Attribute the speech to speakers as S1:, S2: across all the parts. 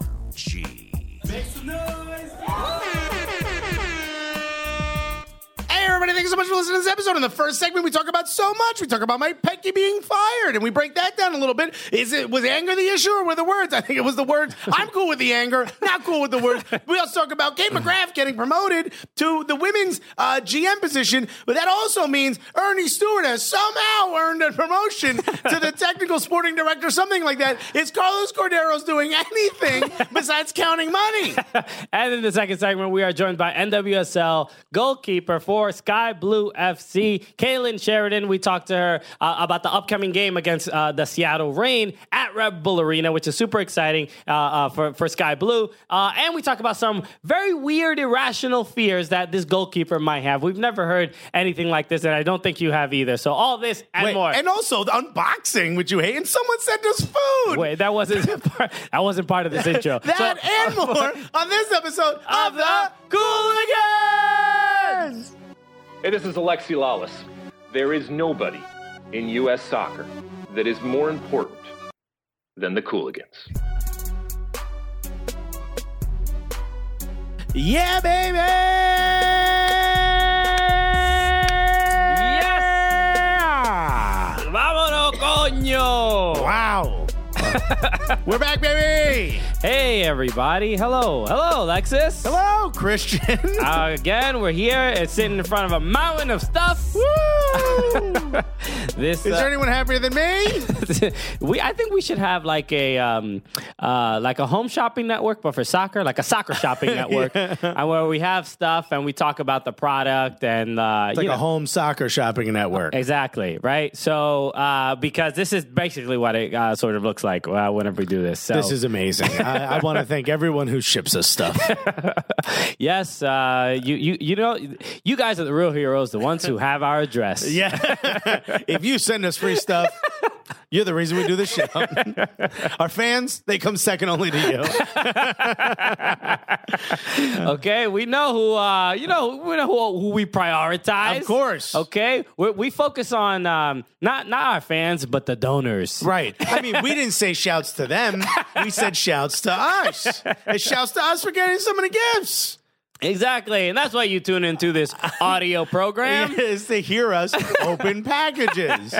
S1: OMG.
S2: Hey, everybody, thanks so much for listening to this episode. In the first segment, we talk about so much. We talk about Mike Pecky being fired, and we break that down a little bit. Is it was anger the issue or were the words? I think it was the words. I'm cool with the anger, not cool with the words. We also talk about Kate McGrath getting promoted to the women's uh, GM position, but that also means Ernie Stewart has somehow earned a promotion to the technical sporting director, something like that. Is Carlos Cordero's doing anything besides counting money?
S3: And in the second segment, we are joined by NWSL goalkeeper for Sky Blue FC, Kaylin Sheridan. We talked to her uh, about the upcoming game against uh, the Seattle Rain at Red Bull Arena, which is super exciting uh, uh, for, for Sky Blue. Uh, and we talk about some very weird, irrational fears that this goalkeeper might have. We've never heard anything like this, and I don't think you have either. So, all this and
S2: Wait,
S3: more.
S2: And also the unboxing, which you hate. And someone sent us food.
S3: Wait, that wasn't part, that wasn't part of this intro.
S2: that
S3: So-
S2: and more on this episode uh, of,
S3: of the Cooligans!
S4: Hey, this is Alexi Lawless. There is nobody in U.S. soccer that is more important than the Cooligans.
S2: Yeah, baby.
S3: Yes! Vámonos, coño!
S2: Wow. We're back, baby.
S3: Hey, everybody. Hello. Hello, Alexis.
S2: Hello, Christian.
S3: Uh, again, we're here. It's sitting in front of a mountain of stuff.
S2: Woo.
S3: this
S2: Is
S3: uh,
S2: there anyone happier than me?
S3: we I think we should have like a um uh like a home shopping network but for soccer like a soccer shopping network and where we have stuff and we talk about the product and uh
S2: Like
S3: you know,
S2: a home soccer shopping network.
S3: Exactly right. So uh, because this is basically what it uh, sort of looks like uh, whenever we do this. So,
S2: This is amazing. I, I want to thank everyone who ships us stuff.
S3: yes. Uh, you you you know you guys are the real heroes, the ones who have our address.
S2: Yeah. if you send us free stuff, you're the reason we do this show. Our fans, they come second only to you.
S3: Okay. We know who uh, you know we know who, who we prioritize.
S2: Of course.
S3: Okay. we we focus on um, not not our fans but the donors.
S2: Right. I mean, we didn't say shouts to them. We said shouts to us. And shouts to us for getting so many gifts.
S3: Exactly, and that's why you tune into this audio program.
S2: Is to hear us open packages.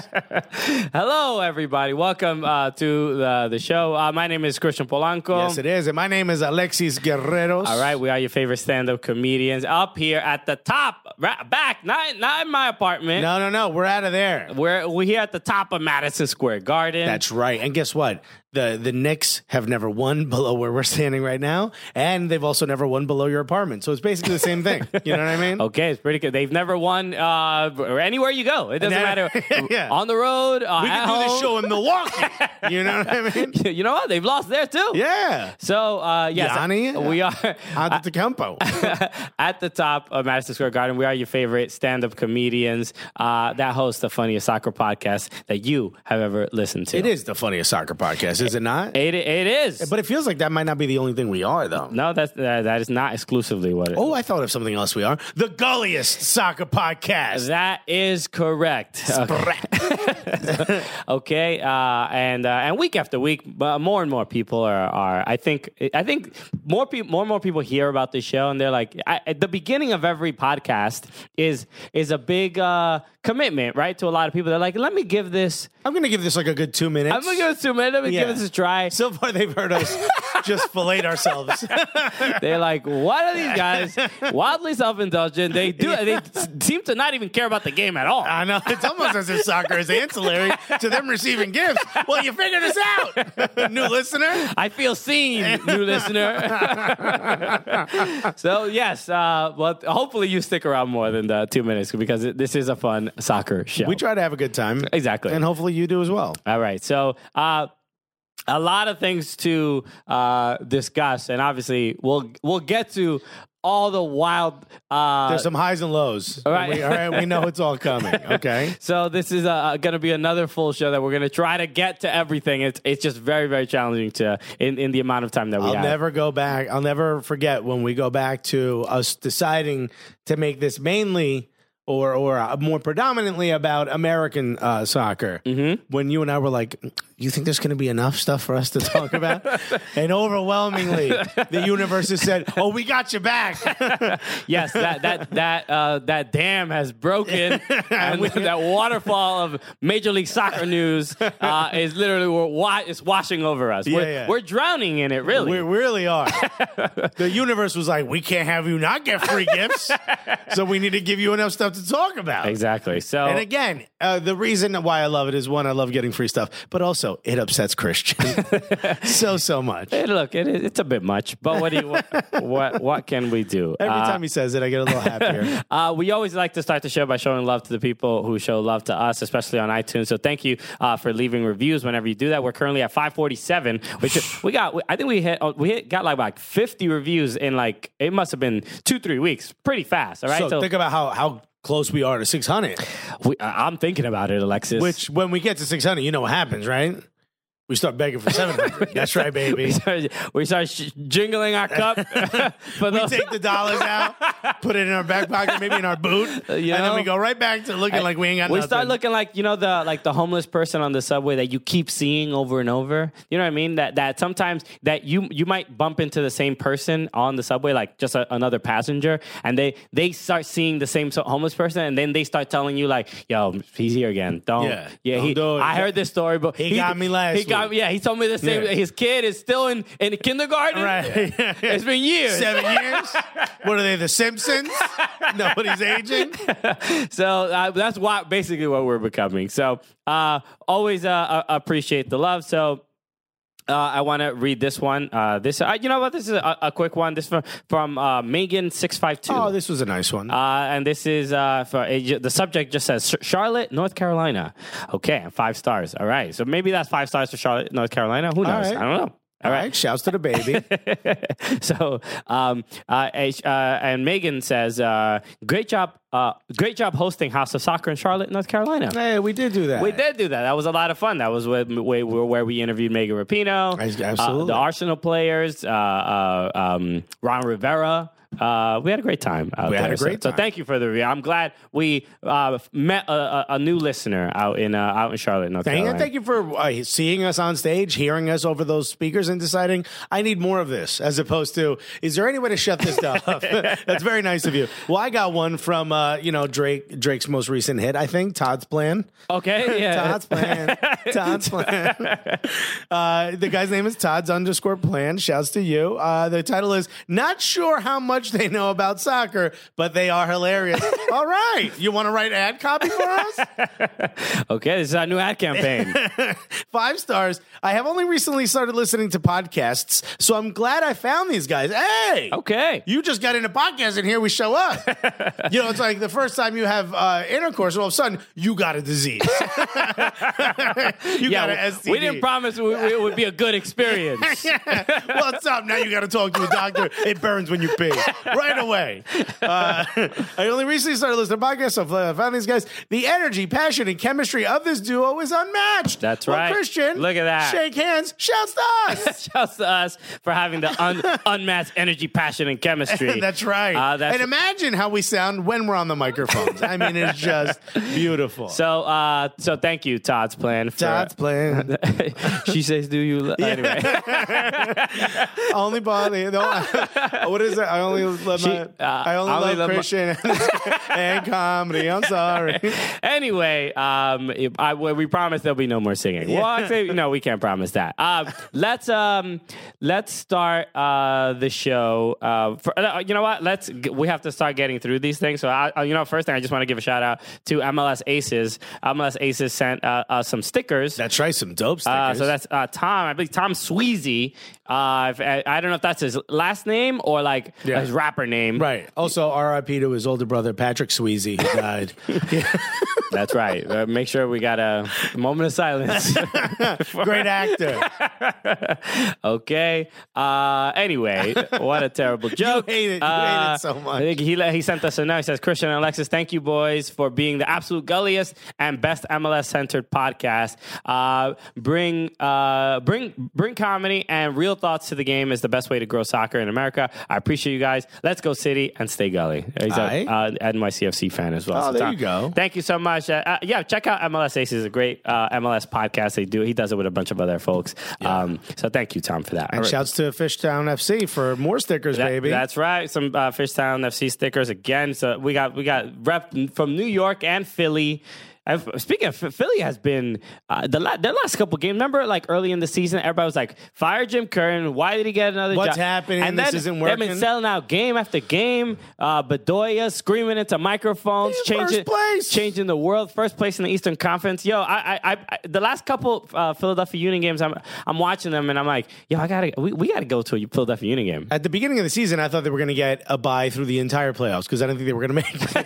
S3: Hello, everybody. Welcome uh, to the, the show. Uh, my name is Christian Polanco.
S2: Yes, it is. And my name is Alexis Guerreros.
S3: All right, we are your favorite stand-up comedians up here at the top, right back, not not in my apartment.
S2: No, no, no. We're out of there.
S3: We're we're here at the top of Madison Square Garden.
S2: That's right. And guess what? The the Knicks have never won below where we're standing right now, and they've also never won below your apartment. So it's basically the same thing. You know what I mean?
S3: okay. It's pretty good. They've never won uh, or anywhere you go. It doesn't
S2: Nah.
S3: matter
S2: Yeah.
S3: on the road. Uh,
S2: We
S3: at
S2: can do this
S3: home.
S2: show in Milwaukee. you know what I mean?
S3: You know what? They've lost there too.
S2: Yeah.
S3: So uh, yes,
S2: Yanni?
S3: we are
S2: Antetokounmpo.
S3: at the top of Madison Square Garden. We are your favorite stand-up comedians uh, that host the funniest soccer podcast that you have ever listened to.
S2: it is the funniest soccer podcast, is it not?
S3: It, it is.
S2: But it feels like that might not be the only thing we are, though.
S3: No, that's uh, that is not exclusively what it.
S2: Oh, I thought of something else we are. The gulliest soccer podcast.
S3: That is correct. okay, uh, and uh, and week after week, uh, more and more people are, are I think I think more people more and more people hear about this show, and they're like, I, at the beginning of every podcast is is a big uh, commitment, right? To a lot of people, they're like, let me give this,
S2: I'm going to give this like a good two minutes.
S3: I'm gonna give this to a minute, let me
S2: Yeah.
S3: give this a try.
S2: So far, they've heard us just fillet ourselves.
S3: They're like, what are these guys wildly self indulgent? They do, they s- seem to not even care about the game at all.
S2: I know. It's almost as if soccer is ancillary to them receiving gifts. Well, you figured this out, new listener.
S3: I feel seen, new listener. so yes, uh, well, hopefully you stick around more than the two minutes because it, this is a fun soccer show.
S2: We try to have a good time.
S3: Exactly.
S2: And hopefully you do as well.
S3: All right, so. Uh, a lot of things to uh, discuss, and obviously we'll we'll get to all the wild. Uh,
S2: There's some highs and lows.
S3: All right.
S2: We, all right. We know it's all coming. Okay.
S3: so this is uh, going to be another full show that we're going to try to get to everything. It's it's just very very challenging to in, in the amount of time that we
S2: I'll
S3: have.
S2: never go back. I'll never forget when we go back to us deciding to make this mainly or or uh, more predominantly about American uh, soccer. Mm-hmm. When you and I were like, "You think there's going to be enough stuff for us to talk about?" and overwhelmingly, the universe has said, "Oh, we got you back."
S3: yes, that that that uh, that dam has broken, and that waterfall of Major League Soccer news uh, is literally we're wa- it's washing over us. we're,
S2: yeah.
S3: we're drowning in it, really.
S2: we really are. the universe was like, "We can't have you not get free gifts, so we need to give you enough stuff to talk about."
S3: exactly. So
S2: And again, uh, the reason why I love it is one, I love getting free stuff, but also it upsets Christian so so much. Every
S3: Hey, look, it, it's a bit much, but what do you, what, what what can we do? Uh,
S2: time he says it, I get a little happier.
S3: uh, we always like to start the show by showing love to the people who show love to us, especially on iTunes. So thank you uh, for leaving reviews whenever you do that. We're currently at 547, which is- we got. I think we hit. oh, We hit, got like like 50 reviews in like it must have been two three weeks, pretty fast. All right,
S2: so, think about how how close we are to 600.
S3: we, I- I'm thinking about it, Alexis.
S2: Which when we get to 600, you know what happens, right? We start begging for 700. That's right,
S3: we
S2: baby.
S3: start, we start sh- jingling our cup for
S2: We
S3: those.
S2: take the dollars out, put it in our back pocket, maybe in our boot, and
S3: know?
S2: then we go right back to looking like we ain't got
S3: we
S2: nothing.
S3: start looking like you know the like the homeless person on the subway that you keep seeing over and over. You know what I mean? That that sometimes that you you might bump into the same person on the subway, like just a, another passenger, and they they start seeing the same so- homeless person, and then they start telling you like, "Yo, he's here again. Don't
S2: Yeah,
S3: yeah,
S2: don't
S3: he,
S2: do it.
S3: I heard this story, but
S2: He got me last
S3: He got
S2: week.
S3: yeah. He told me the same.
S2: Yeah.
S3: His kid is still in in kindergarten.
S2: Right.
S3: It's been years.
S2: Seven years? What are they, The Simpsons? Nobody's aging?
S3: so uh, that's why basically what we're becoming. So uh, always uh, uh, appreciate the love. So. Uh, I want to read this one. Uh, this, uh, you know what? This is a, a quick one. This from from uh, Megan six five two.
S2: Oh, this was a nice one.
S3: Uh, and this is uh, for it, ju- the subject just says Sh- Charlotte, North Carolina. Okay, five stars. All right, so maybe that's five stars for Charlotte, North Carolina. Who knows?
S2: right.
S3: I don't know.
S2: All right. Shouts to the baby.
S3: so, um, uh, H- uh, and Megan says, uh, "Great job, uh, great job hosting House of Soccer in Charlotte, North Carolina."
S2: hey, we did do that.
S3: We did do that. That was a lot of fun. That was where, where, where we interviewed Megan Rapino,
S2: Ab- absolutely.
S3: the Arsenal players, uh, uh, um, Ron Rivera. Uh, we had a great time. Out
S2: We had
S3: there.
S2: a great
S3: so,
S2: time.
S3: So thank you for the review. I'm glad we uh, met a, a, a new listener out in uh, out in Charlotte, North
S2: Thank,
S3: Carolina.
S2: and thank you for uh, seeing us on stage, hearing us over those speakers, and deciding I need more of this, as opposed to is there any way to shut this down? That's very nice of you. Well, I got one from uh, you know Drake Drake's most recent hit, I think Todd's Plan.
S3: Okay, yeah.
S2: Todd's plan. Todd's plan. Uh, the guy's name is Todd's underscore plan. Shouts to you. Uh, the title is Not Sure How Much They Know About Soccer, but They Are Hilarious. All right. You want to write ad copy for us?
S3: Okay, this is our new ad campaign.
S2: Five stars. I have only recently started listening to podcasts, so I'm glad I found these guys. Hey.
S3: okay.
S2: You just got into podcast and here we show up. you know, it's like the first time you have uh, intercourse, all of a sudden you got a disease. you got an STD.
S3: we didn't promise we, we- it would be a good experience.
S2: What's up? Now you got to talk to a doctor. It burns when you pee right away. Uh, I only recently started listening to podcasts, so I found these guys. The energy, passion, and chemistry of this duo is unmatched.
S3: That's
S2: Well,
S3: right.
S2: Christian,
S3: Look at that.
S2: Shake hands. Shouts to us.
S3: Shouts to us for having the un- unmatched energy, passion, and chemistry.
S2: that's right.
S3: Uh, that's-
S2: and imagine how we sound when we're on the microphones. I mean, it's just beautiful.
S3: so, uh, so thank you, Todd's plan. For,
S2: Dad's playing.
S3: she says, "Do you?" Lo-? Anyway,
S2: only Bonnie. No, I- what is it? I only love
S3: She-
S2: my.
S3: uh,
S2: I only,
S3: I only
S2: love,
S3: love my-
S2: Christian and comedy. I'm sorry.
S3: anyway, um, if I, well, we promise there'll be no more singing. Well, actually, no, we can't promise that. Uh, let's um, let's start uh, the show. Uh, for, uh, you know what? Let's g- we have to start getting through these things. So, I, uh, you know, first thing I just want to give a shout out to MLS Aces. MLS Aces sent uh, uh, some stickers. Ah,
S2: That's right. Some dope stickers.
S3: Uh, so that's uh, Tom. I believe Tom Sweezy Uh, if, I, I don't know if that's his last name or like
S2: Yeah.
S3: his rapper name.
S2: Right. Also, R.I.P. to his older brother Patrick Sweezy, who died.
S3: That's right. Uh, make sure we got a moment of silence.
S2: Great actor.
S3: okay. Uh, anyway, what a terrible joke. Uh,
S2: hate it. You hate it so much.
S3: I think He, he sent us a note. He says, Christian and Alexis, thank you, boys, for being the absolute gulliest and best MLS centered podcast. Uh, bring, uh, bring, bring comedy and real thoughts to the game is the best way to grow soccer in America. I appreciate you guys. Let's go, City, and stay gully. He's
S2: Aye.
S3: a uh, NYCFC fan as well.
S2: Oh,
S3: So,
S2: there
S3: Tom,
S2: you go.
S3: Thank you so much. Uh, uh, yeah, check out MLS Aces. It's a great uh, MLS podcast. They do. He does it with a bunch of other folks. Um, so thank you, Tom, for that. All
S2: And
S3: right.
S2: shouts to Fishtown FC for more stickers,
S3: That-
S2: baby.
S3: That's right. Some uh, Fishtown FC stickers again. So we got we got rep from New York and Philly. And f- speaking of Ph- Philly, has been uh, the la- their last couple games. Remember, like early in the season, everybody was like, "Fire Jim Curran! Why did he get another
S2: What's
S3: job?"
S2: happening?
S3: And
S2: This
S3: then
S2: isn't
S3: They've
S2: working.
S3: been selling out game after game. Uh, Bedoya screaming into microphones,
S2: He's
S3: changing
S2: first place.
S3: changing the world, first place in the Eastern Conference. Yo, I, I, I I- the last couple uh, Philadelphia Union games, I'm I'm watching them, and I'm like, yo, I gotta we, we gotta go to a Philadelphia Union game.
S2: At the beginning of the season, I thought they were going to get a bye through the entire playoffs because I didn't think they were going to make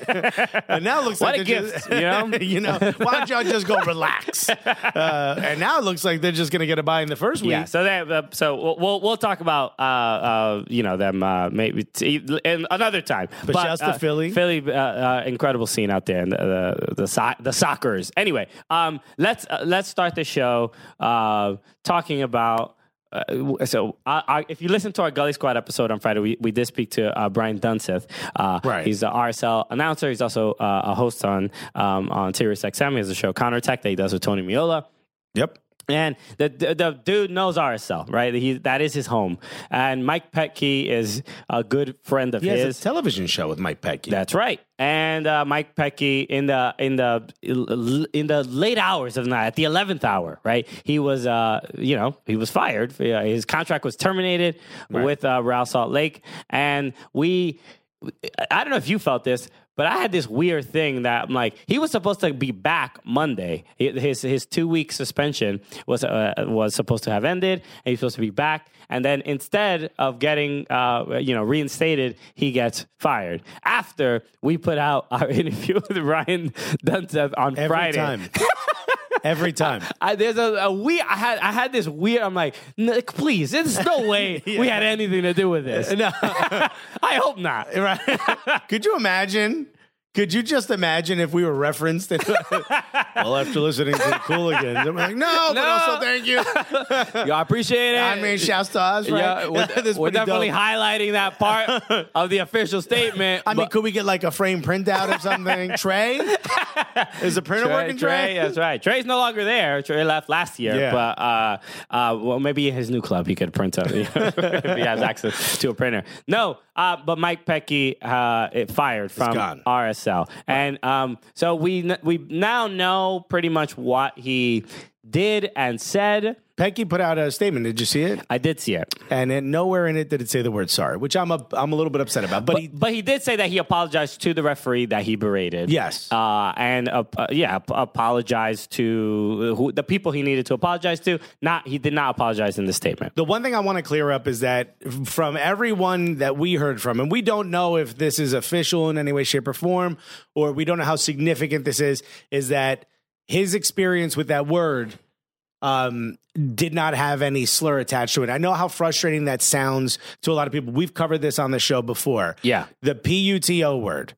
S2: it. and now it looks
S3: What
S2: like
S3: a
S2: they're
S3: gift,
S2: just-
S3: you know?
S2: you know, why don't y'all just go relax? Uh, and now it looks like they're just going to get a bye in the first week.
S3: Yeah, so that uh, so we'll- we'll we'll talk about uh, uh, you know them uh, maybe t- in another time.
S2: But shouts to
S3: uh,
S2: Philly.
S3: Philly, uh, uh, incredible scene out there, and the the, the, so- the soccers. Anyway, um, let's uh, let's start the show uh, talking about. Uh, w- so, I, I, if you listen to our Gully Squad episode on Friday, we, we did speak to uh, Brian Dunseth. Uh,
S2: Right.
S3: He's the RSL announcer. He's also uh, a host on um, on Sirius XM. He has a show Counter Tech that he does with Tony Miola.
S2: Yep.
S3: And the, the the dude knows RSL, right? He that is his home. And Mike Petke is a good friend of
S2: He has
S3: his.
S2: a television show with Mike Pecky.
S3: That's right. And uh, Mike Pecky in the in the in the late hours of the night, at the eleventh hour, right? He was, uh, you know, he was fired. Uh, His contract was terminated with uh, Real Salt Lake, and we. I don't know if you felt this, but I had this weird thing that I'm like, he was supposed to be back Monday. His his two week suspension was uh, was supposed to have ended, and he's supposed to be back. And then instead of getting uh, you know reinstated, he gets fired. After we put out our interview with Ryan Dunseth on
S2: Every
S3: Friday,
S2: time. Every time.
S3: I, there's a, a we I had I had this weird. I'm like, "N- please, there's no way we had anything to do with this.
S2: No.
S3: I hope not.
S2: Right. Could you imagine? Could you just imagine if we were referenced? In, well, after listening to the Cooligans, I'm like, no, but
S3: No.
S2: also thank you.
S3: Yo, I appreciate it.
S2: I mean, shouts to us, right?
S3: Yeah, we're,
S2: That's
S3: we're
S2: pretty
S3: definitely
S2: dope.
S3: highlighting that part of the official statement.
S2: I mean,
S3: but-
S2: could we get like a frame printout of something? Trey, is the printer
S3: Trey,
S2: working?
S3: Trey,
S2: Trey,
S3: that's right. Trey's no longer there. Trey left last year,
S2: Yeah.
S3: but uh, uh, well, maybe his new club he could print up if he has access to a printer. No, uh, but Mike Pecky uh, it fired from
S2: gone.
S3: RSL, and um, so we kn- we now know pretty much what he did and said.
S2: Pecky put out a statement. Did you see it?
S3: I did see it.
S2: And it, nowhere in it did it say the word sorry, which I'm a, I'm a little bit upset about. But, he,
S3: but he did say that he apologized to the referee that he berated.
S2: Yes.
S3: uh, and uh, uh, yeah, ap- apologized to who, the people he needed to apologize to. Not he did not apologize in the statement.
S2: The one thing I want to clear up is that from everyone that we heard from, and we don't know if this is official in any way, shape, or form, or we don't know how significant this is, is that his experience with that word um, did not have any slur attached to it. I know how frustrating that sounds to a lot of people. We've covered this on the show before.
S3: Yeah. Oh,
S2: The PUTO word.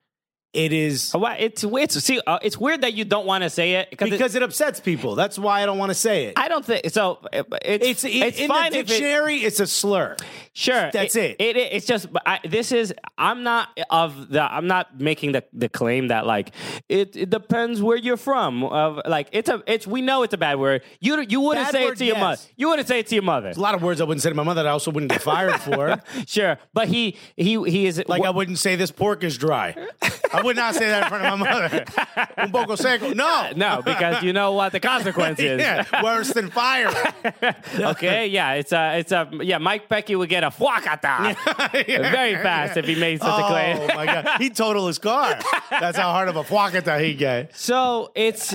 S2: It is
S3: Well, it's it's see, uh, it's weird that you don't want to say it because. it-
S2: because it upsets people. That's why I don't want to say it.
S3: I don't think so. It,
S2: It's,
S3: it's it's
S2: in
S3: fine
S2: the
S3: if it,
S2: dictionary, it's a slur.
S3: Sure,
S2: That's it.
S3: it, It's just but I, this is. I'm not of the. I'm not making the, the claim that like it, it depends where you're from. Of like it's a. It's we know it's a bad word. You you wouldn't
S2: Bad
S3: say
S2: word,
S3: it to your
S2: yes.
S3: mother. You wouldn't say it to your mother.
S2: a lot of words I wouldn't say to my mother that I also wouldn't get fired for.
S3: Sure, but he he he is
S2: like I wouldn't say this pork is dry. I would not say that in front of my mother. Un poco seco. No.
S3: No, because you know what the consequence is.
S2: Yeah, worse than fire.
S3: Okay, yeah, it's a, it's a, yeah. Mike Pecky would get a fuacata very fast if he made such a claim.
S2: Oh my god, he totaled his car. That's how hard of a fuacata he got.
S3: So it's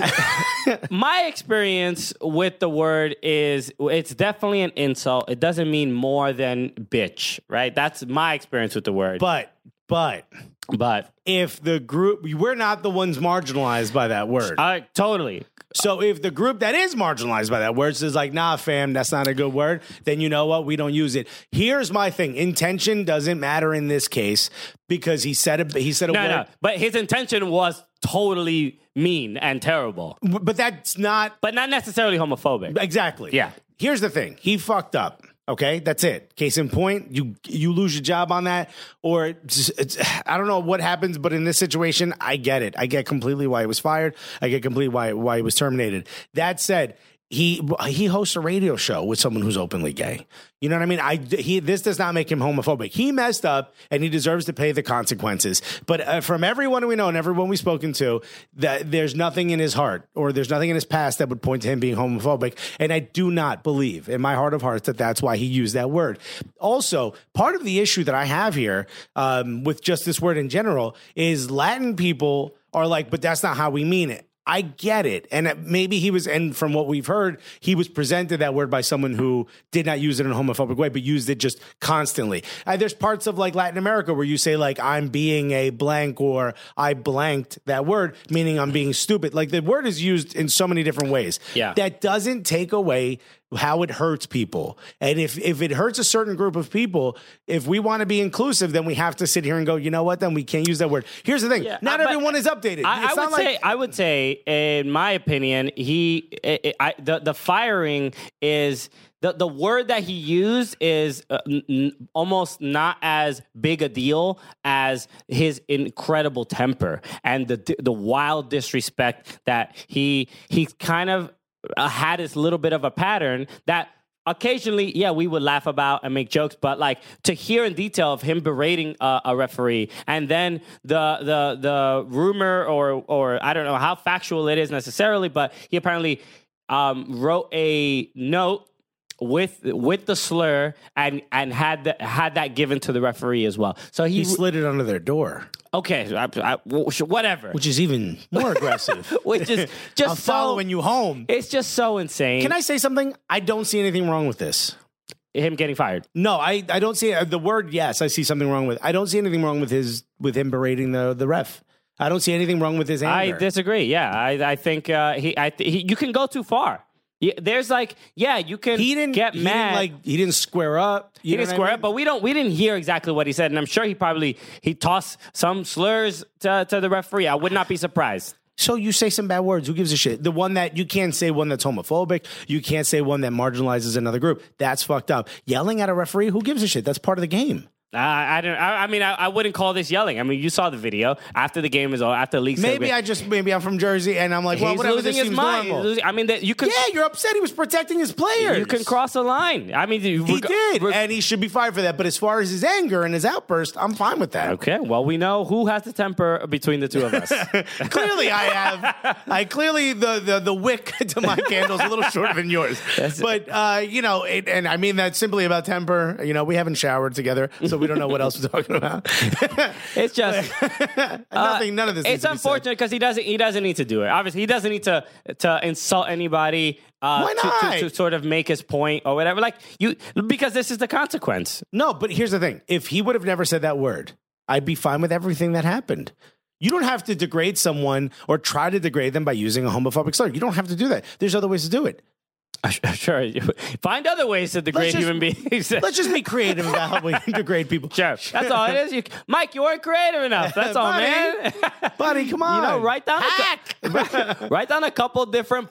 S3: my experience with the word is it's definitely an insult. It doesn't mean more than bitch, right? That's my experience with the word.
S2: But but
S3: but
S2: if the group we're not the ones marginalized by that word.
S3: uh, totally.
S2: So if the group that is marginalized by that word says like, nah, fam, that's not a good word, then you know what? We don't use it. Here's my thing: intention doesn't matter in this case because he said a he said a
S3: No,
S2: word,
S3: no. But his intention was totally mean and terrible,
S2: W- but that's not
S3: but not necessarily homophobic.
S2: exactly.
S3: Yeah.
S2: Here's the thing: he fucked up. Okay, that's it. Case in point, you you lose your job on that, or just, it's, I don't know what happens, but in this situation, I get it. I get completely why he was fired. I get completely why why he was terminated. That said, he he hosts a radio show with someone who's openly gay. You know what I mean? I he this does not make him homophobic. He messed up and he deserves to pay the consequences. But uh, from everyone we know and everyone we've spoken to, that there's nothing in his heart or there's nothing in his past that would point to him being homophobic. And I do not believe in my heart of hearts that that's why he used that word. Also, part of the issue that I have here um, with just this word in general is Latin people are like, but that's not how we mean it. I get it. And it- maybe he was, and from what we've heard, he was presented that word by someone who did not use it in a homophobic way, but used it just constantly. Uh, there's parts of like Latin America where you say, like, I'm being a blank or I blanked that word, meaning I'm being stupid. Like the word is used in so many different ways.
S3: Yeah.
S2: That doesn't take away how it hurts people. And if if it hurts a certain group of people, if we want to be inclusive, then we have to sit here and go, you know what? Then we can't use that word. Here's the thing.
S3: Yeah,
S2: not
S3: uh, but
S2: everyone is updated.
S3: I, I
S2: It's not
S3: would
S2: like-
S3: say, I would say, in my opinion, he, I, I, the the firing is the the word that he used is uh, n- n- almost not as big a deal as his incredible temper and the the wild disrespect that he he kind of uh, had this little bit of a pattern that occasionally, yeah, we would laugh about and make jokes, but like to hear in detail of him berating uh, a referee, and then the the the rumor or or I don't know how factual it is necessarily, but he apparently um, wrote a note with with the slur and and had the, had that given to the referee as well. So he,
S2: He slid it under their door,
S3: okay, I, I, whatever,
S2: which is even more aggressive.
S3: which is just
S2: I'm
S3: so-
S2: following you home.
S3: It's just so insane.
S2: Can I say something? I don't see anything wrong with this.
S3: him getting fired?
S2: No, I, I don't see uh, the word. Yes, I see something wrong with. I don't see anything wrong with his with him berating the the ref. I don't see anything wrong with his
S3: I
S2: anger.
S3: disagree. Yeah, I, I think uh, he, I th- he, you can go too far. Y- There's like, yeah, you can.
S2: he didn't
S3: get
S2: he
S3: mad.
S2: Didn't, like he didn't square up.
S3: he didn't square up, but we don't. We didn't hear exactly what he said, and I'm sure he probably he tossed some slurs to, to the referee. I would not be surprised.
S2: So you say some bad words. Who gives a shit? The one that you can't say one that's homophobic. You can't say one that marginalizes another group. That's fucked up. Yelling at a referee. Who gives a shit? That's part of the game.
S3: I I don't. I, I mean, I, I wouldn't call this yelling. I mean, you saw the video after the game is over, after the league.
S2: Maybe I just maybe I'm from Jersey and I'm like,
S3: He's
S2: well, whatever.
S3: losing
S2: this
S3: his
S2: seems
S3: mind.
S2: normal.
S3: He's losing- I mean, that you can.
S2: Yeah, you're upset. He was protecting his players.
S3: you can cross the line. I mean, you-
S2: He
S3: reg-
S2: did,
S3: reg-
S2: and he should be fired for that. But as far as his anger and his outburst, I'm fine with that.
S3: okay. Well, we know who has the temper between the two of us.
S2: clearly, I have. I clearly the the, the wick to my candle is a little shorter than yours. but uh, you know, it, and I mean that simply about temper. You know, we haven't showered together, so we don't know what else we're talking about.
S3: it's just.
S2: Nothing. none of this. needs
S3: It's
S2: to be said.
S3: unfortunate because he doesn't he doesn't need to do it. Obviously, he doesn't need to to insult anybody. Uh,
S2: Why
S3: to-
S2: not?
S3: To, to, sort of make his point or whatever. Like you, because this is the consequence.
S2: No, but here's the thing. If he would have never said that word, I'd be fine with everything that happened. You don't have to degrade someone or try to degrade them by using a homophobic slur. You don't have to do that. There's other ways to do it.
S3: Sure, you- find other ways to degrade
S2: just-
S3: human beings.
S2: Let's just be creative about how we degrade people.
S3: sure, that's all it is. You, Mike, you weren't creative enough. That's all,
S2: Buddy.
S3: man.
S2: Buddy, come on.
S3: You know, write down
S2: Hack.
S3: a cou- write down a couple different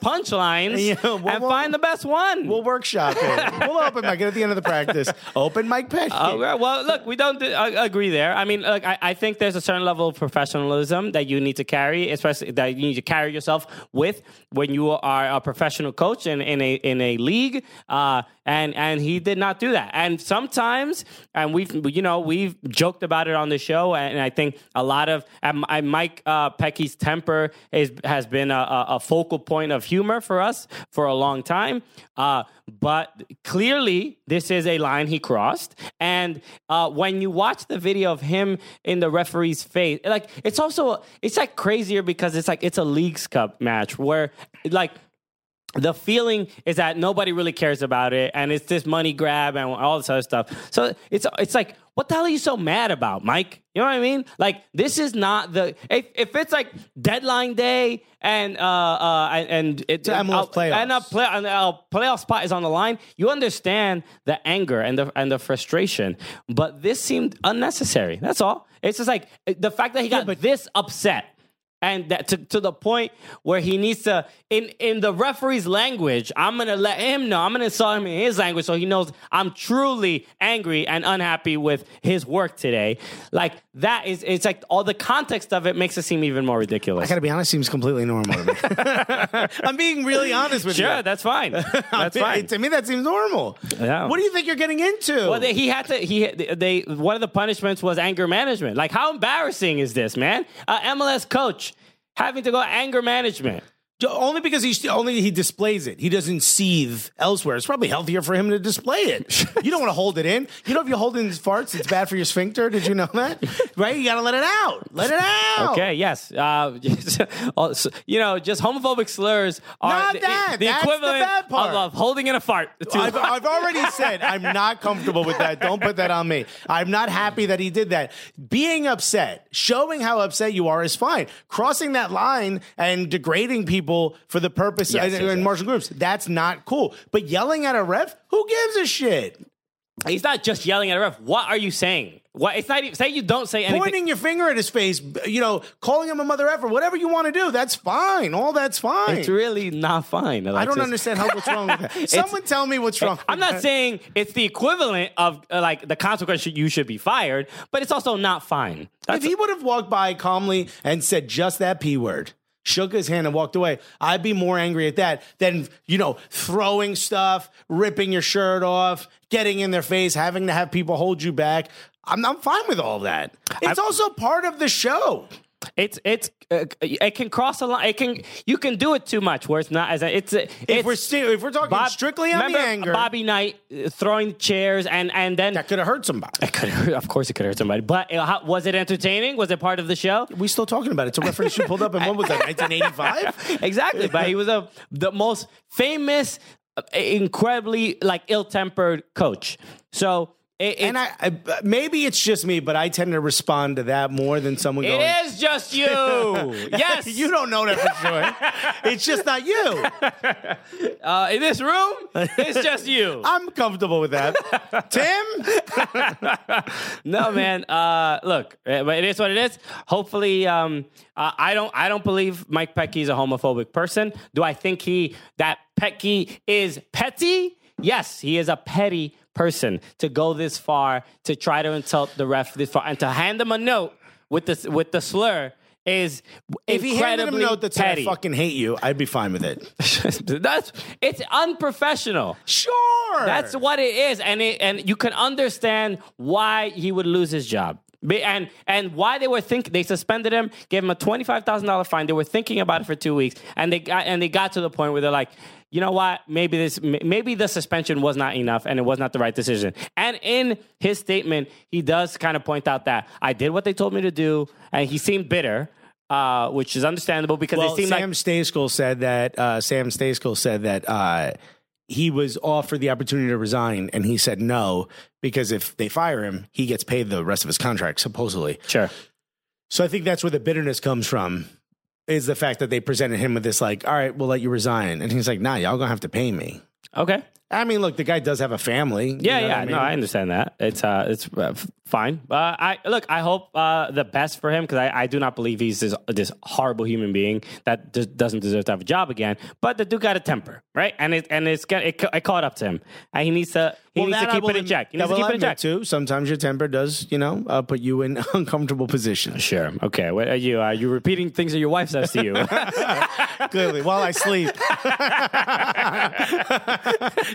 S3: punchlines
S2: Yeah, well,
S3: and
S2: well-
S3: find the best one.
S2: We'll workshop it. We'll open mic at the end of the practice. Open mic pet.
S3: Oh, well, well, look, we don't d- uh, agree there. I mean, look, I, I think there's a certain level of professionalism that you need to carry, especially that you need to carry yourself with when you are a professional coach and in a, in a league, uh, and and he did not do that. And sometimes, and we've you know we've joked about it on the show, and I think a lot of and I- Mike uh, Pecky's temper is has been a, a a focal point of humor for us for a long time. Uh, but clearly, this is a line he crossed. And uh, when you watch the video of him in the referee's face, like it's also it's like crazier because it's like it's a leagues cup match where like the feeling is that nobody really cares about it, and it's this money grab and all this other stuff. So it's it's like, what the hell are you so mad about, Mike? You know what I mean? Like this is not the if, if it's like deadline day and uh, uh and it's
S1: To MLS playoffs.
S3: and a play and a playoff spot is on the line. You understand the anger and the and the frustration, but this seemed unnecessary. That's all. It's just like the fact that he got this upset and that to, to the point where he needs to in in the referee's language i'm gonna let him know i'm gonna insult him in his language so he knows i'm truly angry and unhappy with his work today like that is it's like all the context of it makes it seem even more ridiculous
S2: I gotta be honest, seems completely normal to me.
S1: I'm being really honest with
S3: sure
S1: you.
S3: that's fine that's fine
S2: to me, that seems normal.
S3: Yeah.
S2: What do you think you're getting into?
S3: Well, they, he had to. He they one of the punishments was anger management. Like, how embarrassing is this, man? A MLS coach having to go anger management.
S2: only because he only he displays it. He doesn't seethe elsewhere. It's probably healthier for him to display it. you don't want to hold it in. You know, if you hold in farts, it's bad for your sphincter. Did you know that? Right? You gotta let it out. Let it out.
S3: Okay. Yes. Uh, also, you know, just homophobic slurs are
S2: Not
S3: the,
S2: that.
S3: the
S2: That's the
S3: equivalent
S2: bad part.
S3: Of, of holding in a fart. To-
S2: I've, I've already said I'm not comfortable with that. Don't put that on me. I'm not happy that he did that. Being upset, showing how upset you are is fine. Crossing that line and degrading people for the purpose
S3: Yes,
S2: and,
S3: yes,
S2: and
S3: yes.
S2: martial groups, that's not cool. But yelling at a ref, who gives a shit?
S3: He's not just yelling at a ref. What are you saying? What? It's not even say you don't say anything.
S2: Pointing your finger at his face, you know, calling him a mother effer, whatever you want to do, that's fine. All that's fine.
S3: It's really not fine.
S2: I don't
S3: Alexis.
S2: understand how what's wrong with that. Someone tell me what's wrong.
S3: I'm
S2: with
S3: not
S2: that.
S3: saying it's the equivalent of uh, like the consequence should- you should be fired, but it's also not fine. That's
S2: if he would have walked by calmly and said just that p word shook his hand and walked away i'd be more angry at that than you know throwing stuff ripping your shirt off getting in their face having to have people hold you back i'm, I'm fine with all that it's also part of the show
S3: it's it's uh, it can cross a line. It can you can do it too much where it's not as a, it's a-
S2: if
S3: it's
S2: we're still if we're talking
S3: Bob-
S2: strictly on the
S3: remember
S2: anger
S3: Bobby Knight uh, throwing chairs and and then
S2: that could have hurt somebody
S3: Could hurt- of course, it could hurt somebody. But uh, how, was it entertaining? Was it part of the show?
S2: we still talking about it. It's a reference you pulled up, and when was that? 1985.
S3: Exactly. But he was a, the most famous, uh, incredibly like ill-tempered coach. So it,
S2: And
S3: it,
S2: I, I maybe it's just me, but I tend to respond to that more than someone going.
S3: it is just you. yes,
S2: you don't know that for sure. it's just not you.
S3: uh, in this room, it's just you.
S2: I'm comfortable with that. Tim,
S3: No, man. Uh, look, eh, but it is what it is. Hopefully, um, uh, I don't. I don't believe Mike Pecky is a homophobic person. Do I think he that Pecky is petty? Yes, he is a petty person to go this far to try to insult the ref this far and to hand him a note with this with the slur is
S2: if he handed him a
S3: incredibly
S2: note that said, I
S3: petty.
S2: fucking hate you, I'd be fine with it.
S3: That's it's unprofessional.
S2: Sure.
S3: That's what it is, and it, and you can understand why he would lose his job, Be- and and why they were think they suspended him, gave him a twenty five thousand dollar fine. They were thinking about it for two weeks, and they got and they got to the point where they're like, you know what, maybe this m- maybe the suspension was not enough, and it was not the right decision. And in his statement, he does kind of point out that I did what they told me to do, and he seemed bitter. Uh, which is understandable because
S2: well,
S3: it seemed
S2: Sam
S3: like
S2: Stayskull said that uh, Sam Stayskull said that uh, he was offered the opportunity to resign and he said no because if they fire him, he gets paid the rest of his contract supposedly.
S3: sure.
S2: So I think that's where the bitterness comes from. Is the fact that they presented him with this, like, all right, we'll let you resign. And he's like, nah, y'all gonna have to pay me.
S3: Okay.
S2: I mean, look, the guy does have a family. You
S3: Yeah,
S2: know
S3: yeah,
S2: what I mean?
S3: no, I understand that. It's uh, it's uh, f- fine. Uh, I look, I hope uh, the best for him because I, I do not believe he's this this horrible human being that d- doesn't deserve to have a job again. But the dude got a temper, right? And it and it's got, it, ca- it caught up to him. And he needs to he
S2: Well,
S3: needs to
S2: that I
S3: keep
S2: will
S3: it in
S2: ad-
S3: check. He
S2: that
S3: needs to
S2: will
S3: keep it in
S2: admit,
S3: check.
S2: too. Sometimes your temper does, you know, uh, put you in uncomfortable positions.
S3: Sure. Okay. What are you? Are you repeating things that your wife says to you?
S2: Clearly, while I sleep,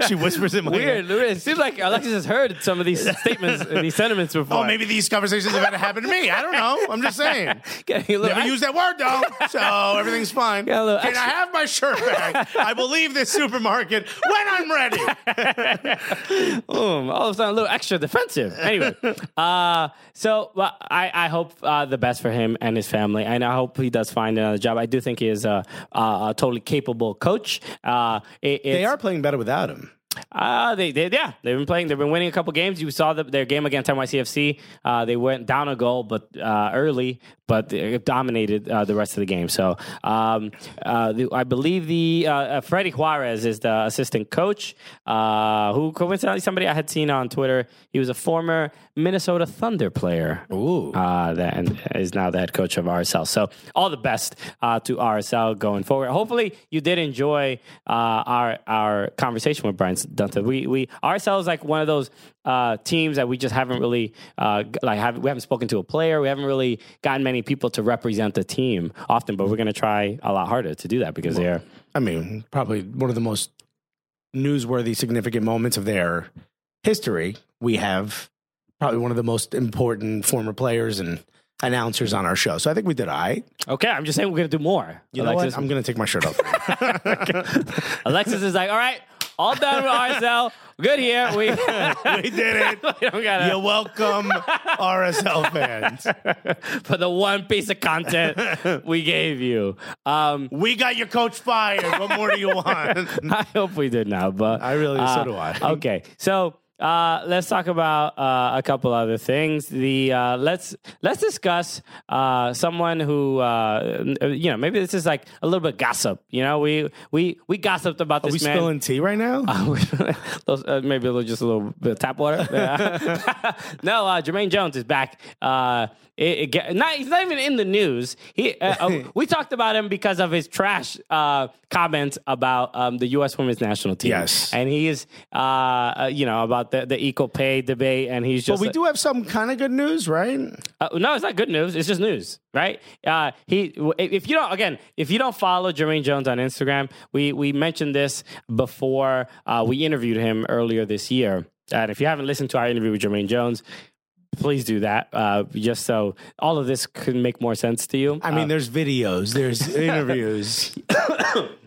S2: she whispers in my ear.
S3: Weird. It seems like Alexis has heard some of these statements, these sentiments before.
S2: Oh, maybe these conversations have had to happen to me. I don't know. I'm just saying.
S3: Getting a little-
S2: Never use that word though, so everything's fine.
S3: Yeah, a little
S2: Can I
S3: extra-
S2: have my shirt back? I will leave this supermarket when I'm ready.
S3: Boom. All of a sudden, a little extra defensive. Anyway, uh, so well, I, I hope uh, the best for him and his family, and I hope he does find another job. I do think he is a, a, a totally capable coach. Uh, it-
S2: They
S3: it's-
S2: are playing better without him.
S3: Uh, they, they, yeah, they've been playing. They've been winning a couple games. You saw the, their game against NYCFC. Uh, they went down a goal, but uh, early, but they dominated uh, the rest of the game. So um, uh, the, I believe the uh, uh, Freddie Juarez is the assistant coach, uh, who coincidentally somebody I had seen on Twitter. He was a former Minnesota Thunder player. Ooh, uh, that and is now the head coach of RSL. So all the best uh, to RSL going forward. Hopefully you did enjoy uh, our our conversation with Brian Dunton. We we RSL is like one of those uh, teams that we just haven't really uh, g- like have we haven't spoken to a player. We haven't really gotten many people to represent the team often. But we're going to try a lot harder to do that because they're
S2: I mean, probably one of the most newsworthy, significant moments of their history. We have probably one of the most important former players and announcers on our show. So I think we did all right.
S3: okay. I'm just saying we're going to do more.
S2: You know
S3: Alexis.
S2: what? I'm going to take my shirt off.
S3: Alexis is like, all right, all done with RSL. Good here. We, we
S2: we did it.
S3: don't gotta.
S2: You're welcome, RSL fans.
S3: for the one piece of content we gave you. Um,
S2: We got your coach fired. What more do you want?
S3: I hope we did now, but
S2: I really- so
S3: uh,
S2: do I.
S3: Okay, so. Uh, let's talk about uh, a couple other things. The uh, let's let's discuss uh, someone who uh, you know maybe this is like a little bit gossip. You know we we we gossiped about
S2: Are we
S3: this man.
S2: spilling tea right now?
S3: Those, uh, maybe a little, just a little bit of tap water. Yeah. no, uh, Jermaine Jones is back. Uh, it, it get, not, he's not even in the news. He, uh, uh, we talked about him because of his trash uh, comments about um, the U.S. Women's National Team.
S2: Yes.
S3: and he is, uh, uh, you know, about the, the equal pay debate, and he's just
S2: But we do have some kind of good news, right?
S3: uh, no, it's not good news. It's just news, right? Uh, he, if you don't, again, if you don't follow Jermaine Jones on Instagram, we we mentioned this before uh, we interviewed him earlier this year. And if you haven't listened to our interview with Jermaine Jones, please do that. Uh, just so all of this can make more sense to you.
S2: I mean, there's videos, there's interviews,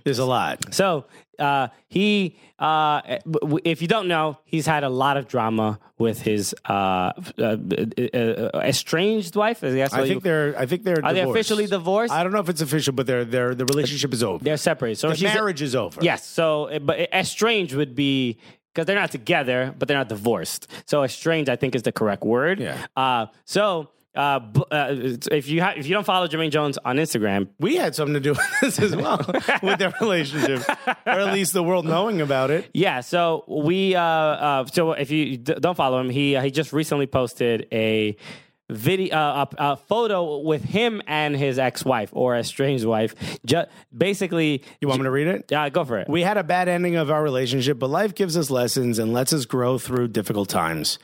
S2: there's a lot.
S3: So uh, he, uh, w- if you don't know, he's had a lot of drama with his uh, f- uh, uh, uh, estranged wife. I, guess
S2: I think they're. I think they're.
S3: Are they
S2: divorced.
S3: officially divorced?
S2: I don't know if it's official, but their their the relationship is over.
S3: they're separated. So
S2: The
S3: she's
S2: marriage is over.
S3: Yes. So, uh, but estranged would be because they're not together, but they're not divorced. So, estranged, I think, is the correct word.
S2: Yeah.
S3: Uh, so. Uh, b- uh, it's- if you ha- if you don't follow Jermaine Jones on Instagram,
S2: we had something to do with this as well with their relationship, or at least the world knowing about it.
S3: yeah. So we uh, uh so if you d- don't follow him, he he just recently posted a video uh, a, a photo with him and his ex wife or estranged wife. Just basically,
S2: You want me to read it?
S3: yeah, go for it.
S2: We had a bad ending of our relationship, but life gives us lessons and lets us grow through difficult times.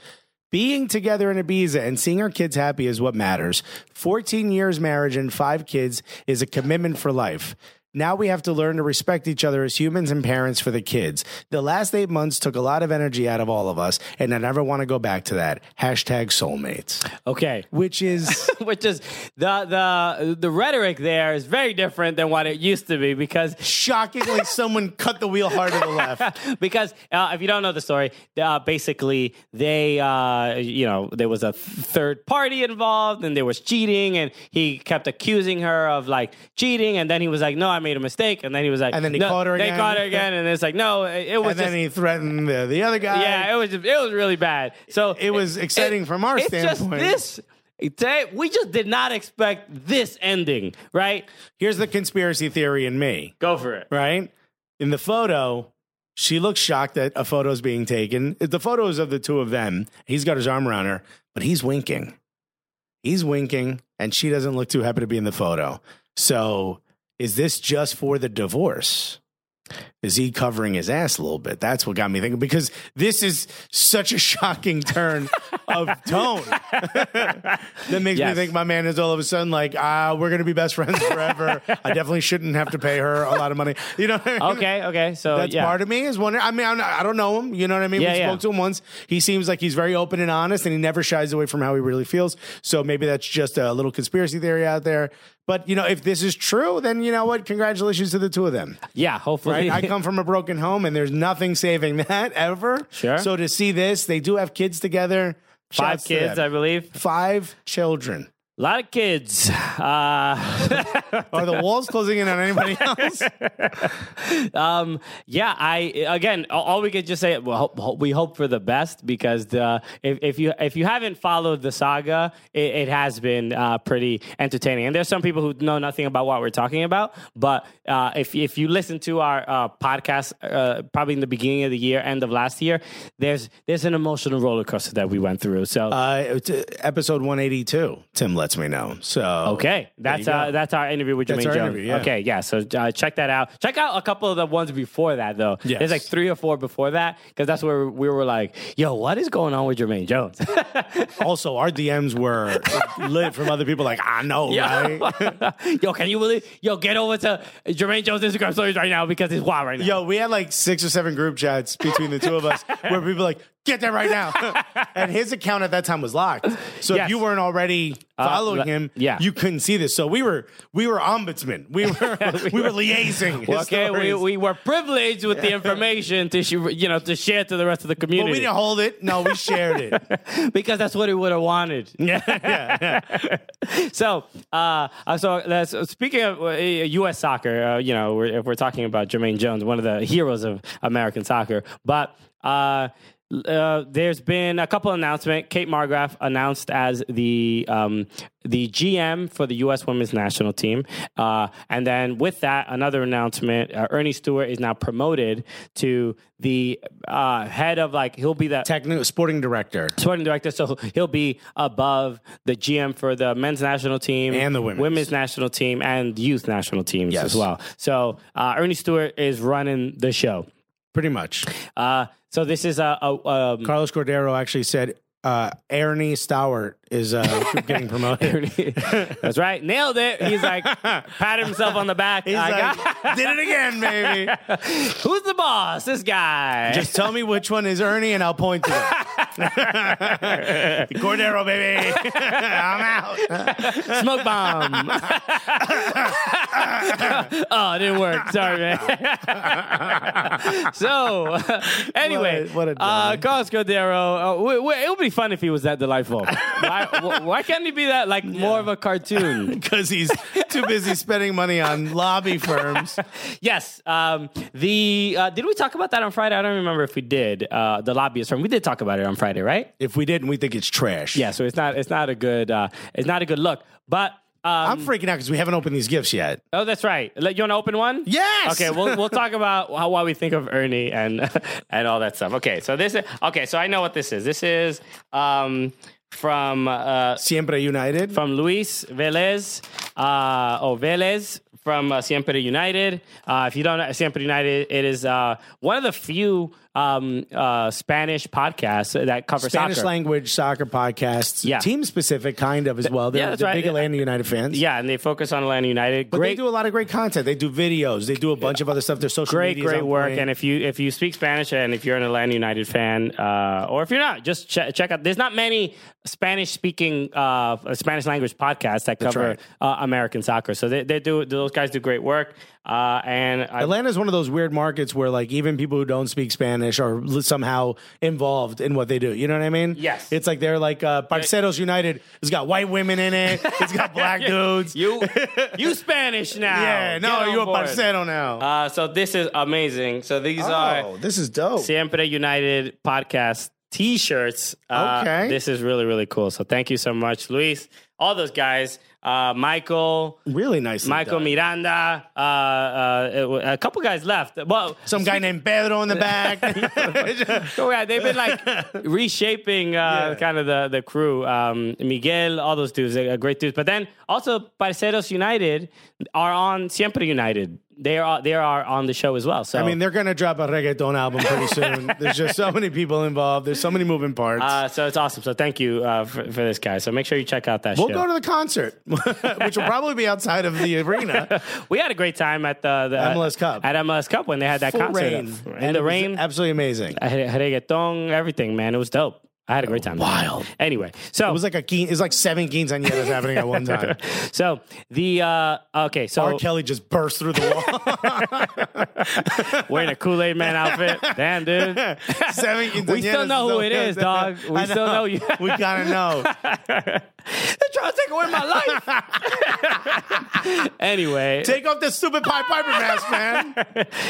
S2: Being together in Ibiza and seeing our kids happy is what matters. 14 years marriage and five kids is a commitment for life. Now we have to learn to respect each other as humans and parents for the kids. The last eight months took a lot of energy out of all of us, and I never want to go back to that. Hashtag soulmates.
S3: okay.
S2: Which is
S3: which is the the the rhetoric there is very different than what it used to be because
S2: shockingly someone cut the wheel hard to the left.
S3: because uh, if you don't know the story, uh, basically they uh, you know there was a third party involved and there was cheating and he kept accusing her of like cheating and then he was like no I made a mistake and then he was like
S2: And then he
S3: no,
S2: caught her
S3: they
S2: again.
S3: caught her again and it's like no it, it was
S2: And then
S3: just-
S2: he threatened the, the other guy.
S3: yeah it was just, it was really bad so
S2: It was exciting from our
S3: it's
S2: standpoint.
S3: just this today we just did not expect this ending right
S2: Here's the conspiracy theory in me,
S3: go for it.
S2: right? In the photo, She looks shocked that a photo is being taken. The photo is of the two of them. He's got his arm around her, but he's winking. He's winking, and she doesn't look too happy to be in the photo. So, is this just for the divorce? Is he covering his ass a little bit? That's what got me thinking because this is such a shocking turn of tone that makes me
S3: Yes.
S2: think my man is all of a sudden like, ah, we're gonna be best friends forever. I definitely shouldn't have to pay her a lot of money. You know? What I mean?
S3: Okay, okay. So
S2: That's
S3: yeah.
S2: part of me is wondering. I mean, I'm not, I don't know him. You know what I mean?
S3: Yeah,
S2: we
S3: yeah.
S2: spoke to him once. He seems like he's very open and honest, and he never shies away from how he really feels. So maybe that's just a little conspiracy theory out there. But you know, if this is true, then you know what? Congratulations to the two of them.
S3: yeah,
S2: Right?
S3: hopefully.
S2: I come from a broken home, and there's nothing saving that ever.
S3: Sure.
S2: So to see this, they do have kids together.
S3: Five
S2: Shouts to
S3: kids, I
S2: them.
S3: believe.
S2: Five children.
S3: A lot of kids. Uh,
S2: Are the walls closing in on anybody else?
S3: um, yeah, I again, all- all we could just say well, hope- hope- we hope for the best because the if, if you if you haven't followed the saga, it, it has been uh, pretty entertaining. And there's some people who know nothing about what we're talking about, but uh, if if you listen to our uh, podcast, uh, probably in the beginning of the year, end of last year, there's there's an emotional roller coaster that we went through. So
S2: Uh, it's, uh, episode 182. Tim lets me know. So
S3: Okay, that's
S2: you go.
S3: uh, that's our interview with
S2: That's
S3: Jermaine
S2: our
S3: Jones.
S2: interview, yeah.
S3: Okay, yeah. So uh, check that out. Check out a couple of the ones before that though.
S2: Yes.
S3: There's like three or four before that because that's where we were like, "Yo, what is going on with Jermaine Jones?"
S2: Also, our DMs were lit from other people. Like, I know, right?
S3: Yo, can you really? Yo, get over to Jermaine Jones Instagram stories right now because it's wild right now.
S2: Yo, we had like six or seven group chats between the two of us where people were like, get that right now. and his account at that time was locked. So
S3: Yes. Uh,
S2: if you weren't already following
S3: le-
S2: him,
S3: yeah.
S2: you couldn't see this. So we were we were ombudsman. We were we, were liaising. his
S3: okay, we,
S2: stories.
S3: we were privileged with the information to sh- you know to share to the rest of the
S2: but we
S3: community
S2: didn't hold it. No, we shared it.
S3: because that's what he would have wanted.
S2: yeah, yeah, yeah.
S3: So, uh, uh, so that's, uh, speaking of uh, U.S. soccer, uh, you know, we're, if we're talking about Jermaine Jones, one of the heroes of American soccer, but uh, l- uh, there's been a couple announcements. Kate Margraf announced as the um, the GM for the U.S. Women's National Team, uh, and then with that, another announcement: uh, Ernie Stewart is now promoted to the uh, head of like he'll be the
S2: Technical sporting director.
S3: sporting director, so he'll be above the GM for the men's national team
S2: And the women's.
S3: national team and youth national teams
S2: Yes.
S3: as well. So uh, Ernie Stewart is running the show.
S2: Pretty much.
S3: Uh, so this is a, a um,
S2: Carlos Cordero actually said uh, Ernie Stowart is uh, getting promoted.
S3: Ernie- that's right, nailed it. He's like patted himself on the back.
S2: He's
S3: I got-
S2: like, did it again, baby.
S3: Who's the boss? This guy.
S2: Just tell me which one is Ernie and I'll point to it. Cordero, baby. I'm out.
S3: smoke bomb. oh, it didn't work. Sorry, man. so, anyway,
S2: What a- what a
S3: uh,
S2: guy.
S3: Carlos Cordero. Uh, w- w- it would be fun if he was that delightful. why, wh- why can't he be that like more of a cartoon?
S2: Because he's too busy spending money on lobby firms.
S3: yes. Um, the uh, did we talk about that on Friday? I don't remember if we did. Uh, the lobbyist firm. We did talk about it on Friday, right?
S2: If we didn't, we think it's trash.
S3: Yeah. So it's not it's not a good uh, it's not a good look, but. Um,
S2: I'm freaking out because we haven't opened these gifts yet.
S3: Oh, that's right. Let- You want to open one?
S2: Yes!
S3: Okay, we'll we'll talk about how, why we think of Ernie and and all that stuff. Okay, so this is okay. So I know what this is. This is um, from uh,
S2: Siempre United.
S3: from Luis Velez uh, or Velez from uh, Siempre United. Uh, if you don't know Siempre United, it is uh, one of the few um, uh, Spanish podcasts that cover
S2: Spanish
S3: soccer.
S2: language soccer podcasts.
S3: Yeah.
S2: Team specific, kind of, as well. They're,
S3: yeah, that's
S2: they're
S3: right.
S2: big Atlanta United fans.
S3: Yeah, and they focus on Atlanta United.
S2: But they
S3: Great
S2: do a lot of great content. They do videos. They do a bunch of other stuff. Their social
S3: great
S2: media's
S3: great
S2: on
S3: work
S2: point.
S3: and if you if you speak spanish and if you're an atlanta united fan uh, or if you're not just che- check out there's not many spanish speaking uh, spanish language podcasts that cover
S2: right.
S3: uh, american soccer so they, they do those guys do great work uh, and I,
S2: Atlanta is one of those weird markets where, like, even people who don't speak Spanish are l- somehow involved in what they do. You know what I mean?
S3: Yes.
S2: It's like they're like uh, Parceros United. It's got white women in it. It's got black dudes.
S3: you you spanish now
S2: yeah. No,
S3: Get on
S2: you're a
S3: board.
S2: parcero now. Oh.
S3: uh, so this is amazing so these are
S2: this is dope.
S3: siempre united podcast T-shirts. Uh,
S2: Okay.
S3: this is really really cool. So thank you so much, Luis. All those guys, uh, Michael,
S2: Really nice.
S3: Michael Miranda, uh, uh, it wa- a couple guys left. Well,
S2: Some guy named Pedro in the back.
S3: Oh, yeah, they've been like reshaping uh,
S2: Yeah.
S3: kind of the the crew. Um, Miguel, all those dudes, are great dudes. But then also Parceros United are on Siempre United. They are they are on the show as well. So
S2: I mean, they're gonna drop a reggaeton album pretty soon. There's just so many people involved. There's so many moving parts.
S3: uh, so it's awesome. So thank you uh, for, for this guy. So make sure you check out that
S2: we'll
S3: show.
S2: go to the concert, which will probably be outside of the arena.
S3: we had a great time at the, the
S2: MLS Cup.
S3: at MLS Cup when they had that
S2: Full
S3: concert
S2: rain.
S3: in
S2: And it
S3: the
S2: was
S3: rain.
S2: absolutely amazing.
S3: I had reggaeton, everything, man. It was dope. I had a great time.
S2: Wild.
S3: Anyway, so
S2: It was like a keen. It was like seven quinceañeras happening at one time.
S3: so the uh okay, so
S2: R. Kelly just burst through the wall.
S3: wearing a Kool Aid Man outfit. Damn, dude.
S2: seven quinceañeras.
S3: We still know who it is, dog. We
S2: I
S3: still know you.
S2: we gotta know.
S3: They're trying to take away my life. anyway,
S2: Take off this stupid Pied Piper mask, man.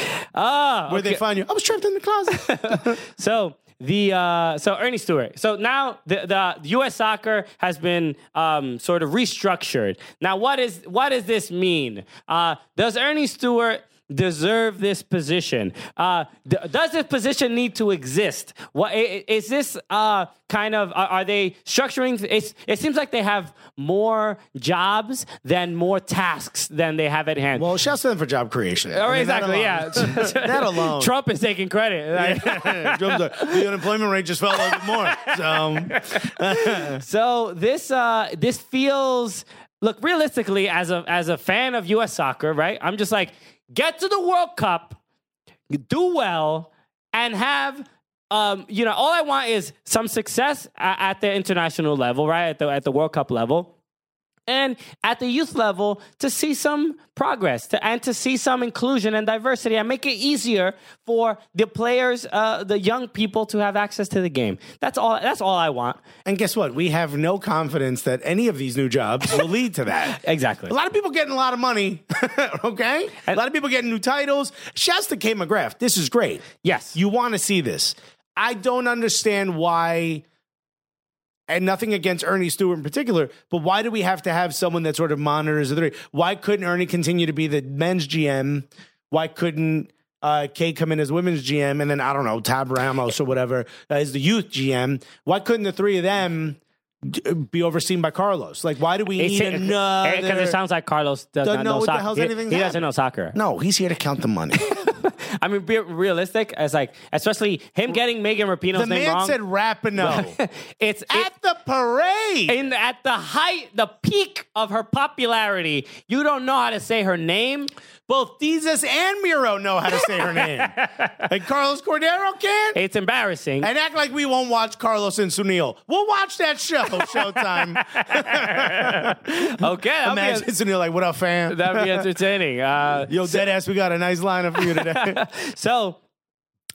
S2: Ah, where they find you? I was trapped in the closet.
S3: so the uh, so Ernie Stewart. So now the the U.S. soccer has been um, sort of restructured. Now what is what does this mean? Uh, does Ernie Stewart deserve this position? Uh, d- does this position need to exist? What i- i- is this uh, kind of? Are, are they structuring? It's, it seems like they have more jobs than more tasks than they have at hand.
S2: well, shouts to them for job creation.
S3: Or
S2: I mean, that
S3: Oh, exactly,
S2: alone-
S3: yeah.
S2: that alone.
S3: Trump is taking credit. Like,
S2: Drums are- the unemployment rate just fell a little bit more. So
S3: So this uh, this feels look realistically as a as a fan of U.S. soccer, right? I'm just like get to the World Cup, do well, and have. Um, you know, all I want is some success a- at the international level, right? At the at the World Cup level and at the youth level to see some progress to, and to see some inclusion and diversity and make it easier for the players uh, the young people to have access to the game that's all that's all i want
S2: And guess what? We have no confidence that any of these new jobs will lead to that.
S3: Exactly.
S2: A lot of people getting a lot of money, okay? a lot of people getting new titles. Shouts to K McGrath. This is great.
S3: Yes.
S2: You want to see this. I don't understand why, and nothing against Ernie Stewart in particular, but why do we have to have someone that sort of monitors the three? Why couldn't Ernie continue to be the men's GM? Why couldn't uh, Kay come in as women's GM? And then, I don't know, Tab Ramos or whatever uh, is the youth GM. Why couldn't the three of them d- uh, be overseen by Carlos? Like, why do we need another?
S3: because eh, it sounds like Carlos does
S2: Doesn't
S3: not
S2: know
S3: know
S2: what the
S3: soccer.
S2: hell's
S3: he,
S2: anything
S3: he doesn't
S2: happening.
S3: know soccer.
S2: no, he's here to count the money.
S3: I mean, be realistic. As like, especially him getting Megan Rapinoe's
S2: the
S3: name
S2: man
S3: wrong.
S2: said Rapino.
S3: it's
S2: At the parade.
S3: in at the height, the peak of her popularity. You don't know how to say her name.
S2: Both Jesus and Miro know how to say her name. and Carlos Cordero can.
S3: It's embarrassing.
S2: And act like we won't watch Carlos and Sunil. We'll watch that show, Showtime.
S3: okay, that'd be,
S2: Imagine Sunil like, what up, fam?
S3: that'd be entertaining. Uh,
S2: Yo, dead ass, we got a nice lineup for you today.
S3: so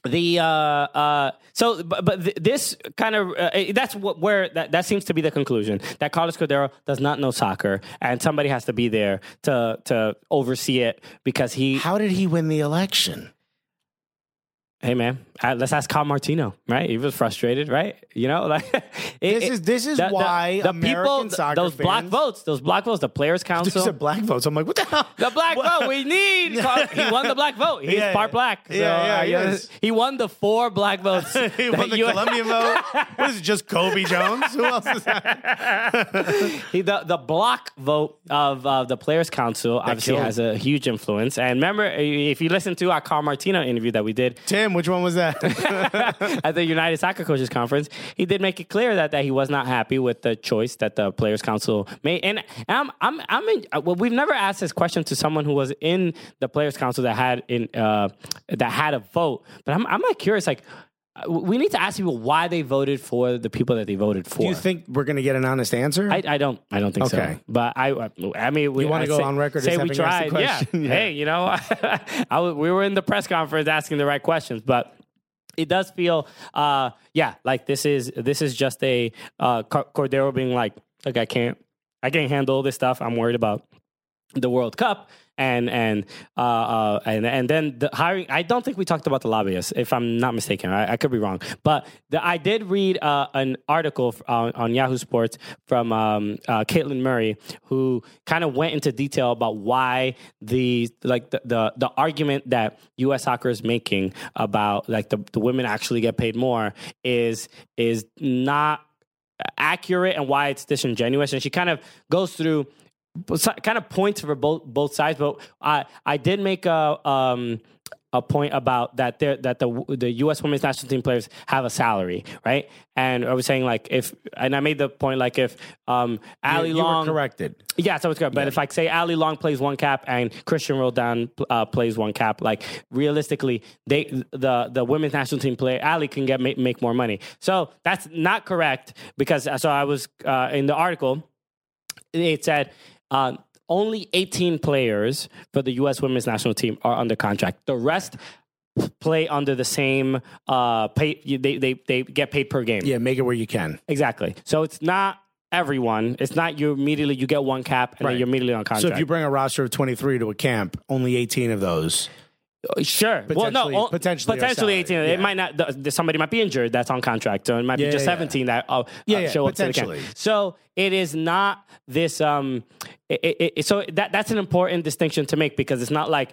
S3: the uh uh so but, but th- this kind of uh, eh, that's what where that, that seems to be the conclusion that Carlos Cordero does not know soccer and somebody has to be there to to oversee it because he
S2: How did he win the election?
S3: hey man uh, let's ask Carl Martino right he was frustrated right you know like it-
S2: This
S3: it-
S2: is- this is why American
S3: th-
S2: soccer
S3: those black
S2: fans-
S3: votes those black votes the players
S2: These
S3: council
S2: are black votes. I'm like, what the hell?
S3: The black vote we need. Carl- He won the black vote. He's
S2: Yeah,
S3: part
S2: yeah.
S3: black. So
S2: Yeah, yeah,
S3: I
S2: he
S3: guess
S2: is.
S3: he won the four black votes.
S2: he
S3: that
S2: won the
S3: you-
S2: Colombian vote. What is it, just Kobe Jones? Who else is that?
S3: He- the, the block vote of uh, the Players Council obviously
S2: killed.
S3: has a huge influence. And remember, i- if you listen to our Carl Martino interview that we did
S2: Tim, which one was that?
S3: at the United Soccer Coaches Conference, he did make it clear that, that he was not happy with the choice that the Players Council made. And I'm, I'm, I'm in, uh, well, we've never asked this question to someone who was in the Players Council that had in uh, that had a vote. But I'm, I'm like curious, like. uh, We need to ask people why they voted for the people that they voted for.
S2: Do you think we're going to get an honest answer?
S3: I, I don't. I don't think so.
S2: Okay.
S3: But I. I mean, we,
S2: You wanna
S3: I
S2: go
S3: say-
S2: on record as
S3: Say we
S2: having asked the
S3: tried. Yeah.
S2: question? Yeah.
S3: Hey, you know, I was, we were in the press conference asking the right questions, but it does feel, uh, yeah, like this is this is just a uh, Car- Cordero being like, look, I can't, I can't handle this stuff. I'm worried about the World Cup. And and uh, uh, and and then the hiring. I don't think we talked about the lobbyists, if I'm not mistaken. I, I could be wrong, but the, I did read uh, an article f- on, on Yahoo Sports from um, uh, Caitlin Murray, who kind of went into detail about why the like the, the the argument that U.S. soccer is making about like the, the women actually get paid more is is not accurate and why it's disingenuous. And she kind of goes through kind of points for both both sides. But I I did make a um a point about that there that the the U.S. women's national team players have a salary, right? And I was saying like if and I made the point like if um Ali
S2: you
S3: Long
S2: were corrected.
S3: yeah, so it's good. But if like say Ali Long plays one cap and Christian Roldan uh, plays one cap, like realistically, they the the women's national team player Ali can get make, make more money. So that's not correct because so I was uh, in the article it said uh, only 18 players for the U.S. women's national team are under contract. The rest play under the same uh, pay. They they they get paid per game.
S2: Yeah, make it where you can.
S3: Exactly. So it's not everyone. It's not you immediately you get one cap and
S2: Right.
S3: then you're immediately on contract.
S2: So if you bring a roster of 23 to a camp, only 18 of those.
S3: sure. Well, no,
S2: Potentially-
S3: o-
S2: potentially are
S3: potentially
S2: salary.
S3: 18. It
S2: Yeah.
S3: might not. The, the- somebody might be injured. That's on contract. So it might
S2: Yeah,
S3: be just
S2: yeah, yeah.
S3: 17 that uh,
S2: Yeah,
S3: uh,
S2: yeah,
S3: show up to the camp.
S2: potentially.
S3: So it is not this. Um, it, it, it- so that that's an important distinction to make because it's not like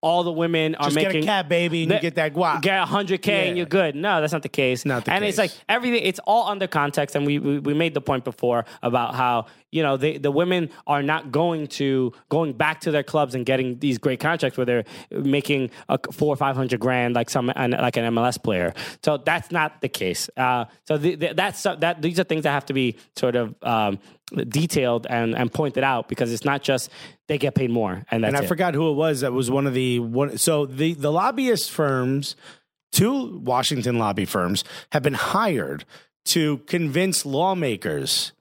S3: all the women are
S2: Just get a
S3: making
S2: cap, baby, and you get that guap.
S3: Get 100k and
S2: Yeah.
S3: you're good. No, that's not the case.
S2: Not the
S3: and it's like
S2: case.
S3: everything it's all under context and we, we we made the point before about how you know they, the women are not going to going back to their clubs and getting these great contracts where they're making a four or five hundred grand like some an, like an MLS player so that's not the case uh, so the, the, that's so- that these are things that have to be sort of um, detailed and, and pointed out because it's not just they get paid more and that's
S2: and I
S3: it.
S2: forgot who it was that was one of the one. So the the lobbyist firms, two Washington lobby firms, have been hired to convince lawmakers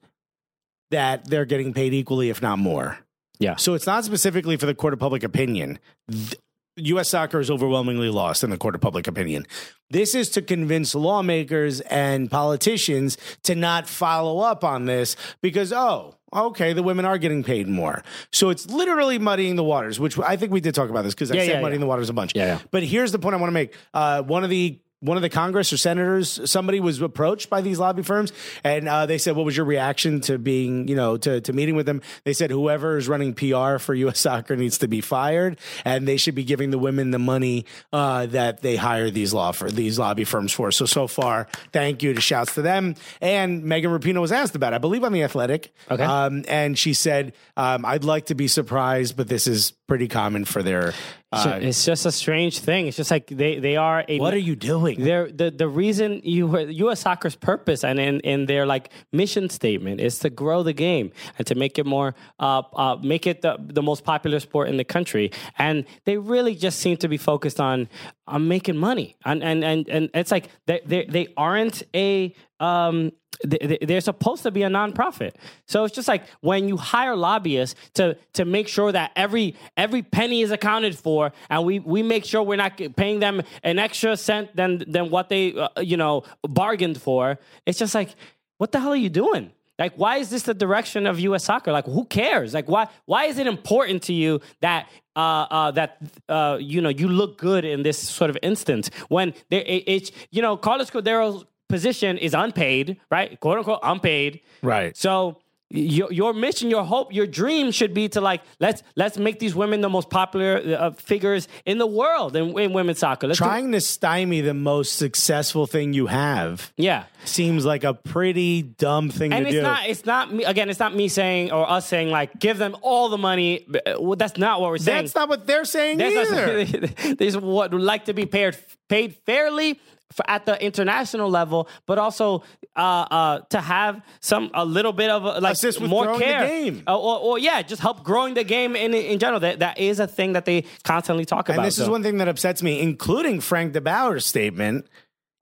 S2: that they're getting paid equally, if not more.
S3: Yeah.
S2: So it's not specifically for the court of public opinion. Th- U.S. soccer is overwhelmingly lost in the court of public opinion. This is to convince lawmakers and politicians to not follow up on this because, oh, okay, the women are getting paid more. So it's literally muddying the waters, which I think we did talk about this because I
S3: Yeah,
S2: said
S3: yeah,
S2: muddying
S3: yeah.
S2: the waters a bunch.
S3: Yeah, yeah.
S2: But here's the point I want to make. Uh, one of the one of the Congress or senators, somebody was approached by these lobby firms, and uh, they said, "What was your reaction to being, you know, to, to meeting with them?" They said, "Whoever is running PR for U.S. Soccer needs to be fired, and they should be giving the women the money uh, that they hire these law for these lobby firms for." So so far, thank you to shouts to them. And Megan Rapinoe was asked about, it, I believe, on the Athletic,
S3: Okay.
S2: um, and she said, um, "I'd like to be surprised, but this is pretty common for their."
S3: So
S2: Uh,
S3: it's just a strange thing. It's just like they, they are a
S2: What are you doing?
S3: They're the, the reason you were US soccer's purpose and in, in their like mission statement is to grow the game and to make it more uh, uh make it the, the most popular sport in the country. And they really just seem to be focused on on making money. And and and, and it's like they they, they aren't a um they- they- they're supposed to be a nonprofit, so it's just like when you hire lobbyists to to make sure that every every penny is accounted for, and we we make sure we're not paying them an extra cent than than what they uh, you know bargained for. It's just like, what the hell are you doing? Like, why is this the direction of U.S. soccer? Like, who cares? Like, why why is it important to you that uh, uh, that uh, you know you look good in this sort of instance when there it, it's you know Carlos Cordero's position is unpaid, right? Quote unquote unpaid.
S2: Right.
S3: So your your mission, your hope, your dream should be to like let's let's make these women the most popular uh, figures in the world in, in women's soccer. Let's do-
S2: trying to stymie the most successful thing you have
S3: yeah.
S2: seems like a pretty dumb thing
S3: And
S2: to
S3: it's
S2: do.
S3: not it's not me again. It's not me saying or us saying like give them all the money. Uh, Well, that's not what we're saying.
S2: That's not what they're saying
S3: That's not-
S2: either.
S3: they just would like to be paid paid fairly for, at the international level, but also uh, uh, to have some a little bit of uh, like
S2: Assist with
S3: more
S2: growing the
S3: care,
S2: game.
S3: Uh, or, or yeah, just help growing the game in in general. That that is a thing that they constantly talk about.
S2: and this is
S3: so-
S2: one thing that upsets me, including Frank DeBauer's statement.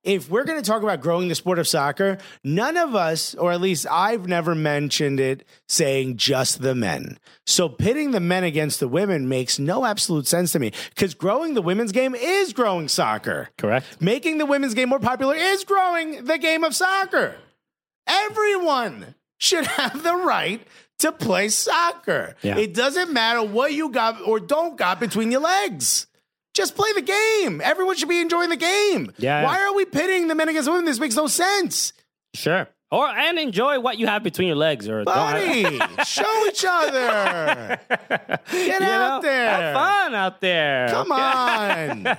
S2: If we're going to talk about growing the sport of soccer, none of us, or at least I've never mentioned it, saying just the men. So pitting the men against the women makes no absolute sense to me because growing the women's game is growing soccer.
S3: Correct.
S2: Making the women's game more popular is growing the game of soccer. Everyone should have the right to play soccer.
S3: Yeah.
S2: It doesn't matter what you got or don't got between your legs. Just play the game. Everyone should be enjoying the game.
S3: Yeah.
S2: Why are we pitting the men against women? This makes no sense.
S3: Sure. Or and enjoy what you have between your legs, or don't have-
S2: Buddy, show each other. Get
S3: You
S2: out
S3: know,
S2: there.
S3: Have fun out there.
S2: Come on.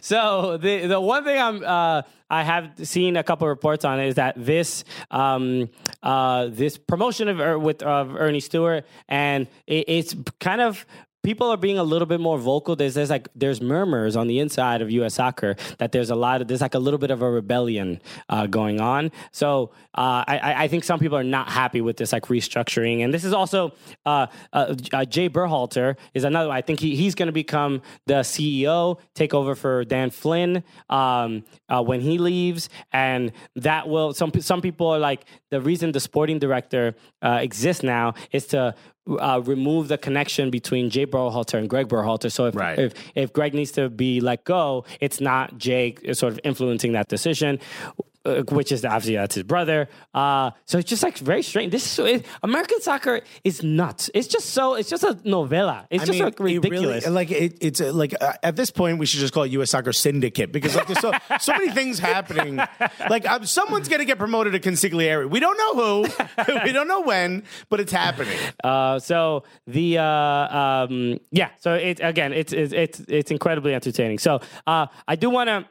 S3: So the the one thing I'm uh, I have seen a couple reports on is that this um, uh, this promotion of Er- with of Ernie Stewart and it, it's kind of. People are being a little bit more vocal. There's, there's like there's murmurs on the inside of U.S. soccer that there's a lot of there's like a little bit of a rebellion uh, going on. So uh, I, I- I think some people are not happy with this like restructuring. And this is also uh, uh, uh, Jay Burhalter is another. One. I think he, he's going to become the CEO, take over for Dan Flynn um, uh, when he leaves, and that will some pe- some people are like the reason the sporting director uh, exists now is to. Uh, remove the connection between Jay Burhalter and Greg Burhalter. So if,
S2: Right.
S3: if if Greg needs to be let go, it's not Jake sort of influencing that decision, uh, which is obviously that's his brother. Uh, so it's just like very strange. This is so, it, American soccer is nuts. It's just so it's just a novella. It's
S2: I
S3: just
S2: mean,
S3: like
S2: it really-
S3: ridiculous.
S2: like it, it's uh, like uh, at this point we should just call it U.S. Soccer Syndicate because like there's so so many things happening. Like um, someone's going to get promoted to consigliere. We don't know who, we don't know when, but it's happening.
S3: Uh, so the uh, um, yeah, so it again, it's it's it's, it's incredibly entertaining. So uh, I do want to.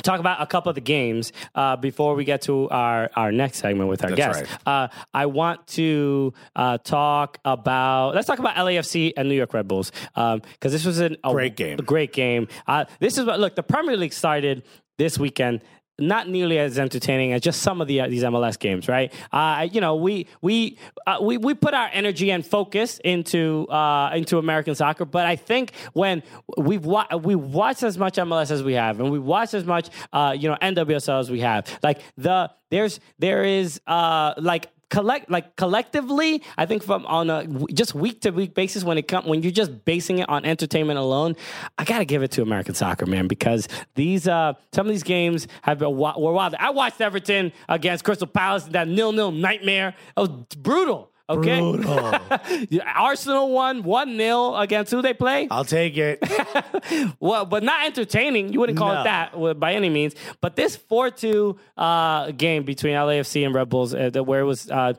S3: Talk about a couple of the games uh, before we get to our, our next segment with our
S2: That's
S3: guest. Uh, I want to uh, talk about let's talk about LAFC and New York Red Bulls because this was an, a
S2: Great game.
S3: a great game. Uh, this is what look the Premier League started this weekend. Not nearly as entertaining as just some of the uh, these MLS games, right? Uh, you know, we we uh, we we put our energy and focus into uh, into American soccer, but I think when we've wa- we watched as much MLS as we have, and we watched as much uh, you know NWSL as we have, like the there's there is uh, like collect like collectively i think from on a w- just week to week basis when it comes when you're just basing it on entertainment alone i gotta give it to american soccer man because these uh some of these games have been wa- were wild i watched everton against crystal palace that nil nil nightmare it was brutal okay Yeah, arsenal won 1-0 against who they play
S2: I'll take it.
S3: well, but not entertaining. You wouldn't call
S2: No.
S3: it that w- by any means. But this four-two uh, game between LAFC and Red Bulls, uh, that- where it was. Uh,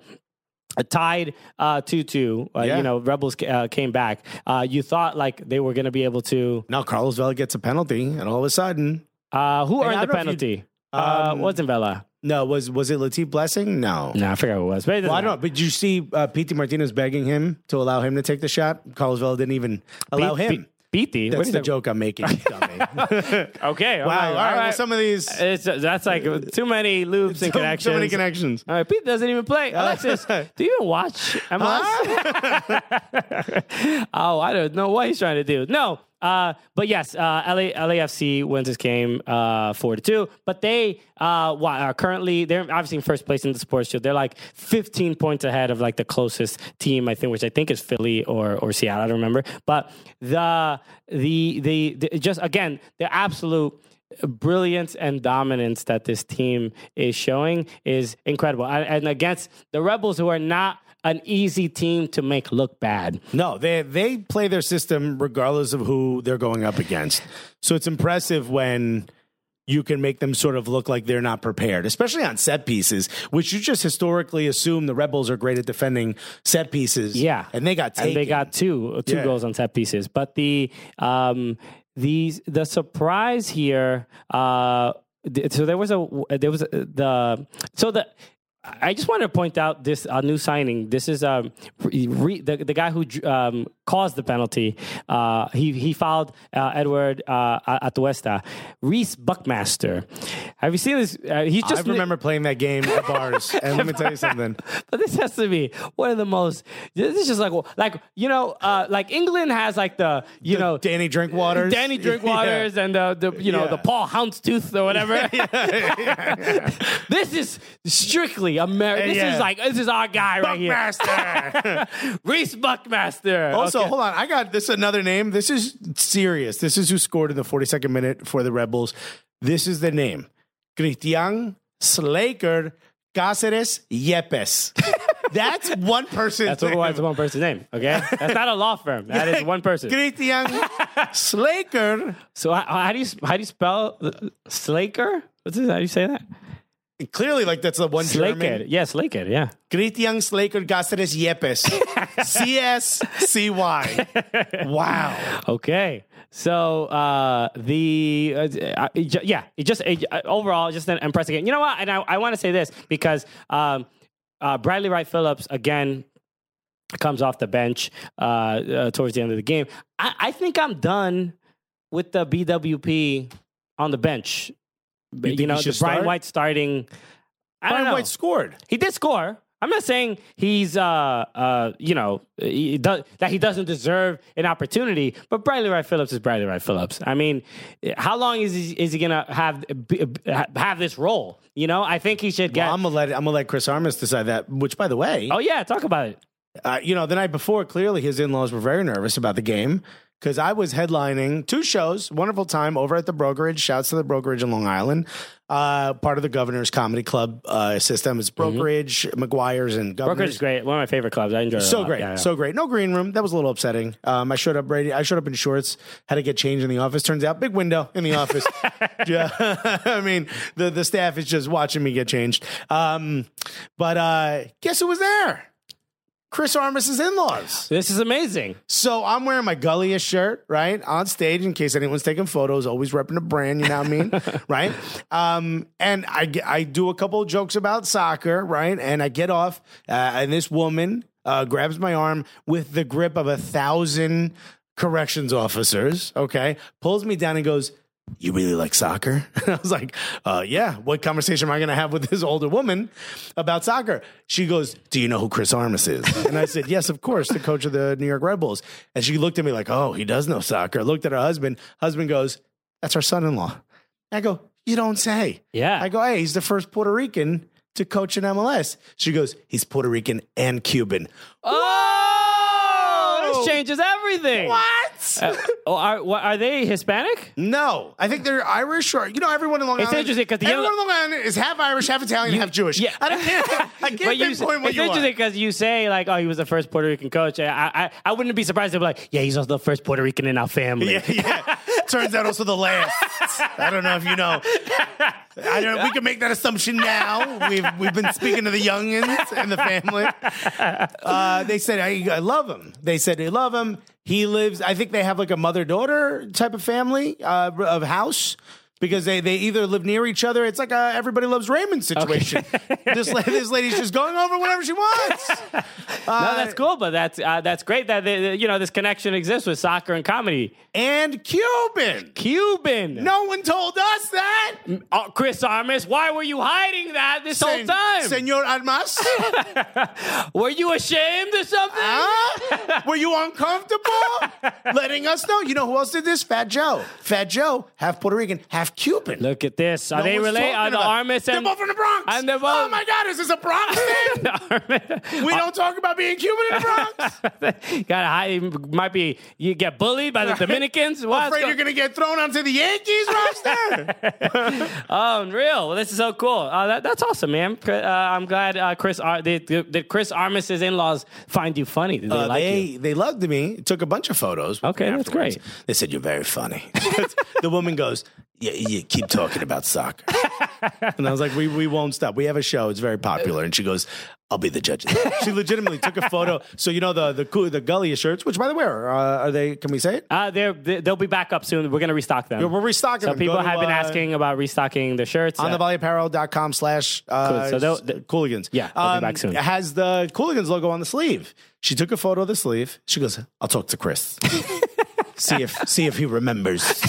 S3: Tied uh, two two, uh,
S2: Yeah.
S3: you know. Rebels uh, came back. Uh, you thought like they were going to be able to.
S2: Now Carlos Vela gets a penalty, and all of a sudden,
S3: Uh, who
S2: I
S3: earned the
S2: don't know if you-
S3: penalty? uh,
S2: Um,
S3: wasn't Vela?
S2: no, was was it Latif Blessing? No.
S3: No, I forgot who it was. But it doesn't
S2: Well, I
S3: matter.
S2: don't. But did you see, uh, PT Martinez begging him to allow him to take the shot. Carlos Vela didn't even allow
S3: Beat-
S2: him.
S3: Beat, beat the.
S2: That's the joke I'm making, you dummy. wow.
S3: Okay.
S2: All right. Well, some of these, so,
S3: It's, uh, that's like too many loops and connections.
S2: so many connections. Uh,
S3: All right, Pete doesn't even play. Alexis, do you even watch MLS? oh, I don't know what he's trying to do. No. Uh, but yes, uh, LA, LAFC wins this game uh, four to two. But they uh, why, are currently they're obviously in first place in the Sports Shield. They're like 15 points ahead of like the closest team I think, which I think is Philly or or Seattle. I don't remember. But the the the, the just again the absolute brilliance and dominance that this team is showing is incredible. And, and against the Rebels, who are not an easy team to make look bad.
S2: No, they they play their system regardless of who they're going up against. So it's impressive when you can make them sort of look like they're not prepared, especially on set pieces, which you just historically assume the Rebels are great at defending set pieces.
S3: Yeah,
S2: and they got taken.
S3: and they got two uh, two
S2: Yeah.
S3: goals on set pieces. But the um these the surprise here. Uh, th- so there was a there was a, the so the. I just wanted to point out this uh, new signing. This is um, re, the the guy who um, caused the penalty. Uh, he he fouled uh, Edward uh, Atuesta, Reese Buckmaster. Have you seen this? Uh, he's just
S2: I remember playing that game at bars, and let me tell you something.
S3: but this has to be one of the most. This is just like like you know uh, like England has like the you know
S2: Danny Drinkwater,
S3: Oh. Danny Drinkwaters and uh, the you know
S2: Yeah.
S3: the Paul Houndstooth or whatever. this is strictly American. This
S2: Yeah.
S3: is like this is our guy right here,
S2: Buckmaster.
S3: Reese Buckmaster.
S2: Also,
S3: Okay.
S2: hold on. I got this another name. This is serious. This is who scored in the 42nd minute for the Rebels. This is the name. Cristian Slaker Cáceres Yepes. That's one person.
S3: That's what that's one person's name. Okay, that's not a law firm. That is one person.
S2: Christian Slaker.
S3: So how, how do you how do you spell the- Slaker? What's this? How do you say that?
S2: Clearly, like that's the one
S3: Slaker.
S2: German.
S3: Yeah, Slaker. Yeah.
S2: Christian Slaker Cáceres Yepes. C S C Y. Wow.
S3: Okay. So uh, the uh, I- it ju- yeah, it just it, uh, overall just an impressive game. You know what? And I, I want to say this because um, uh, Bradley Wright Phillips again comes off the bench uh, uh, towards the end of the game. I, I think I'm done with the BWP on the bench. You,
S2: think he
S3: know,
S2: should
S3: the Brian
S2: start?
S3: White starting. I don't
S2: Brian
S3: know.
S2: White scored.
S3: He did score. I'm not saying he's, uh, uh, you know, he does, that he doesn't deserve an opportunity. But Bradley Wright Phillips is Bradley Wright Phillips. I mean, how long is he, is he gonna have be- have this role? You know, I think he should get.
S2: Well, I'm gonna let I'm gonna let Chris Armas decide that. Which, by the way,
S3: oh yeah, talk about it.
S2: uh, you know, the night before, clearly his in laws were very nervous about the game because I was headlining two shows, wonderful time over at the brokerage. Shouts to the brokerage in Long Island, uh, part of the Governor's Comedy Club uh, system. It's brokerage, McGuire's, and Governor's.
S3: Brokerage is great. One of my favorite clubs. I enjoy it. a
S2: So
S3: lot.
S2: great,
S3: Yeah, yeah.
S2: so great. No green room. That was a little upsetting. Um, I showed up ready. I showed up in shorts. Had to get changed in the office. Turns out, big window in the office. yeah, I mean the the staff is just watching me get changed. Um, but uh, guess who was there? Chris Armis's in laws.
S3: this is amazing.
S2: So I'm wearing my Gulliest shirt, right? On stage in case anyone's taking photos, always repping a brand, you know what I mean? right? Um, and I, ge- I do a couple of jokes about soccer, right? And I get off, uh, and this woman uh, grabs my arm with the grip of a thousand corrections officers, okay? Pulls me down and goes, you really like soccer? And I was like, uh, yeah, what conversation am I going to have with this older woman about soccer? She goes, do you know who Chris Armas is? And I said, yes, of course, the coach of the New York Red Bulls. And she looked at me like, oh, he does know soccer. Looked at her husband. Husband goes, that's our son-in-law. And I go, you don't say.
S3: Yeah.
S2: I go, hey, he's the first Puerto Rican to coach in MLS. She goes, he's Puerto Rican and Cuban.
S3: Oh,
S2: Whoa!
S3: this changes everything.
S2: What?
S3: Uh, oh, are, what, are they Hispanic?
S2: No, I think they're Irish or you know everyone in Long
S3: It's
S2: Island.
S3: interesting 'cause the
S2: everyone
S3: yellow-
S2: in Long Island is half Irish, half Italian, half Jewish.
S3: yeah.
S2: I don't care. I can't
S3: But you, it's
S2: pinpoint what you
S3: interesting
S2: are.
S3: because you say like, oh, he was the first Puerto Rican coach. I, I, I wouldn't be surprised if like, yeah, he's also the first Puerto Rican in our family.
S2: Yeah, yeah. Turns out also the last. I don't know if you know. I don't. We can make that assumption now. We've we've been speaking to the youngins and the family. Uh, they said I, I love him. They said they love him. He lives. I think they have like a mother daughter type of family uh, of house. Because they, they either live near each other. It's like a everybody loves Raymond situation. this, la- this lady's just going over whatever she wants.
S3: no, that's cool, but that's uh, that's great that they, they- you know this connection exists with soccer and comedy.
S2: And Cuban.
S3: Cuban,
S2: No one told us that.
S3: Oh, Chris Armas, why were you hiding that this
S2: Sen-
S3: whole time?
S2: Senor Almas?
S3: were you ashamed or something?
S2: Ah. Huh? Were you uncomfortable letting us know? You know who else did this? Fat Joe. Fat Joe, half Puerto Rican, half Cuban.
S3: Look at this. Are
S2: No
S3: they
S2: one's
S3: related?
S2: talking
S3: Are the
S2: about-
S3: Armas and
S2: They're both from the Bronx.
S3: and they're both-
S2: Oh my God, is this a Bronx thing?
S3: the Armas?
S2: we don't talk about being Cuban in the Bronx.
S3: Got hide. Might be you get bullied by the Dominicans. What's
S2: Afraid
S3: go-
S2: you're gonna get thrown onto the Yankees roster.
S3: Oh, unreal! Well, this is so cool. Uh, that, that's awesome, man. Uh, I'm glad uh, Chris. Ar- did, did Chris Armis's in-laws find you funny? Did they
S2: Uh,
S3: like
S2: they
S3: you?
S2: they loved me. Took a bunch of photos. with
S3: Okay,
S2: me
S3: that's
S2: afterwards.
S3: great.
S2: They said you're very funny. the woman goes, "Yeah, you keep talking about soccer." and I was like, "We we won't stop. We have a show. It's very popular." And she goes, "I'll be the judge." of that." she legitimately took a photo. So you know the the cool- the Gullia shirts, which by the way, are, uh, are they? Can we say it?
S3: Uh, they're, they- they'll be back up soon. We're gonna restock them.
S2: Yeah, we're restocking
S3: So
S2: them.
S3: people
S2: Go to,
S3: have been
S2: uh,
S3: asking about restocking the shirts.
S2: on the volleyapparel.com slash uh,
S3: Cool. So they'll- th-
S2: cooligans.
S3: Yeah, they'll be back soon.
S2: It has the cooligans logo on the sleeve. She took a photo of the sleeve. She goes, I'll talk to Chris. see if see if he remembers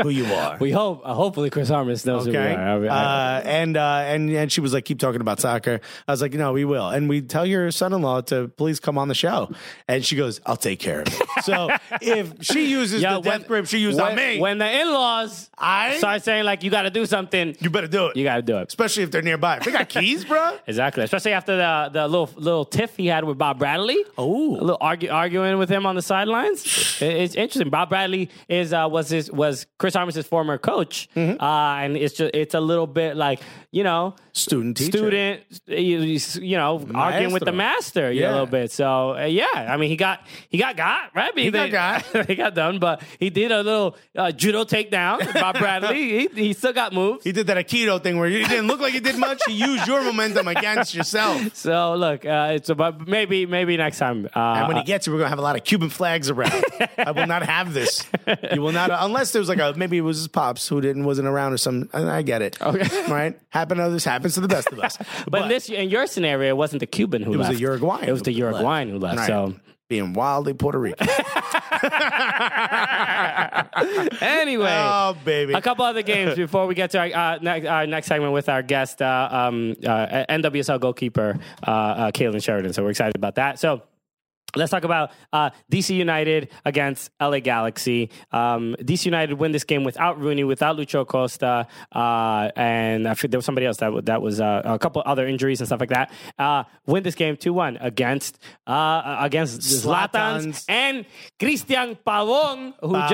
S2: who you are.
S3: we hope. Uh, hopefully, Chris Armis knows who we
S2: Okay,
S3: are. I- I-
S2: uh, and uh, and and she was like, "Keep talking about soccer." I was like, "No, we will." And we tell your son-in-law to please come on the show, and she goes, "I'll take care of it." So if she uses
S3: Yeah,
S2: the death grip she used
S3: when,
S2: on me,
S3: When the in-laws
S2: I-
S3: start saying like you got to do something,
S2: you better do it.
S3: you got to do it.
S2: especially if they're nearby. They got keys, bro.
S3: Exactly, especially after the the little little tiff he had with Bob Bradley.
S2: Oh.
S3: a little argu- arguing with him on the sidelines. It- it's interesting. Bob Bradley is uh, was his was Chris Harmon's former coach,
S2: Mm-hmm.
S3: uh, and it's just it's a little bit like you know
S2: Student teacher.
S3: student, you, you know, arguing with the master yeah. a
S2: Yeah.
S3: little bit. So uh, yeah, I mean, he got he got got right. He
S2: got got.
S3: he got done, but he did a little uh, judo takedown by Bradley. he, he still got moves.
S2: He did that Aikido thing where you didn't look like you did much. You used your momentum against yourself.
S3: So look, uh, it's about maybe maybe next time. Uh,
S2: And when he gets here, we're gonna have a lot of Cuban flags around. I will not have this. You will not, unless there was like a maybe it was his pops who didn't wasn't around or something. And I get it. Okay, right? Happen to others. Happens to the best of us.
S3: but in this in your scenario, it wasn't the Cuban who
S2: It was
S3: left.
S2: the Uruguayan
S3: It was the
S2: who left.
S3: Uruguayan who left.
S2: Right.
S3: So
S2: being wildly Puerto Rican.
S3: anyway.
S2: oh baby.
S3: a couple other games before we get to our, uh, next, our next segment with our guest, uh, um, uh, NWSL goalkeeper uh, uh, Kaylin Sheridan. So we're excited about that. So let's talk about uh, DC United against LA Galaxy. Um, DC United win this game without Rooney, without Lucho Costa, uh, and I think there was somebody else that w- that was uh, a couple other injuries and stuff like that. Uh, win this game two one against uh, against Zlatan's
S2: Zlatan's.
S3: and Christian Pavon, who
S2: Pavon.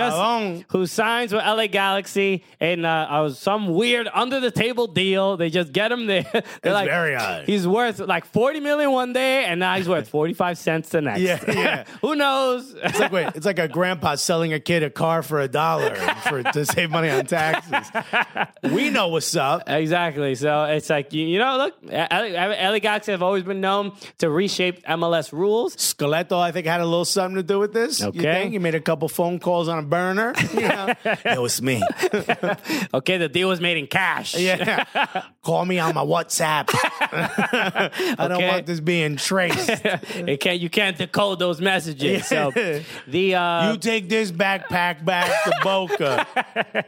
S3: just who signs with LA Galaxy in uh, uh, some weird under the table deal. They just get him there. They're like,
S2: very odd.
S3: He's worth like forty million one day, and now he's worth forty five cents the next.
S2: Yeah, yeah.
S3: who knows?
S2: It's like wait, it's like a grandpa selling a kid a car for a dollar for to save money on taxes. We know what's up.
S3: Exactly. So it's like you, you know, look, LA, LA Galaxy have always been known to reshape MLS rules.
S2: Scaleto, I think, had a little something to do with this. You
S3: Okay.
S2: think? He made a couple phone calls on a burner. You know? it was me.
S3: Okay, the deal was made in cash.
S2: Yeah. Call me on my WhatsApp. I don't
S3: Okay.
S2: want this being traced.
S3: it can't. You can't decode those messages. So the uh,
S2: you take this backpack back to Boca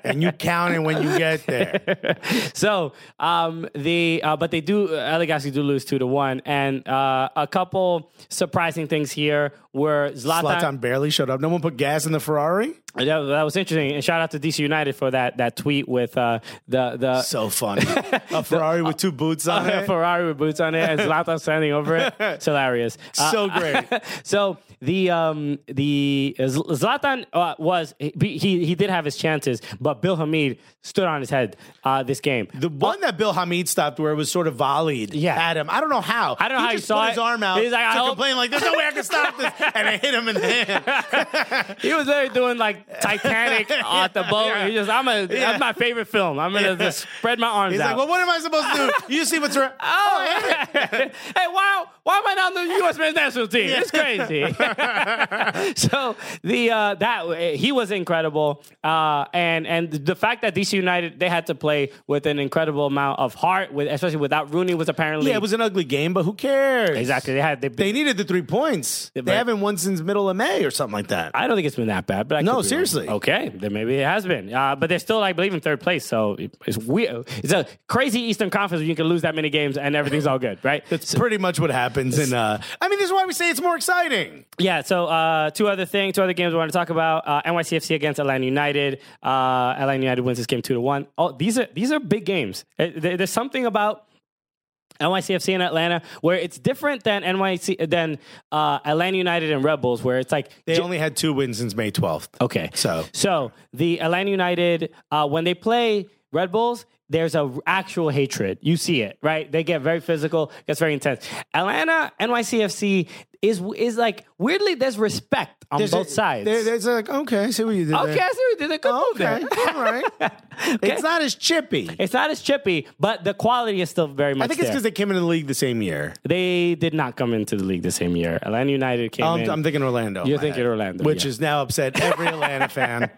S2: and you count it when you get there.
S3: So um, the uh, but they do uh, LA Galaxy do lose two to one, and uh, a couple surprising things here were Zlatan.
S2: Zlatan barely showed up. No one put gas in the Ferrari.
S3: That, that was interesting, and shout out to DC United for that that tweet with uh, the the.
S2: So funny. A Ferrari with two boots on it.
S3: Ferrari with boots on it and Zlatan standing over it. It's hilarious. Uh,
S2: So great.
S3: so the um the Z- Zlatan uh, was he, he he did have his chances, but Bill Hamid stood on his head uh, this game.
S2: The one that Bill Hamid stopped where it was sort of volleyed
S3: Yeah.
S2: at him. I don't know how.
S3: I don't know how he
S2: just
S3: saw
S2: put his
S3: it.
S2: arm out
S3: He's like, I
S2: to
S3: hope-
S2: complain like, there's no way I can stop this. And I hit him in the hand.
S3: He was there doing like Titanic at the boat. He just, I'm a,
S2: Yeah.
S3: that's my favorite film. I'm gonna just spread my arms
S2: He's
S3: out.
S2: like, well, what am I supposed to do? You see what's around.
S3: Oh, hey, why, why am I not on the U.S. men's national team? It's crazy. so the uh, that he was incredible, uh, and and the fact that DC United they had to play with an incredible amount of heart, with especially without Rooney was apparently
S2: Yeah, it was an ugly game, but who cares?
S3: exactly they had they.
S2: They needed the three points.
S3: Yeah,
S2: they
S3: but-
S2: haven't won since middle of May or something like that.
S3: I don't think it's been that bad, but I could
S2: No,
S3: be wrong.
S2: seriously.
S3: Okay, then maybe it has been, uh, but they're still, I believe, in third place. So it- it's weird. It's a crazy Eastern Conference. Where you can lose that many games and everything's all good, right?
S2: That's pretty much what happens. And uh, I mean, this is why we say it's more exciting.
S3: Yeah, so uh, two other things, two other games we want to talk about. Uh, NYCFC against Atlanta United. Uh, Atlanta United wins this game two to one. Oh, these are these are big games. Uh, there- There's something about NYCFC in Atlanta where it's different than NYC than uh, Atlanta United and Rebels, where it's like
S2: They
S3: j-
S2: only had two wins since May 12th.
S3: Okay.
S2: So-
S3: so the Atlanta United uh, when they play Red Bulls, there's a r- actual hatred. You see it, right? They get very physical. Gets very intense. Atlanta NYCFC is is like weirdly there's respect on both
S2: a-
S3: sides.
S2: There, there's like, okay, I see what you did
S3: okay,
S2: there. Oh,
S3: I see we did a good move there.
S2: Okay, all right. It's not as chippy.
S3: It's not as chippy, but the quality is still very much.
S2: I think it's
S3: there.
S2: because they came into the league the same year.
S3: they did not come into the league the same year. Atlanta United came
S2: Um, I'm,
S3: in.
S2: I'm thinking Orlando. in
S3: You're
S2: my
S3: thinking Orlando,
S2: Which
S3: yeah.
S2: is now upset every Atlanta fan.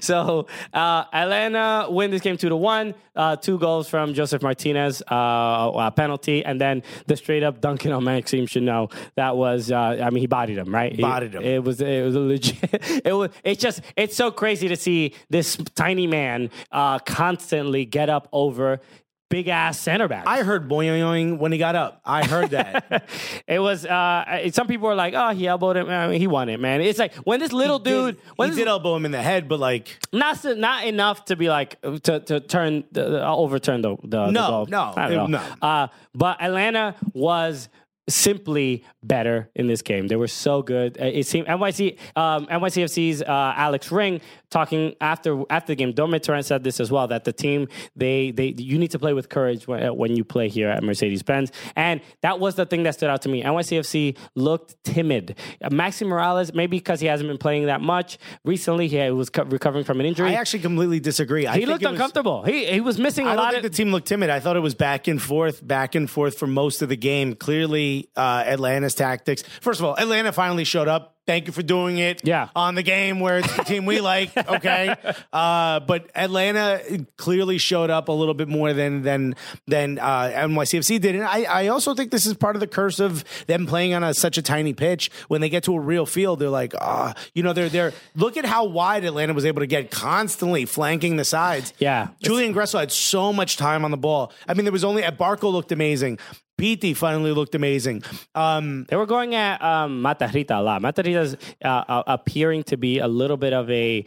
S3: so uh, Atlanta win this game two to one. Uh, two goals from Joseph Martinez, uh, uh, penalty, and then the straight up dunking on Maxime Chanel. That was, uh, I mean, he bodied him, right? He-
S2: Bodied him.
S3: It was, it was a legit. It was. It's just, it's so crazy to see this tiny man uh, constantly get up over big ass center back.
S2: I heard boing when he got up. I heard that.
S3: It was. Uh, it- some people were like, "Oh, he elbowed him. I mean, he won it, man." It's like when this little dude,
S2: he
S3: when this
S2: did elbow him in the head, but like,
S3: not s- not enough to be like to to turn the, the- overturn the, the the
S2: No,
S3: goal.
S2: no,
S3: I don't know.
S2: no.
S3: Uh, but Atlanta was simply better in this game. They were so good. Uh, It seemed NYC um, NYCFC's uh, Alex Ring talking after after the game. Dormit Turan said this as well that the team they they you need to play with courage when, uh, when you play here at Mercedes Benz, and that was the thing that stood out to me. NYCFC looked timid. Uh, Maxi Morales maybe because he hasn't been playing that much recently. He was co- recovering from an injury.
S2: I actually completely disagree. I
S3: he
S2: think
S3: looked
S2: it was-
S3: uncomfortable. he he was missing a
S2: I don't
S3: lot
S2: think
S3: of.
S2: the team looked timid. I thought it was back and forth, back and forth for most of the game. Clearly, uh, Atlanta's tactics. First of all, Atlanta finally showed up. Thank you for doing it.
S3: Yeah.
S2: on the game where it's the team we like. Okay, uh, but Atlanta clearly showed up a little bit more than than than uh, NYCFC did, and I, I also think this is part of the curse of them playing on a, such a tiny pitch. When they get to a real field, they're like, ah, you know, they're they're look at how wide Atlanta was able to get constantly flanking the sides.
S3: Yeah.
S2: Julian Gressel had so much time on the ball. I mean, there was only Barco looked amazing. Pete finally looked amazing. Um,
S3: They were going at um, Matarrita a lot. Matarrita's uh, uh, appearing to be a little bit of a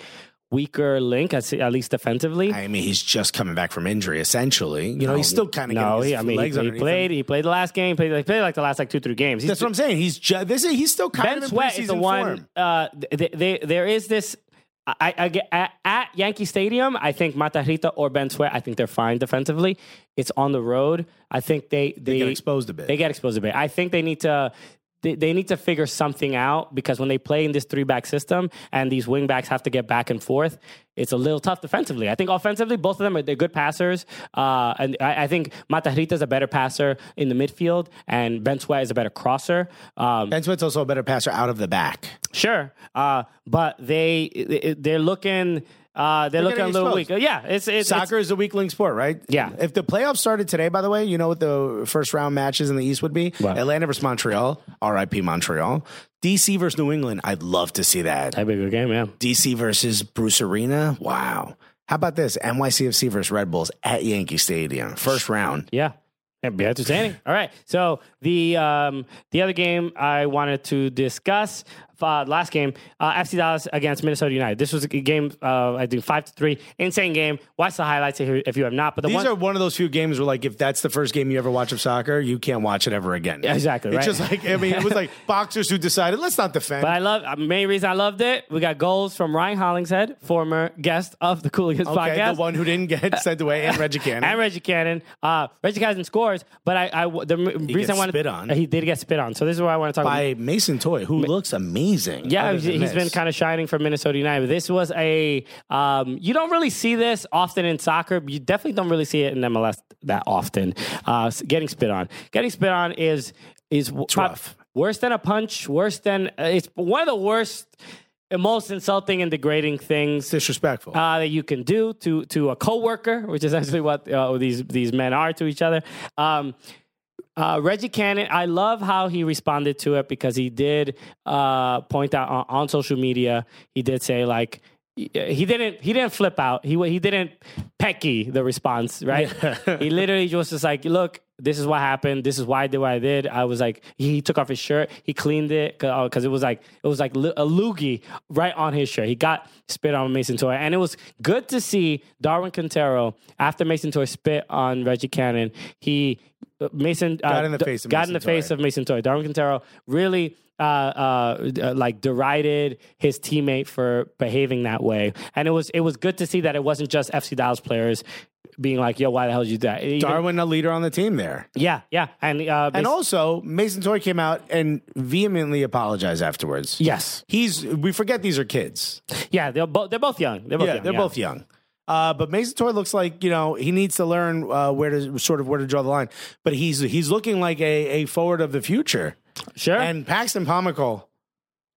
S3: weaker link, at at least defensively.
S2: I mean, he's just coming back from injury, essentially. You know, he's still kind of
S3: no,
S2: Getting
S3: he,
S2: his
S3: I mean, he,
S2: legs
S3: he
S2: underneath
S3: played.
S2: him.
S3: He played the last game. Played, he played like the last like two, three games. He's
S2: That's what I'm saying. He's ju- this is he's still kind
S3: Ben
S2: of in
S3: Sweat is the
S2: preseason
S3: one.
S2: form.
S3: Uh, th- they, there is this. I, I get at, at Yankee Stadium. I think Matarrita or Ben Sweat. I think they're fine defensively. It's on the road. I think they they,
S2: get exposed a bit.
S3: They get exposed a bit. I think they need to. They they need to figure something out because when they play in this three back system and these wing backs have to get back and forth, it's a little tough defensively. I think offensively, both of them are they're good passers. Uh, and I, I think Matarrita is a better passer in the midfield, and Ben Sweat is a better crosser. Um,
S2: Ben Sweat's also a better passer out of the back.
S3: Sure, uh, but they they- they're looking uh, they're, looking a
S2: getting
S3: little weak.
S2: exposed.
S3: Yeah, it's it's,
S2: Soccer is a weak link sport, right?
S3: Yeah.
S2: If the playoffs started today, by the way, you know what the first round matches in the East would be?
S3: What?
S2: Atlanta versus Montreal, RIP Montreal. DC versus New England. I'd love to see that.
S3: a bigger game. Yeah,
S2: DC versus Bruce Arena. Wow. How about this? NYCFC versus Red Bulls at Yankee Stadium. First round.
S3: yeah. It'd be entertaining. All right. So the um, the other game I wanted to discuss uh, last game, uh, FC Dallas against Minnesota United. This was a game uh, I think five to three, insane game. Watch the highlights if you- if you have not. But the
S2: These
S3: one,
S2: are one of those few games where, like, if that's the first game you ever watch of soccer, you can't watch it ever again.
S3: Yeah, exactly,
S2: It's
S3: right.
S2: just like I mean, it was like boxers who decided let's not defend.
S3: But I love uh, main reason I loved it. We got goals from Ryan Hollingshead, former guest of the Cooligans
S2: okay,
S3: podcast.
S2: the one who didn't get sent away and Reggie Cannon.
S3: and Reggie Cannon. Uh, Reggie Cannon scores, but I, I the m- reason I
S2: gets
S3: wanted
S2: spit on.
S3: he did get spit on. So this is why I want to talk about.
S2: by Mason Toy, who looks amazing.
S3: Yeah, he's he's been kind of shining for Minnesota United. But this was a um, you don't really see this often in soccer. but You definitely don't really see it in MLS that often. Uh, s- getting spit on, getting spit on is is w- prob-
S2: rough.
S3: worse than a punch. Worse than uh, it's one of the worst, and most insulting and degrading things
S2: disrespectful.
S3: uh, that you can do to to a coworker, which is actually what uh, these these men are to each other. Um, uh, Reggie Cannon, I love how he responded to it because he did uh, point out on, on social media. He did say like he he didn't he didn't flip out. He wa- he didn't pecky the response. Right? he literally was just like, look. This is what happened. This is why I did what I did. I was like, he took off his shirt, he cleaned it because it was like it was like lo- a loogie right on his shirt. He got spit on Mason Toy, and it was good to see Darwin Quintero after Mason Toy spit on Reggie Cannon. He Mason uh,
S2: Got in the face of
S3: got
S2: Mason
S3: in the face
S2: Toy.
S3: of Mason Toy. Darwin Quintero really uh, uh, d- uh, like derided his teammate for behaving that way, and it was it was good to see that it wasn't just FC Dallas players being like, "Yo, why the hell did you do that?" Even-
S2: Darwin, a leader on the team there.
S3: yeah, yeah, and uh,
S2: And
S3: Mas-
S2: also, Mason Toy came out and vehemently apologized afterwards.
S3: yes,
S2: He's we forget these are kids.
S3: yeah, they're both they're both young. They're both
S2: yeah,
S3: young.
S2: they're both young. Uh, but Mason Toy looks like you know he needs to learn uh, where to sort of where to draw the line. But he's he's looking like a, a forward of the future.
S3: Sure.
S2: And Paxton Pomical,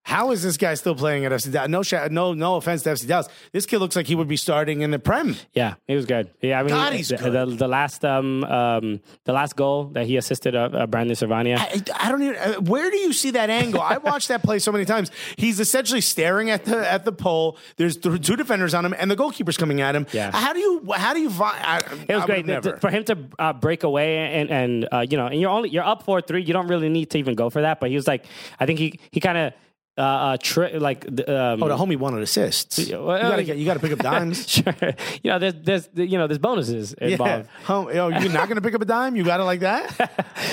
S2: how is this guy still playing at FC Dallas? No, sha- no, no offense to FC Dallas. This kid looks like he would be starting in the Prem.
S3: Yeah, he was good. Yeah, I mean,
S2: God,
S3: he-
S2: he's
S3: the,
S2: good.
S3: The, the last um, um the last goal that he assisted uh, uh, Brandon Servania.
S2: I, I don't even. uh, Where do you see that angle? I watched that play so many times. He's essentially staring at the at the pole. There's th- two defenders on him, and the goalkeeper's coming at him.
S3: Yeah.
S2: How do you? How do you? vi- I,
S3: it
S2: I
S3: was
S2: would
S3: great
S2: Never.
S3: th- th- for him to uh, break away and and uh, you know and you're only you're up four three. You don't really need to even go for that. But he was like, I think he he kind of uh, uh tri- like the, um,
S2: Oh, the homie wanted assists. You
S3: well,
S2: gotta
S3: yeah.
S2: get, you gotta pick up dimes.
S3: sure. You know, there's there's you know there's bonuses
S2: yeah,
S3: involved.
S2: Hom- oh, you're not gonna pick up a dime. You got it like that.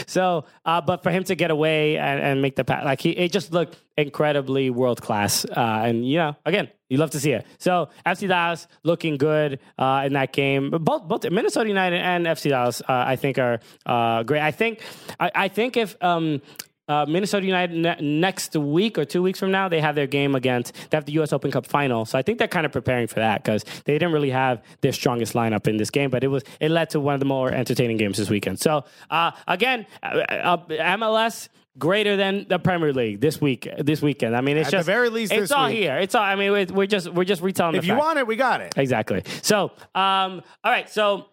S3: So, uh, but for him to get away and, and make the pass, like he, it just looked incredibly world class. Uh, and you know, again, you love to see it. So FC Dallas looking good uh, in that game. But both both Minnesota United and FC Dallas, uh, I think, are uh, great. I think, I, I think if. Um, uh, Minnesota United ne- next week or two weeks from now, they have their game against, they have the U.S. Open Cup final. So I think they're kind of preparing for that because they didn't really have their strongest lineup in this game, but it was, it led to one of the more entertaining games this weekend. So uh, again, uh, uh, MLS greater than the Premier League this week, this weekend. I mean, it's
S2: At the
S3: just,
S2: very least
S3: it's
S2: this
S3: all
S2: week.
S3: here. It's all, I mean, we're, we're just, we're just retelling
S2: if
S3: the
S2: you
S3: facts.
S2: want it, we got it.
S3: Exactly. So, um, all right. So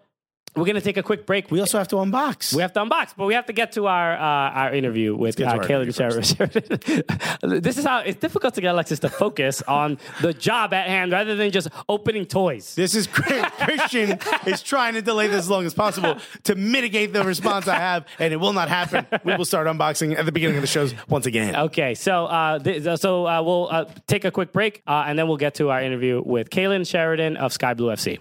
S3: we're going to take a quick break.
S2: We also have to unbox.
S3: We have to unbox, but we have to get to our uh, our interview with
S2: get to
S3: uh,
S2: our
S3: Caleb
S2: interview
S3: Sheridan. this is how it's difficult to get Alexis to focus on the job at hand rather than just opening toys.
S2: This is great. Christian is trying to delay this as long as possible to mitigate the response I have, and it will not happen. We will start unboxing at the beginning of the shows once again.
S3: Okay, so uh, th- so uh, we'll uh, take a quick break uh, and then we'll get to our interview with Kaylin Sheridan of Sky Blue FC.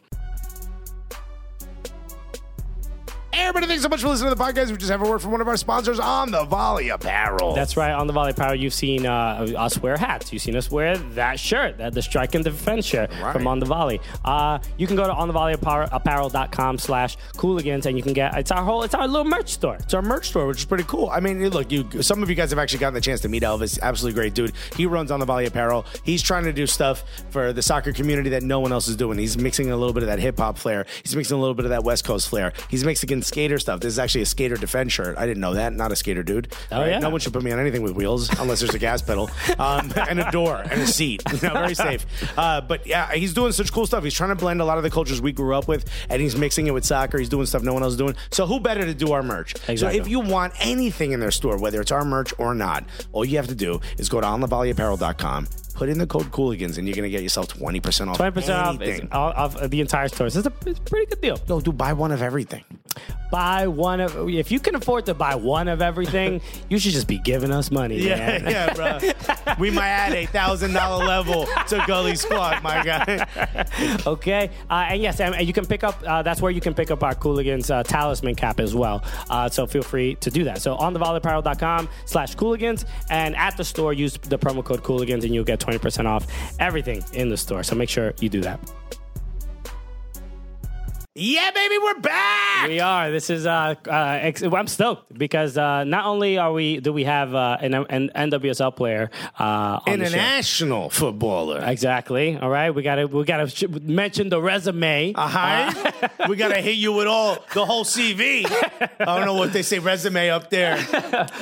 S2: Everybody, thanks so much for listening to the podcast. We just have a word from one of our sponsors on the Volley Apparel.
S3: That's right. On the Volley Power, you've seen uh, us wear hats. You've seen us wear that shirt, that the Strike and Defense shirt from On the Volley. Uh, you can go to onthevolleyapparel.com slash Cooligans and you can get it's our whole it's our little merch store.
S2: It's our merch store, which is pretty cool. I mean, look, you some of you guys have actually gotten the chance to meet Elvis. Absolutely great dude. He runs on the Volley Apparel. He's trying to do stuff for the soccer community that no one else is doing. He's mixing a little bit of that hip hop flair. He's mixing a little bit of that West Coast flair. He's mixing skater stuff. This is actually a skater defense shirt. I didn't know that. Not a skater dude.
S3: Oh,
S2: Right?
S3: yeah.
S2: No one should put me on anything with wheels unless there's a gas pedal um, and a door and a seat. Not very safe. Uh, but yeah, he's doing such cool stuff. He's trying to blend a lot of the cultures we grew up with, and he's mixing it with soccer. He's doing stuff no one else is doing. So who better to do our merch? So
S3: Exactly.
S2: if you want anything in their store, whether it's our merch or not, all you have to do is go to onthevolleyapparel.com, put in the code Cooligans, and you're going to get yourself 20% off
S3: Twenty percent off is
S2: anything.
S3: all, off the entire store. So it's a, it's a pretty good deal.
S2: No, dude, buy one of everything.
S3: Buy one of if you can afford to buy one of everything, you should just be giving us money. man.
S2: yeah, bro. we might add a thousand dollar level to Gully Squad, my guy.
S3: Okay, uh, and yes, and, and you can pick up. Uh, that's where you can pick up our Cooligans uh, talisman cap as well. Uh, so feel free to do that. So on thevolleyapparel.com slash Cooligans, and at the store use the promo code Cooligans, and you'll get twenty percent off everything in the store. So make sure you do that.
S2: Yeah, baby, we're back.
S3: We are. This is. Uh, uh, ex- I'm stoked because uh, not only are we do we have uh, an, an NWSL player uh, on the show.
S2: International footballer.
S3: Exactly. All right. We gotta we gotta sh- mention the resume.
S2: uh-huh.
S3: Uh,
S2: we gotta hit you with all the whole CV. I don't know what they say resume up there.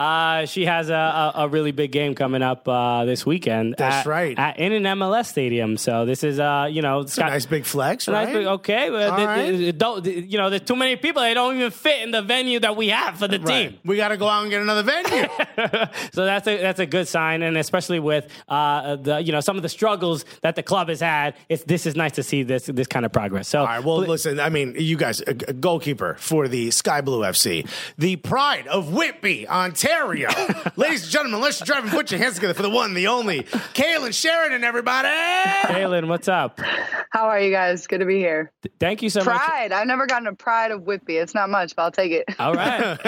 S3: Uh, she has a, a, a really big game coming up uh, this weekend.
S2: That's
S3: at-
S2: right.
S3: At, in an MLS stadium. So this is, uh, you know, it's
S2: It's a nice big flex, right?
S3: Nice big- okay. Well,
S2: All
S3: they-
S2: right.
S3: they- don't, they- you know, there's too many people. They don't even fit in the venue that we have for the
S2: Right.
S3: team.
S2: We gotta go out and get another venue.
S3: So that's a that's a good sign, and especially with uh, the you know some of the struggles that the club has had. It's this is nice to see this this kind of progress. So
S2: All right. Well, listen. I mean, you guys, a, a goalkeeper for the Sky Blue FC, the pride of Whitby, Ontario. Ladies and gentlemen, let's drive and put your hands together for the one, the only, Kaylin Sheridan, everybody.
S3: Kaylin, what's up?
S5: How are you guys? Good to be here.
S3: Thank you so much.
S5: Pride. I've never gotten a pride of Whitby. It's not much, but I'll take it.
S2: Uh,
S3: All right.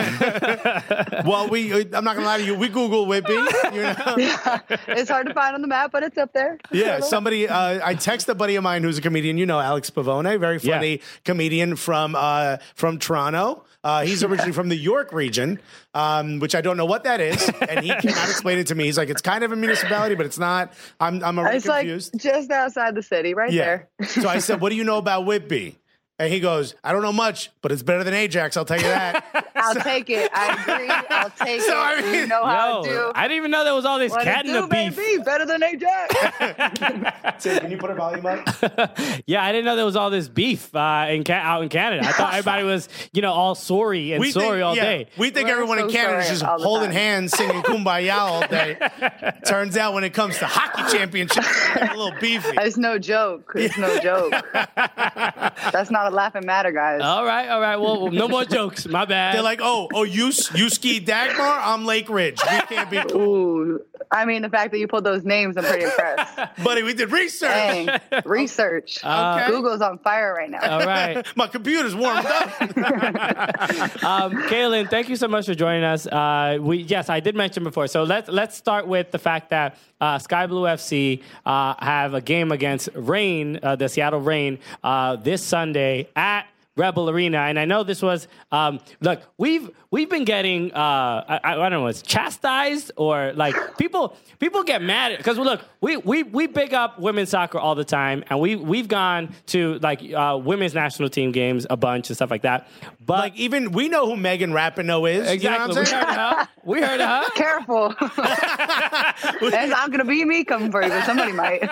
S2: Well, we, uh, I'm not gonna lie to you. We Googled Whitby. You know?
S5: it's hard to find on the map, but it's up there.
S2: Yeah, somebody. Uh, I text a buddy of mine who's a comedian. You know, Alex Pavone, very
S3: Yeah.
S2: funny comedian from uh, from Toronto. Uh, he's originally from the York region, um, which I don't know what that is, and he cannot explain it to me. He's like, it's kind of a municipality, but it's not. I'm I'm already
S5: It's
S2: confused.
S5: like just outside the city, right
S2: yeah.
S5: there.
S2: so I said, "What do you know about Whitby?" And he goes, "I don't know much, but it's better than Ajax. I'll tell you that."
S5: I'll take it. I agree. I'll take
S2: So,
S5: it.
S2: I mean-
S5: you know how to
S3: Yo,
S5: do.
S3: I didn't even know there was all this
S5: What
S3: cat
S5: it
S3: in the
S5: do,
S3: beef.
S5: baby. Better than Ajax.
S2: Tim, Can you put a volume up?
S3: Yeah, I didn't know there was all this beef uh, in ca- out in Canada. I thought everybody was, you know, all sorry and sorry all
S2: yeah,
S3: day.
S2: We think
S5: We're
S2: everyone in
S5: so
S2: Canada is
S5: sorry
S2: just
S5: all the
S2: holding
S5: time.
S2: hands, singing "Kumbaya" all day. Turns out, when it comes to hockey championships, it's a little beefy.
S5: It's no joke. It's no joke. That's not a laughing matter, guys.
S2: Oh.
S3: All right, all right. Well, no more jokes. My bad.
S2: They're like, oh, oh, you you ski Dagmar, I'm Lake Ridge. We can't be cool.
S5: Ooh, I mean, the fact that you pulled those names, I'm pretty impressed.
S2: buddy. We did research.
S5: Dang, research.
S2: Okay. Oh,
S5: Google's on fire right now.
S3: All right.
S2: My computer's warmed up.
S3: Um, Kaylin, thank you so much for joining us. Uh, we yes, I did mention before. So let's let's start with the fact that uh, Sky Blue FC uh, have a game against Rain, uh, the Seattle Rain, uh, this Sunday at. Rebel Arena, and I know this was. Um, look, we've we've been getting uh, I, I don't know, it's chastised or like people people get mad because look, we we we big up women's soccer all the time, and we we've gone to like uh, women's national team games a bunch and stuff like that. But
S2: like even we know who Megan Rapinoe is.
S3: Exactly.
S2: You know what I'm saying?
S3: we heard of her. We heard of her.
S5: Careful. That's not going to be me coming for you, but somebody might.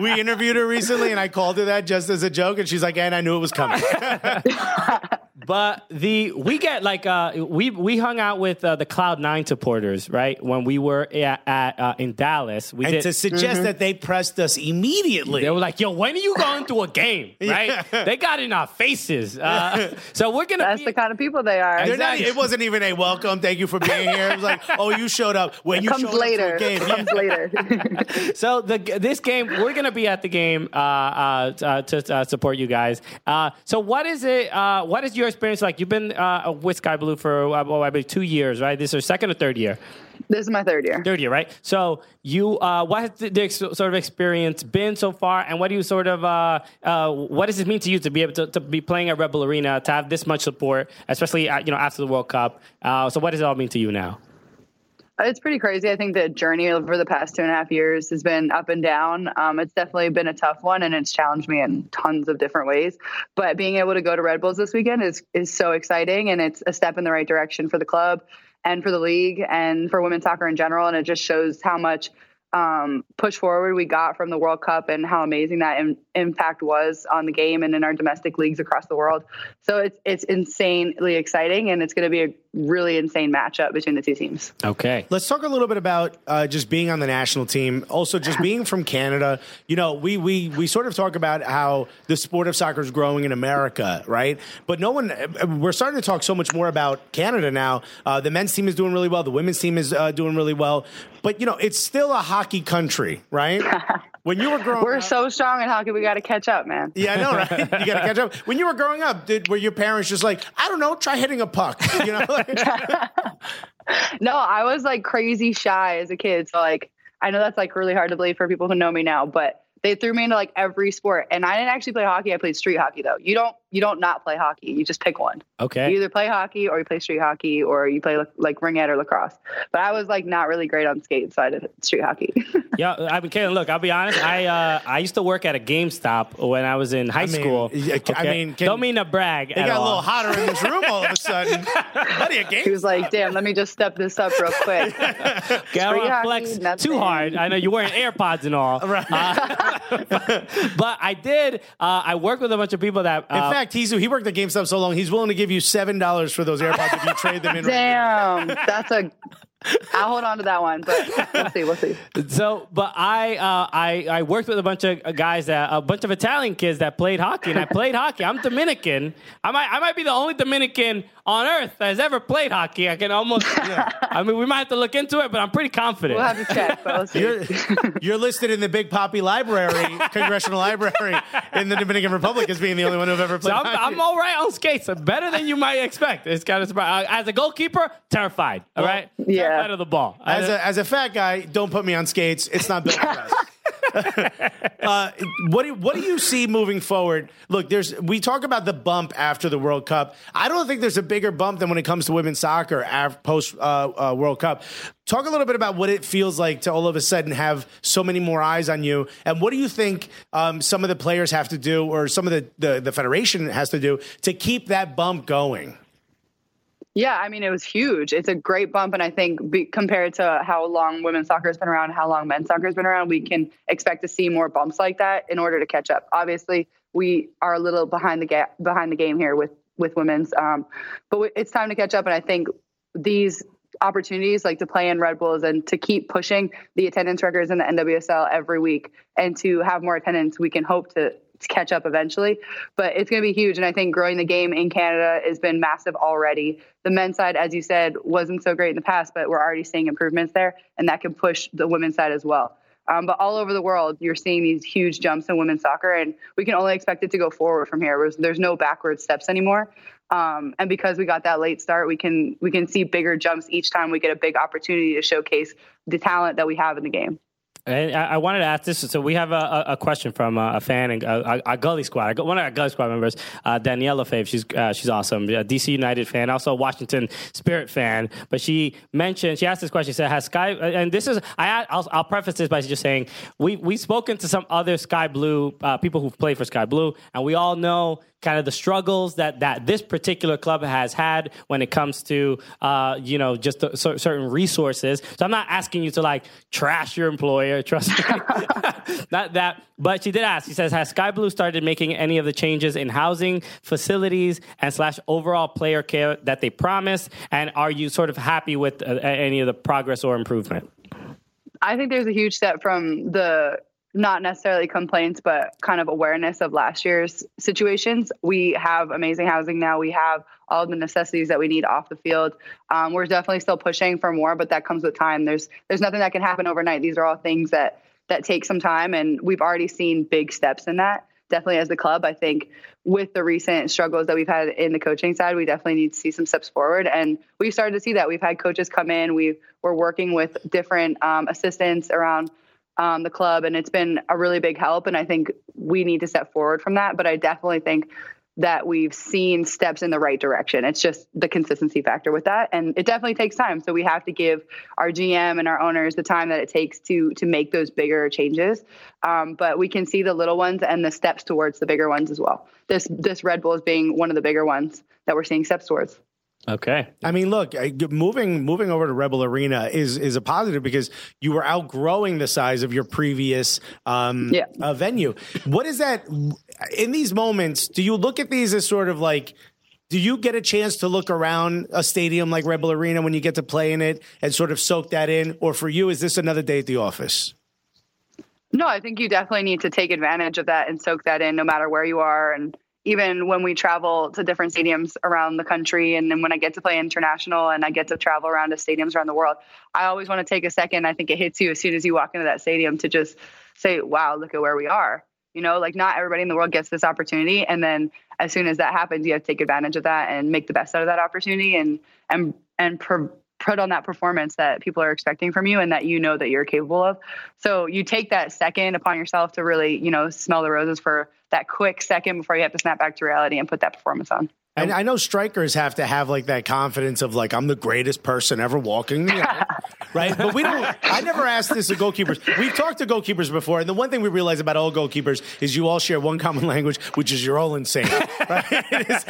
S2: we interviewed her recently, and I called her that just as a joke, and she's like, "And I knew it was coming."
S3: But the we get like uh, we we hung out with uh, the Cloud Nine supporters right when we were at, at uh, in Dallas. We
S2: and
S3: did.
S2: to suggest
S5: Mm-hmm.
S2: that they pressed us immediately.
S3: they were like, "Yo, when are you going to a game?" Right?
S2: Yeah.
S3: They got in our faces. Uh, so we're gonna.
S5: That's
S3: be-
S5: the kind of people they are.
S2: They're not- it wasn't even a welcome. Thank you for being here. It was like, oh, you showed up when you
S5: comes
S2: showed
S5: later.
S2: up to a game.
S5: It
S2: Yeah.
S5: comes later.
S3: So the this game, we're gonna be at the game uh, uh, t- uh, to uh, support you guys. Uh, so what is it? Uh, what is your experience like? You've been uh, with Sky Blue for uh, well, I believe two years, right? This is your second or third year.
S5: this is my third year.
S3: third year, right? So you, uh, what has the, the ex- sort of experience been so far, and what do you sort of, uh, uh, what does it mean to you to be able to, to be playing at Rebel Arena to have this much support, especially uh, you know after the World Cup? Uh, so what does it all mean to you now?
S5: It's pretty crazy. I think the journey over the past two and a half years has been up and down. Um, it's definitely been a tough one, and it's challenged me in tons of different ways. But being able to go to Red Bulls this weekend is is so exciting, and it's a step in the right direction for the club and for the league and for women's soccer in general. And it just shows how much um, push forward we got from the World Cup and how amazing that im- impact was on the game and in our domestic leagues across the world. So it's it's insanely exciting, and it's going to be a really insane matchup between the two teams.
S3: Okay.
S2: Let's talk a little bit about uh, just being on the national team. Also, just being from Canada. You know, we we we sort of talk about how the sport of soccer is growing in America, right? But no one. uh, We're starting to talk so much more about Canada now. Uh, the men's team is doing really well. The women's team is uh, doing really well. But you know, it's still a hockey country, right? When you were growing,
S5: We're
S2: up,
S5: so strong in hockey. We got to catch up, man.
S2: yeah, I know, right? You got to catch up. When you were growing up, did were your parents just like, I don't know, try hitting a puck? You know,
S5: No, I was like crazy shy as a kid. So like, I know that's like really hard to believe for people who know me now, but they threw me into like every sport, and I didn't actually play hockey. I played street hockey though. You don't you don't not play hockey. You just pick one. You
S3: Okay.
S5: either play hockey or you play street hockey or you play like, like ringette or lacrosse. But I was like not really great on skates, so I did street hockey.
S3: Yeah. I mean, Kaylin, look, I'll be honest. I uh, I used to work at a GameStop when I was in high
S2: mean,
S3: school.
S2: yeah, I mean, can-
S3: don't mean to brag.
S2: it
S3: at
S2: got a
S3: all.
S2: little hotter in this room all of a sudden. Buddy, a game
S5: he was like, "Damn, let me just step this up real quick."
S3: Yeah, I don't
S5: Free
S3: wanna
S5: hockey,
S3: flex
S5: nothing.
S3: too hard. I know you wearing AirPods and all. Right. but, but I did. Uh, I worked with a bunch of people that.
S2: In
S3: Uh,
S2: fact, he's he worked at GameStop so long, he's willing to give you seven dollars for those AirPods if you trade them in.
S5: Damn, that's a. I'll hold on to that one, but we'll see. We'll see.
S3: so, but I, uh, I, I worked with a bunch of guys that a bunch of Italian kids that played hockey, and I played hockey. I'm Dominican. I might, I might be the only Dominican on earth that has ever played hockey. I can almost. I mean, we might have to look into it, but I'm pretty confident.
S5: We'll have to check, but we'll see.
S2: You're, you're listed in the Big Poppy Library, Congressional Library in the Dominican Republic as being the only one who've ever
S3: So
S2: played.
S3: I'm,
S2: hockey.
S3: I'm all right on skates, better than you might expect. It's kind of surprising. As a goalkeeper, terrified. All right,
S5: yeah.
S3: terrified of the ball.
S2: as a as a fat guy, don't put me on skates. It's not built for us. uh, what do what do you see moving forward? Look, there's we talk about the bump after the World Cup. I don't think there's a bigger bump than when it comes to women's soccer after, post uh, uh, World Cup. Talk a little bit about what it feels like to all of a sudden have so many more eyes on you, and what do you think um, some of the players have to do, or some of the, the the federation has to do to keep that bump going?
S5: Yeah, I mean, it was huge. It's a great bump. And I think be, compared to how long women's soccer has been around, how long men's soccer has been around, we can expect to see more bumps like that in order to catch up. Obviously, we are a little behind the ga- behind the game here with with women's, um, but w- it's time to catch up. And I think these opportunities like to play in Red Bulls and to keep pushing the attendance records in the NWSL every week and to have more attendance, we can hope to catch up eventually. But it's going to be huge. And I think growing the game in Canada has been massive already. The men's side, as you said, wasn't so great in the past, but we're already seeing improvements there. And that can push the women's side as well. Um, but all over the world, you're seeing these huge jumps in women's soccer, and we can only expect it to go forward from here. There's, there's no backward steps anymore. Um, and because we got that late start, we can we can see bigger jumps each time we get a big opportunity to showcase the talent that we have in the game.
S3: And I, I wanted to ask this. So we have a, a, a question from uh, a, a fan and a, a, a Gully Squad, one of our Gully Squad members, uh, Daniela Fave. She's uh, she's awesome. A DC United fan, also a Washington Spirit fan. But she mentioned she asked this question. She said, "Has Sky?" uh, And this is I I'll, I'll preface this by just saying we we've spoken to some other Sky Blue uh, people who've played for Sky Blue, and we all know kind of the struggles that that this particular club has had when it comes to uh, you know just the, cer- certain resources. So I'm not asking you to like trash your employer. Trust me, not that. But she did ask. She says, "Has Sky Blue started making any of the changes in housing, facilities, and slash overall player care that they promised? And are you sort of happy with uh, any of the progress or improvement?"
S5: I think there's a huge step from the not necessarily complaints, but kind of awareness of last year's situations. We have amazing housing now. We have all the necessities that we need off the field. Um, we're definitely still pushing for more, but that comes with time. There's there's nothing that can happen overnight. These are all things that that take some time, and we've already seen big steps in that. Definitely, as the club, I think with the recent struggles that we've had in the coaching side, we definitely need to see some steps forward. And we've started to see that. We've had coaches come in. We we're working with different um, assistants around um, the club, and it's been a really big help. And I think we need to step forward from that. But I definitely think that we've seen steps in the right direction. It's just the consistency factor with that, and it definitely takes time. So we have to give our GM and our owners the time that it takes to to make those bigger changes. Um, but we can see the little ones and the steps towards the bigger ones as well. This this Red Bull is being one of the bigger ones that we're seeing steps towards.
S3: Okay.
S2: I mean, look, I- moving moving over to Rebel Arena is is a positive because you were outgrowing the size of your previous um,
S5: Yeah.
S2: uh, venue. What is that in these moments? Do you look at these as sort of like? Do you get a chance to look around a stadium like Rebel Arena when you get to play in it and sort of soak that in? Or for you, is this another day at the office?
S5: No, I think you definitely need to take advantage of that and soak that in no matter where you are. And even when we travel to different stadiums around the country, and then when I get to play international and I get to travel around to stadiums around the world, I always want to take a second. I think it hits you as soon as you walk into that stadium to just say, wow, look at where we are. You know, like not everybody in the world gets this opportunity. And then as soon as that happens, you have to take advantage of that and make the best out of that opportunity and, and, and pro- put on that performance that people are expecting from you and that you know that you're capable of. So you take that second upon yourself to really, you know, smell the roses for that quick second before you have to snap back to reality and put that performance on.
S2: And I know strikers have to have like that confidence of like I'm the greatest person ever walking, the earth," right? But we don't. I never asked this of goalkeepers. We've talked to goalkeepers before, and the one thing we realize about all goalkeepers is you all share one common language, which is you're all insane. Right? It is-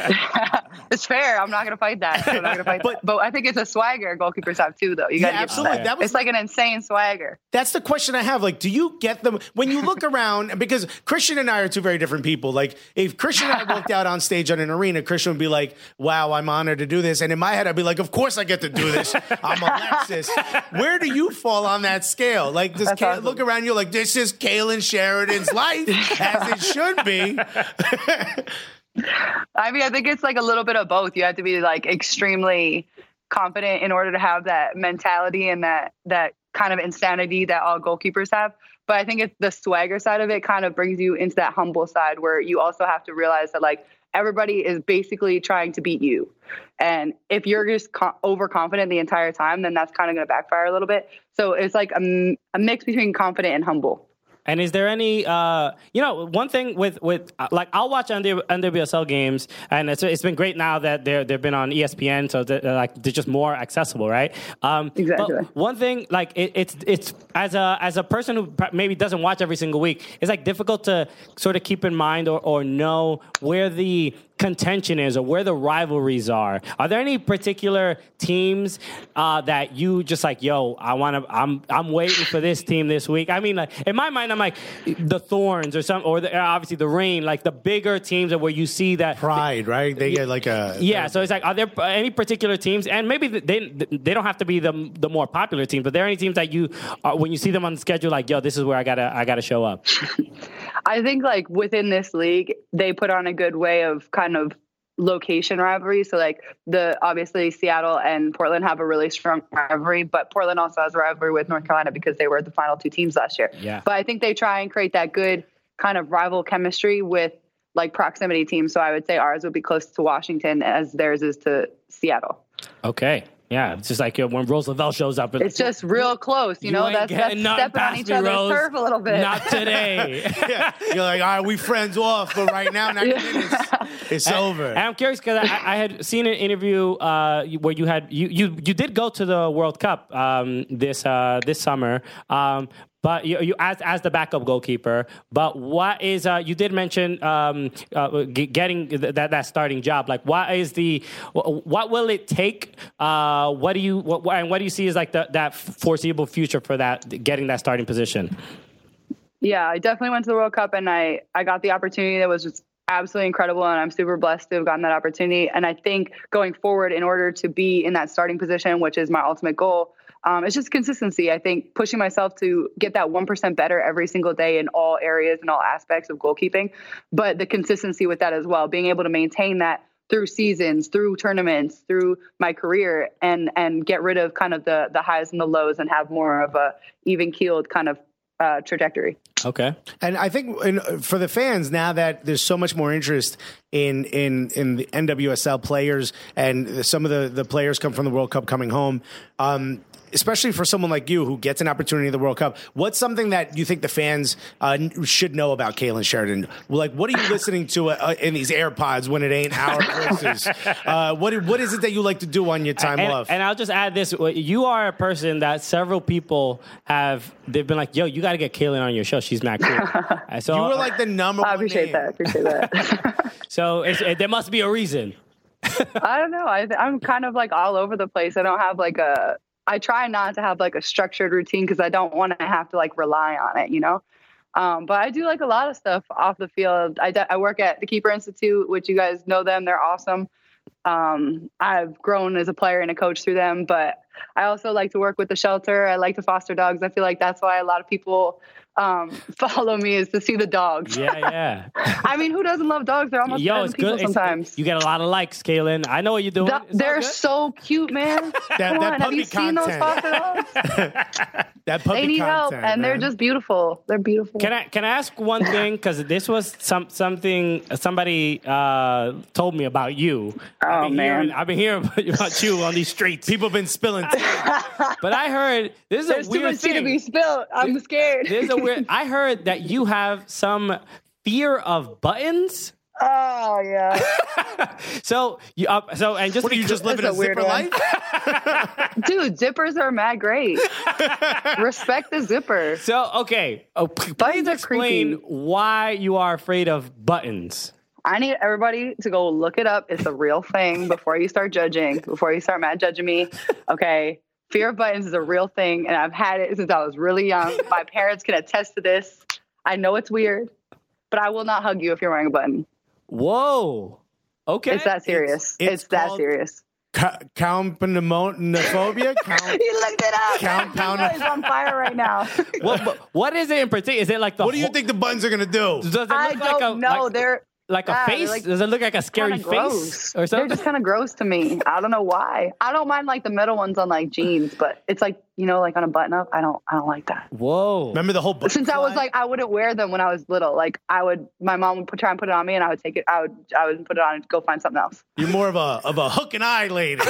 S5: It's fair. I'm not going to fight that. I'm not going to fight but, that. But I think it's a swagger goalkeepers have too, though. You
S2: Yeah,
S5: got to
S2: absolutely.
S5: That.
S2: That was-
S5: it's like an insane swagger.
S2: That's the question I have. Like, do you get them when you look around? Because Christian and I are two very different people. Like, if Christian and I walked out on stage on an arena, Christian would be like, "Wow, I'm honored to do this," and in my head, I'd be like, "Of course I get to do this. I'm Alexis." Where do you fall on that scale? Like, does
S5: That's
S2: Kay-
S5: awesome.
S2: look around? You're like, "This is Kaylin Sheridan's life as it should be."
S5: I mean, I think it's like a little bit of both. You have to be like extremely confident in order to have that mentality and that that kind of insanity that all goalkeepers have. But I think it's the swagger side of it kind of brings you into that humble side where you also have to realize that like everybody is basically trying to beat you. And if you're just co- overconfident the entire time, then that's kind of going to backfire a little bit. So it's like a, m- a mix between confident and humble.
S3: And is there any, uh, you know, one thing with with uh, like I'll watch NW, NWSL games, and it's it's been great now that they're they've been on E ESPN, so they're, they're, like they're just more accessible, right? Um,
S5: Exactly.
S3: but one thing, like it, it's it's as a as a person who pr- maybe doesn't watch every single week, it's like difficult to sort of keep in mind or or know where the contention is or where the rivalries are. Are there any particular teams uh, that you just like, yo, I want to, I'm, I'm waiting for this team this week. I mean, like in my mind, I'm like the Thorns or some, or the, obviously the Rain, like the bigger teams where you see that
S2: Pride, right? They get like a
S3: yeah, so it's like, are there any particular teams, and maybe they they don't have to be the the more popular teams, but there are any teams that you, uh, when you see them on the schedule, like, yo, this is where I gotta I gotta show up.
S5: I think like within this league, they put on a good way of kind of location rivalry. So like the obviously Seattle and Portland have a really strong rivalry, but Portland also has a rivalry with North Carolina because they were the final two teams last year.
S3: Yeah.
S5: But I think they try and create that good kind of rival chemistry with like proximity teams. So I would say ours would be close to Washington as theirs is to Seattle.
S3: Okay. Yeah, it's just like uh, when Roosevelt shows up.
S5: It's just real close, you, know.
S3: ain't
S5: That's, that's
S3: getting nothing
S5: stepping on
S3: past
S5: each
S3: me,
S5: other's
S3: Rose.
S5: turf a little bit.
S3: Not today.
S1: Yeah. You're like, all right, we friends off, but right now, 90 minutes, it's over.
S3: And I'm curious because I, I had seen an interview uh, you- where you had you, you you did go to the World Cup um, this uh, this summer, um, but you, you as as the backup goalkeeper. But what is uh, you did mention um, uh, g- getting th- that that starting job? Like, what is the wh- what will it take? Uh, what do you what, what- and what do you see is like the, that foreseeable future for that getting that starting position?
S5: Yeah, I definitely went to the World Cup and I I got the opportunity that was just absolutely incredible and I'm super blessed to have gotten that opportunity. And I think going forward, in order to be in that starting position, which is my ultimate goal, um, it's just consistency. I think pushing myself to get that one percent better every single day in all areas and all aspects of goalkeeping, but the consistency with that as well, being able to maintain that through seasons, through tournaments, through my career, and and get rid of kind of the the highs and the lows and have more of a even keeled kind of uh, trajectory.
S3: Okay,
S1: And I think in, for the fans now that there's so much more interest in in in the NWSL players and some of the the players come from the World Cup coming home. Um, Especially for someone like you who gets an opportunity at the World Cup, what's something that you think the fans uh, n- should know about Kalen Sheridan? Like, what are you listening to uh, in these AirPods when it ain't our voices? uh, what What is it that you like to do on your time
S3: and,
S1: off?
S3: and I'll just add this: you are a person that several people have. They've been like, "Yo, you got to get Kaylin on your show. She's not cool." And so,
S1: you were like the number.
S5: I
S1: one name.
S5: appreciate that. Appreciate that.
S3: so it's, it, there must be a reason.
S5: I don't know. I, I'm kind of like all over the place. I don't have like a. I try not to have like a structured routine because I don't want to have to like rely on it, you know. Um, but I do like a lot of stuff off the field. I, de- I work at the Keeper Institute, which you guys know them. They're awesome. Um, I've grown as a player and a coach through them, but I also like to work with the shelter. I like to foster dogs. I feel like that's why a lot of people um, follow me is to see the dogs.
S3: Yeah, yeah.
S5: I mean, who doesn't love dogs? They're almost
S3: Yo,
S5: better
S3: it's
S5: than people
S3: good. It's-
S5: sometimes.
S3: you get a lot of likes, Kaylin. I know what you're doing.
S5: Th-
S3: It's all
S5: they're
S3: good.
S5: so cute, man. Come
S1: that
S5: on, have you
S1: puppy
S5: seen those
S1: content.
S5: foster dogs?
S1: That puppy
S5: They need help,
S1: content,
S5: and they're
S1: man.
S5: just beautiful. They're beautiful.
S3: Can I can I ask one thing? Because this was some something somebody uh, told me about you. I've
S5: Oh,
S3: been
S5: man.
S3: hearing, I've been hearing about you on these streets.
S1: people been spilling.
S3: But I heard this is
S5: There's
S3: a
S5: too
S3: weird
S5: much tea
S3: thing.
S5: to be spilled. I'm scared.
S3: There's a weird. I heard that you have some fear of buttons.
S5: oh yeah,
S3: So you uh, so and just
S1: What are you
S3: because-
S1: just living a,
S5: That's a weird
S1: zipper
S5: one.
S1: life?
S5: dude, zippers are mad great. Respect the zipper.
S3: so okay. Oh, p- please
S5: Buttons are
S3: explain
S5: creepy.
S3: why you are afraid of buttons.
S5: I need everybody to go look it up. It's a real thing before you start judging, before you start mad judging me. Okay. Fear of buttons is a real thing, and I've had it since I was really young. My parents can attest to this. I know it's weird, but I will not hug you if you're wearing a button.
S3: Whoa. Okay.
S5: It's that serious. It's,
S1: it's
S5: that
S1: called-
S5: serious.
S1: Ca- Compnemophobia? Count-
S5: You looked it up.
S1: Compound-
S5: Compound is on fire right now.
S3: What, but what is it in particular? Is it like the
S1: what do you
S3: whole-
S1: think the buns are going to do?
S3: Does it look
S5: I
S3: like
S5: don't
S3: a,
S5: know.
S3: Like,
S5: they're
S3: like a
S5: yeah, they're
S3: face?
S5: like
S3: Does it look like a scary
S5: kind of
S3: face
S5: gross.
S3: or
S5: They're
S3: something?
S5: just kind of gross to me. I don't know why. I don't mind like the middle ones on like jeans, but it's like you know, like on a button up. I don't. I don't like that.
S3: Whoa.
S1: Remember the whole bun?
S5: Since I was like, I wouldn't wear them when I was little. Like I would, my mom would put, try and put it on me, and I would take it. I would, I would put it on and go find something else.
S1: You're more of a of a hook and eye lady.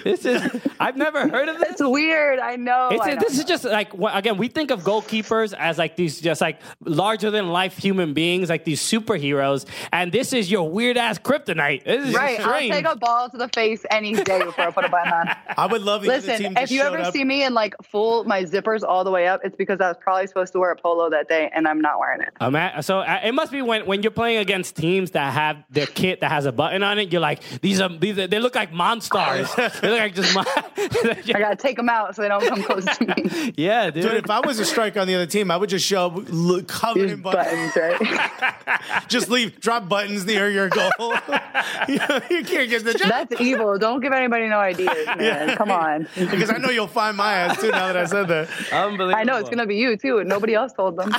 S3: this is I've never heard of this.
S5: It's weird. I know.
S3: It's
S5: Oh, I don't
S3: this is
S5: know.
S3: just like wh- again we think of goalkeepers as like these just like larger than life human beings like these superheroes and this is your weird ass kryptonite. This is
S5: right.
S3: strange.
S5: I'll take a ball to the face any day before I put a button on.
S1: I would love the other team
S5: Listen,
S1: to
S5: if you
S1: showed
S5: ever
S1: up.
S5: see me in like full my zippers all the way up, it's because I was probably supposed to wear a polo that day, and I'm not wearing it.
S3: Um, I- so uh, it must be when, when you're playing against teams that have their kit that has a button on it. You're like these are these are, they look like monsters. they look like just mon-
S5: I gotta take them out so they don't come close to me.
S3: yeah, dude.
S1: Dude, if I was a striker on the other team, I would just show up look, covered
S5: These
S1: in buttons.
S5: buttons, right?
S1: Just leave, drop buttons near your goal. you can't get the job.
S5: That's evil. Don't give anybody no ideas, man. Come on.
S2: because I know you'll find my ass too now that I said that.
S3: Unbelievable.
S5: I know it's gonna be you too. Nobody else told them.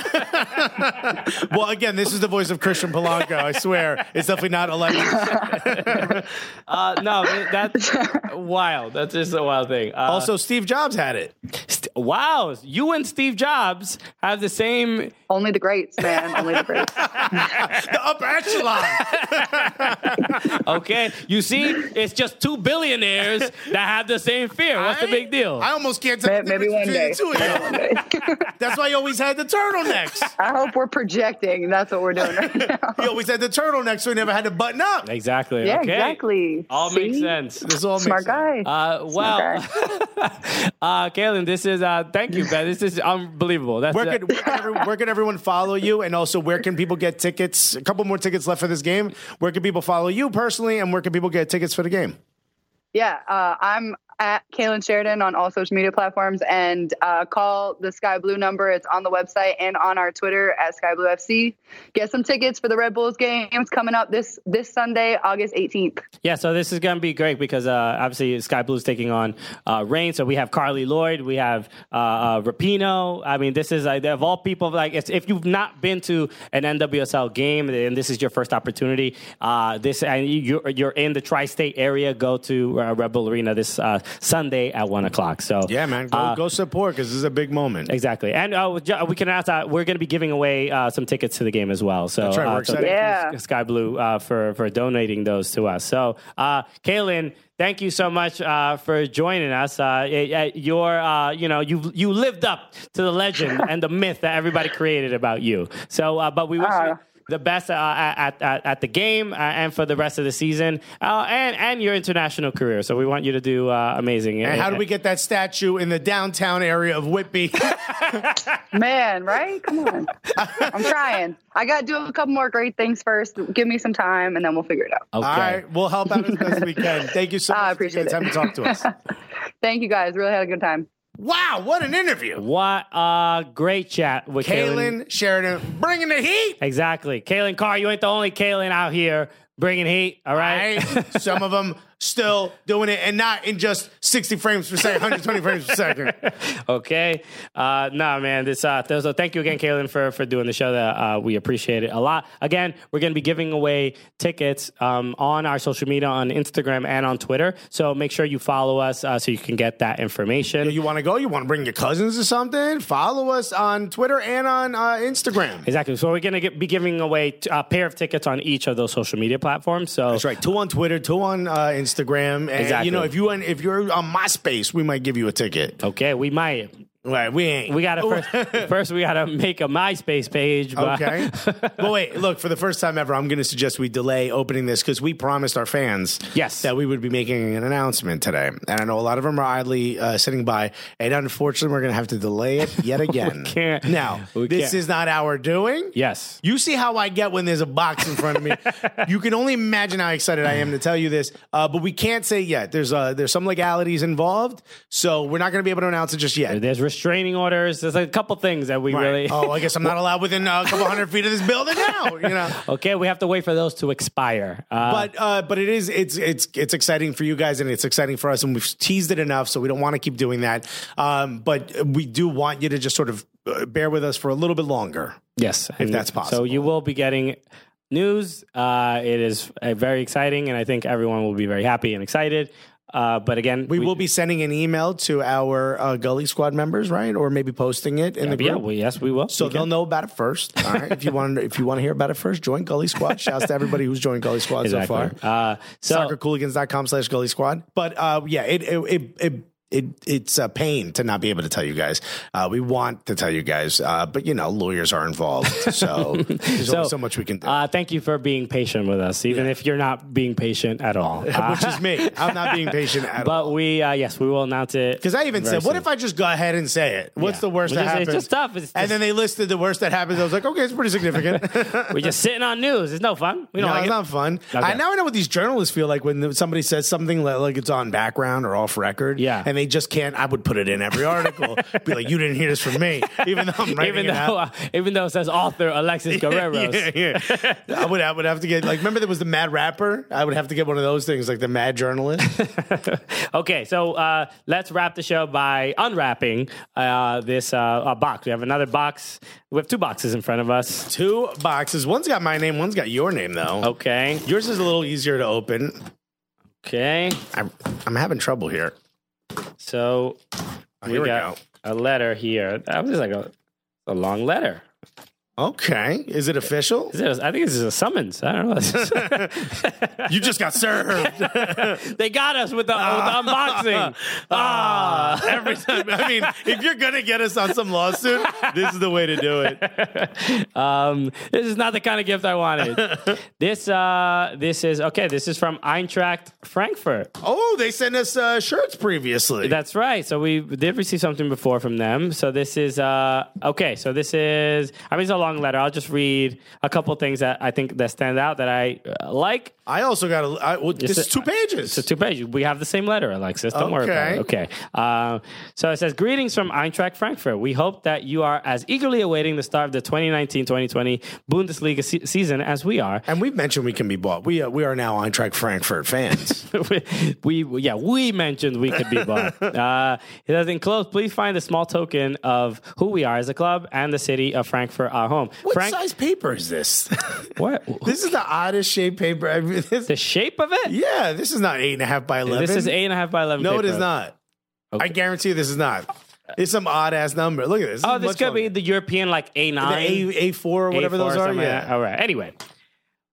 S2: Well, again, this is the voice of Christian Polanco. I swear, it's definitely not Alexa.
S3: Uh, no, that's wild. That's just a wild thing. Uh,
S2: Also, Steve Jobs had it.
S3: St- wow, you and Steve Jobs have the same.
S5: Only the greats, man. Only the greats.
S2: The upper echelon.
S3: Okay, you see, it's just two billionaires that have the same fear. What's the big deal?
S2: I almost can't tell
S5: May-
S2: the difference
S5: Maybe one
S2: between
S5: day.
S2: the two of you.
S5: Maybe one day.
S2: That's why you always had the turtlenecks.
S5: I hope we're projecting. That's what we're doing right now.
S2: You always had the turtlenecks, so you never had to button up.
S3: exactly.
S5: Yeah,
S3: okay.
S5: exactly.
S3: All
S5: See?
S3: makes sense.
S2: This all makes
S5: Smart
S2: sense.
S5: guy.
S3: Uh, well, uh, Kaylin, this is uh, thank you, Ben. This is unbelievable. That's
S2: Where
S3: uh,
S2: can, where, every- where can everyone follow you? And also, where can people get tickets? A couple more tickets left for this game. Where can people follow you personally? And where can people get tickets for the game?
S5: yeah, uh, I'm at Kaylin Sheridan on all social media platforms and uh, call the Sky Blue number. It's on the website and on our Twitter at Sky Blue FC. Get some tickets for the Red Bulls games coming up this this Sunday, August 18th.
S3: Yeah, so this is going to be great because uh, obviously Sky Blue's taking on uh, Rain. So we have Carly Lloyd, we have uh, uh, Rapino. I mean, this is like of all people. Like, it's, if you've not been to an NWSL game and this is your first opportunity, uh, this and you- you're you're in the tri-state area, go to uh, Rebel Arena this uh, Sunday at one o'clock. So
S2: Yeah, man, go,
S3: uh,
S2: go support because this is a big moment.
S3: Exactly, and uh, ju- we can announce that we're going to be giving away uh, some tickets to the game as well. So,
S2: That's right,
S3: uh,
S2: we're
S3: so
S2: excited.
S3: thank you, Sky Blue uh, for for donating those to us. So, uh, Kaylin, thank you so much uh, for joining us. Uh, y- y- your uh, you know you you lived up to the legend and the myth that everybody created about you. So, uh, but we wish. you
S5: Ah.
S3: the best uh, at, at, at the game uh, and for the rest of the season uh, and, and your international career. So we want you to do uh, amazing.
S2: And how do we get that statue in the downtown area of Whitby?
S5: Man, right? Come on. I'm trying. I got to do a couple more great things first. Give me some time and then we'll figure it out.
S3: Okay.
S2: All right, we'll help out as best we can. Thank you so
S5: Ah, I
S2: much.
S5: appreciate
S2: for taking the
S5: it.
S2: Time to talk to us.
S5: Thank you guys. Really had a good time.
S2: Wow, what an interview!
S3: What a great chat with Kaylin.
S2: Kaylin Sheridan bringing the heat.
S3: Exactly. Kaylin Carr, you ain't the only Kaylin out here bringing heat, all right?
S2: Right? Some of them still doing it, and not in just sixty frames per second, hundred twenty frames per second.
S3: okay. Uh, nah, man. This uh, th- so thank you again, Kaylin, for for doing the show. That uh, we appreciate it a lot. Again, we're gonna be giving away tickets um, on our social media, on Instagram and on Twitter. So make sure you follow us uh, so you can get that information.
S2: You want to go? You want to bring your cousins or something? Follow us on Twitter and on uh, Instagram.
S3: Exactly. So we're going to be giving away t- a pair of tickets on each of those social media platforms. So
S2: That's right. Two on Twitter, two on uh, Instagram, and
S3: Exactly.
S2: you know if you if you're on MySpace, we might give you a ticket.
S3: Okay, we might
S2: Right? We ain't.
S3: We gotta first, first we gotta make a MySpace page. but-
S2: Okay. but wait, look, for the first time ever, I'm going to suggest we delay opening this because we promised our fans
S3: Yes.
S2: that we would be making an announcement today. And I know a lot of them are idly uh, sitting by. And unfortunately, we're going to have to delay it yet again.
S3: can't.
S2: Now,
S3: We
S2: this
S3: can't.
S2: is not our doing.
S3: yes.
S2: You see how I get when there's a box in front of me. you can only imagine how excited I am to tell you this, uh, but we can't say yet. There's uh, there's some legalities involved, so we're not going to be able to announce it just yet.
S3: There's restraining orders. There's a couple things that we
S2: Right.
S3: really.
S2: Oh, I guess I'm not allowed within uh, a couple hundred feet of this building now. You know.
S3: Okay, we have to wait for those to expire. Uh,
S2: but uh, but it is it's it's it's exciting for you guys and it's exciting for us and we've teased it enough so we don't want to keep doing that um, but we do want you to just sort of uh, bear with us for a little bit longer
S3: yes, if
S2: that's
S3: So
S2: possible.
S3: you will be getting news. Uh, it is uh, very exciting, and I think everyone will be very happy and excited. Uh, but again,
S2: we, will be sending an email to our uh, gully squad members right or maybe posting it in the group
S3: Yeah, well, yes, we will.
S2: so
S3: We
S2: they'll know about it first. All right. If you want, if you want to hear about it first, join Gully Squad. Shouts to everybody who's joined Gully Squad
S3: can-
S2: so far.
S3: exactly. Uh, so
S2: soccercooligans.com slash gully squad. But uh, yeah, it it it, it it, it's a pain to not be able to tell you guys. Uh, we want to tell you guys, uh, but you know, lawyers are involved, so there's only so much we can do.
S3: Uh, thank you for being patient with us, even if you're not being patient at all. Uh,
S2: Which is me. I'm not being patient at all.
S3: but we, uh, yes, we will announce it.
S2: Because I even said, what if I just go ahead and say it? What's
S3: Yeah.
S2: the worst
S3: It's
S2: that
S3: just-
S2: happens?
S3: it's just tough. It's
S2: and
S3: just-
S2: then they listed the worst that happens. I was like, okay, it's pretty significant.
S3: We're just sitting on news. It's no fun. We
S2: No,
S3: don't like
S2: it's
S3: it.
S2: not fun.
S3: Okay.
S2: I now I know what these journalists feel like when somebody says something like, like it's on background or off record.
S3: Yeah.
S2: and they they just can't. I would put it in every article. be like, you didn't hear this from me, even though I'm writing
S3: even
S2: it out.
S3: though uh, even though it says author Alexis Guerreros.
S2: Yeah, yeah. I would I would have to get like remember there was the mad rapper? I would have to get one of those things like the mad journalist.
S3: Okay, so uh, let's wrap the show by unwrapping uh, this uh, uh, box. We have another box. We have two boxes in front of us.
S2: Two boxes. One's got my name, one's got your name though.
S3: Okay,
S2: Yours is a little easier to open.
S3: okay.
S2: I'm, I'm having trouble here.
S3: So we
S2: Oh, Here we
S3: got a letter here. That was like a, a long letter.
S2: Okay. Is it official?
S3: Is it a- I think this is a summons. I don't know.
S2: You just got served.
S3: they got us with the, with the unboxing. Ah.
S2: Every time. I mean, if you're going to get us on some lawsuit, this is the way to do it.
S3: um, this is not the kind of gift I wanted. this uh, this is okay. This is from Eintracht Frankfurt.
S2: Oh, they sent us uh, shirts previously.
S3: That's right. So we did receive something before from them. So this is uh, okay. So this is. I mean, it's a long letter. I'll just read a couple things that I think that stand out that I uh, like.
S2: I also got a. I, well, this
S3: a-
S2: is two pages.
S3: It's a two page. We have the same letter, Alexis. Don't worry about it. Okay.
S2: Okay.
S3: Uh, so it says Greetings from Eintracht Frankfurt. We hope that you are as eagerly awaiting the start of the 2019 2020 Bundesliga se- season as we are.
S2: and we've mentioned we can be bought. We, uh, we are now on track Frankfurt fans.
S3: we, we- yeah, we mentioned we could be bought. uh, it says in close, please find a small token of who we are as a club and the city of Frankfurt, our home.
S2: What
S3: Frank,
S2: size paper is this?
S3: what
S2: this is the oddest shaped paper. I've, this,
S3: the shape of it?
S2: yeah, this is not eight and a half by eleven.
S3: This is eight and a half by eleven.
S2: No, it
S3: paper.
S2: is not. I guarantee you this is not. It's some odd ass number. Look at this.
S3: Oh, this could be the European like A nine,
S2: A A four or whatever those are. Yeah.
S3: All right. Anyway.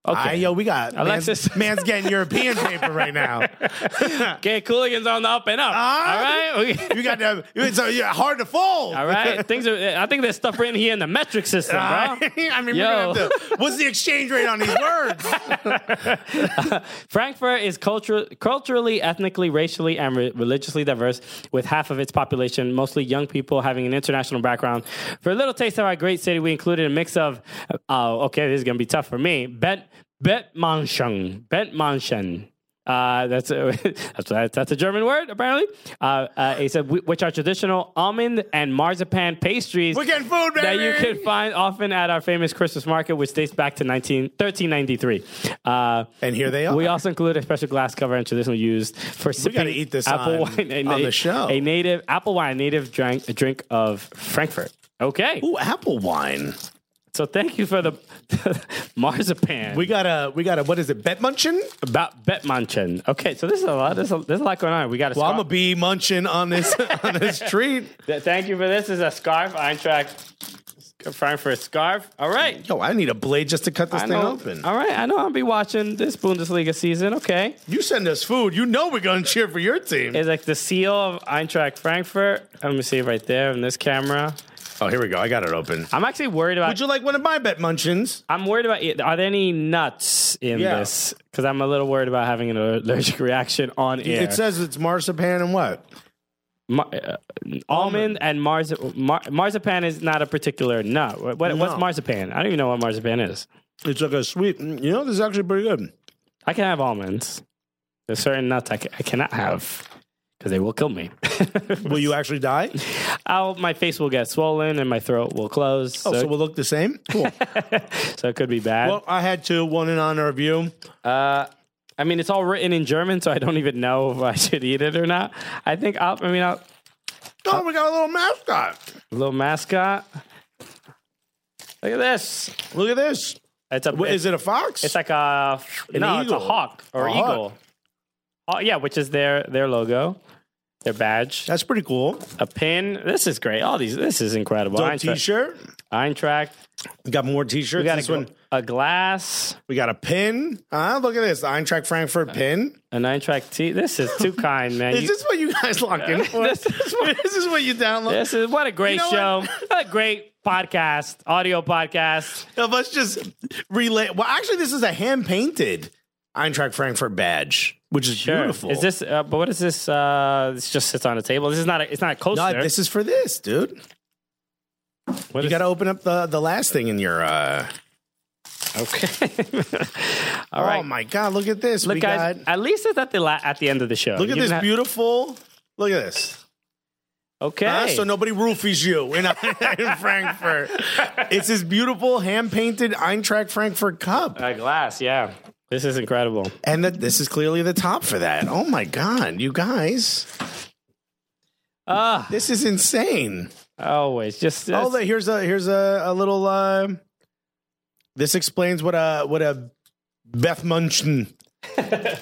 S3: Okay.
S2: Ah, yo, we got
S3: Alexis.
S2: Man's, man's getting European paper right now.
S3: Okay, Cooligan's on the up and up.
S2: Ah.
S3: All right. Okay.
S2: You got to. It's uh, yeah, hard to fold.
S3: All right. Things are I think there's stuff written here in the metric system,
S2: Ah,
S3: right?
S2: I mean,
S3: Yo.
S2: we're gonna have to, what's the exchange rate on these words?
S3: Frankfurt is culture, culturally, ethnically, racially, and re- religiously diverse, with half of its population mostly young people having an international background. For a little taste of our great city, we included a mix of, oh, okay, this is going to be tough for me. Bet, bet Mansion. Bet Mansion. Uh, that's, a, that's that's that's a German word apparently. Uh, uh, it said "Wh- which are traditional almond and marzipan pastries
S2: We're getting food, baby.
S3: that you can find often at our famous Christmas market, which dates back to 19, 1393. Uh,
S2: And here they are.
S3: we also include a special glass cover and traditional used for sipping
S2: gotta eat this
S3: apple
S2: on-
S3: wine. a
S2: on the show.
S3: A native apple wine, native drink, a drink of Frankfurt. Okay,
S2: Ooh, apple wine.
S3: so thank you for the marzipan.
S2: We got a. We got a. What is it? Bet munching.
S3: about Bettmanchen. Okay, so this is a lot. There's a, there's a lot going on. We got a
S2: Well, I'm
S3: scarf.
S2: gonna be munching on this on this treat.
S3: Th- thank you for this. This is a scarf Eintracht Frankfurt scarf. All right.
S2: Yo, I need a blade just to cut this
S3: I
S2: thing
S3: know-
S2: open.
S3: All right, I know I'll be watching this Bundesliga season. Okay,
S2: You send us food, you know we're gonna cheer for your team.
S3: it's like the seal of Eintracht Frankfurt. Let me see it right there on this camera.
S2: Oh, here we go. I got it open.
S3: I'm actually worried about.
S2: Would you like one of my bet munchins?
S3: I'm worried about. e-, Are there any nuts in
S2: Yeah.
S3: this? Because I'm a little worried about having an allergic reaction on air.
S2: It says it's marzipan and what?
S3: Ma- uh, almond and marzi- mar- marzipan is not a particular nut. What, what- What's
S2: No.
S3: marzipan? I don't even know what marzipan is.
S2: It's like a sweet. You know, this is actually pretty good.
S3: I can have almonds. There's certain nuts I, ca- I cannot have because they will kill me.
S2: Will you actually die?
S3: I'll, my face will get swollen and my throat will close.
S2: Oh,
S3: so,
S2: so we'll look the same. Cool.
S3: so it could be bad.
S2: well, I had two. One in honor of you.
S3: Uh, I mean, it's all written in German, so I don't even know if I should eat it or not. I think I'll, I mean, I'll,
S2: Oh, we got a little mascot.
S3: Little mascot. Look at this.
S2: Look at this.
S3: It's a.
S2: What, is it a fox?
S3: It's like a. no, it's a
S2: eagle.
S3: hawk or
S2: A hawk.
S3: eagle. Oh yeah, which is their their logo, their badge,
S2: That's pretty cool.
S3: a pin. This is great. All these. This is incredible.
S2: Dope
S3: Eintracht-
S2: T-shirt.
S3: Eintracht.
S2: We got more T-shirts.
S3: We got a,
S2: this
S3: gl-
S2: one.
S3: a glass,
S2: We got a pin. Ah, look at this. Eintracht Frankfurt pin.
S3: an Eintracht tee. This is too kind, man.
S2: Is
S3: You-
S2: this what you guys lock in for?
S3: This is what-
S2: this is what you download.
S3: this is what a great
S2: You know
S3: show. What? a great podcast, audio podcast.
S2: of us just relay. Well, actually, this is a hand painted Eintracht Frankfurt badge, which is
S3: Sure.
S2: beautiful.
S3: Is this? Uh, but what is this? Uh, this just sits on a table. This is not. A, it's not a coaster.
S2: No, this is for this, dude.
S3: What
S2: you
S3: is-
S2: got to open up the, the last thing in your. Uh,
S3: Okay.
S2: oh
S3: All right.
S2: my God! Look at this.
S3: Look,
S2: we
S3: guys.
S2: got.
S3: at least it's at the la- at the end of the show.
S2: Look
S3: You
S2: at
S3: didn't
S2: this
S3: have-
S2: beautiful. Look at this.
S3: Okay.
S2: Huh? uh, So nobody roofies you in, in Frankfurt. It's this beautiful hand painted Eintracht Frankfurt cup.
S3: A Uh, glass, yeah. This is incredible.
S2: And that this is clearly the top for that. Oh my God, you guys.
S3: Ah,
S2: This is insane.
S3: always just
S2: Oh, look, here's a here's a, a little uh, this explains what a what a Beth Munchen.
S3: does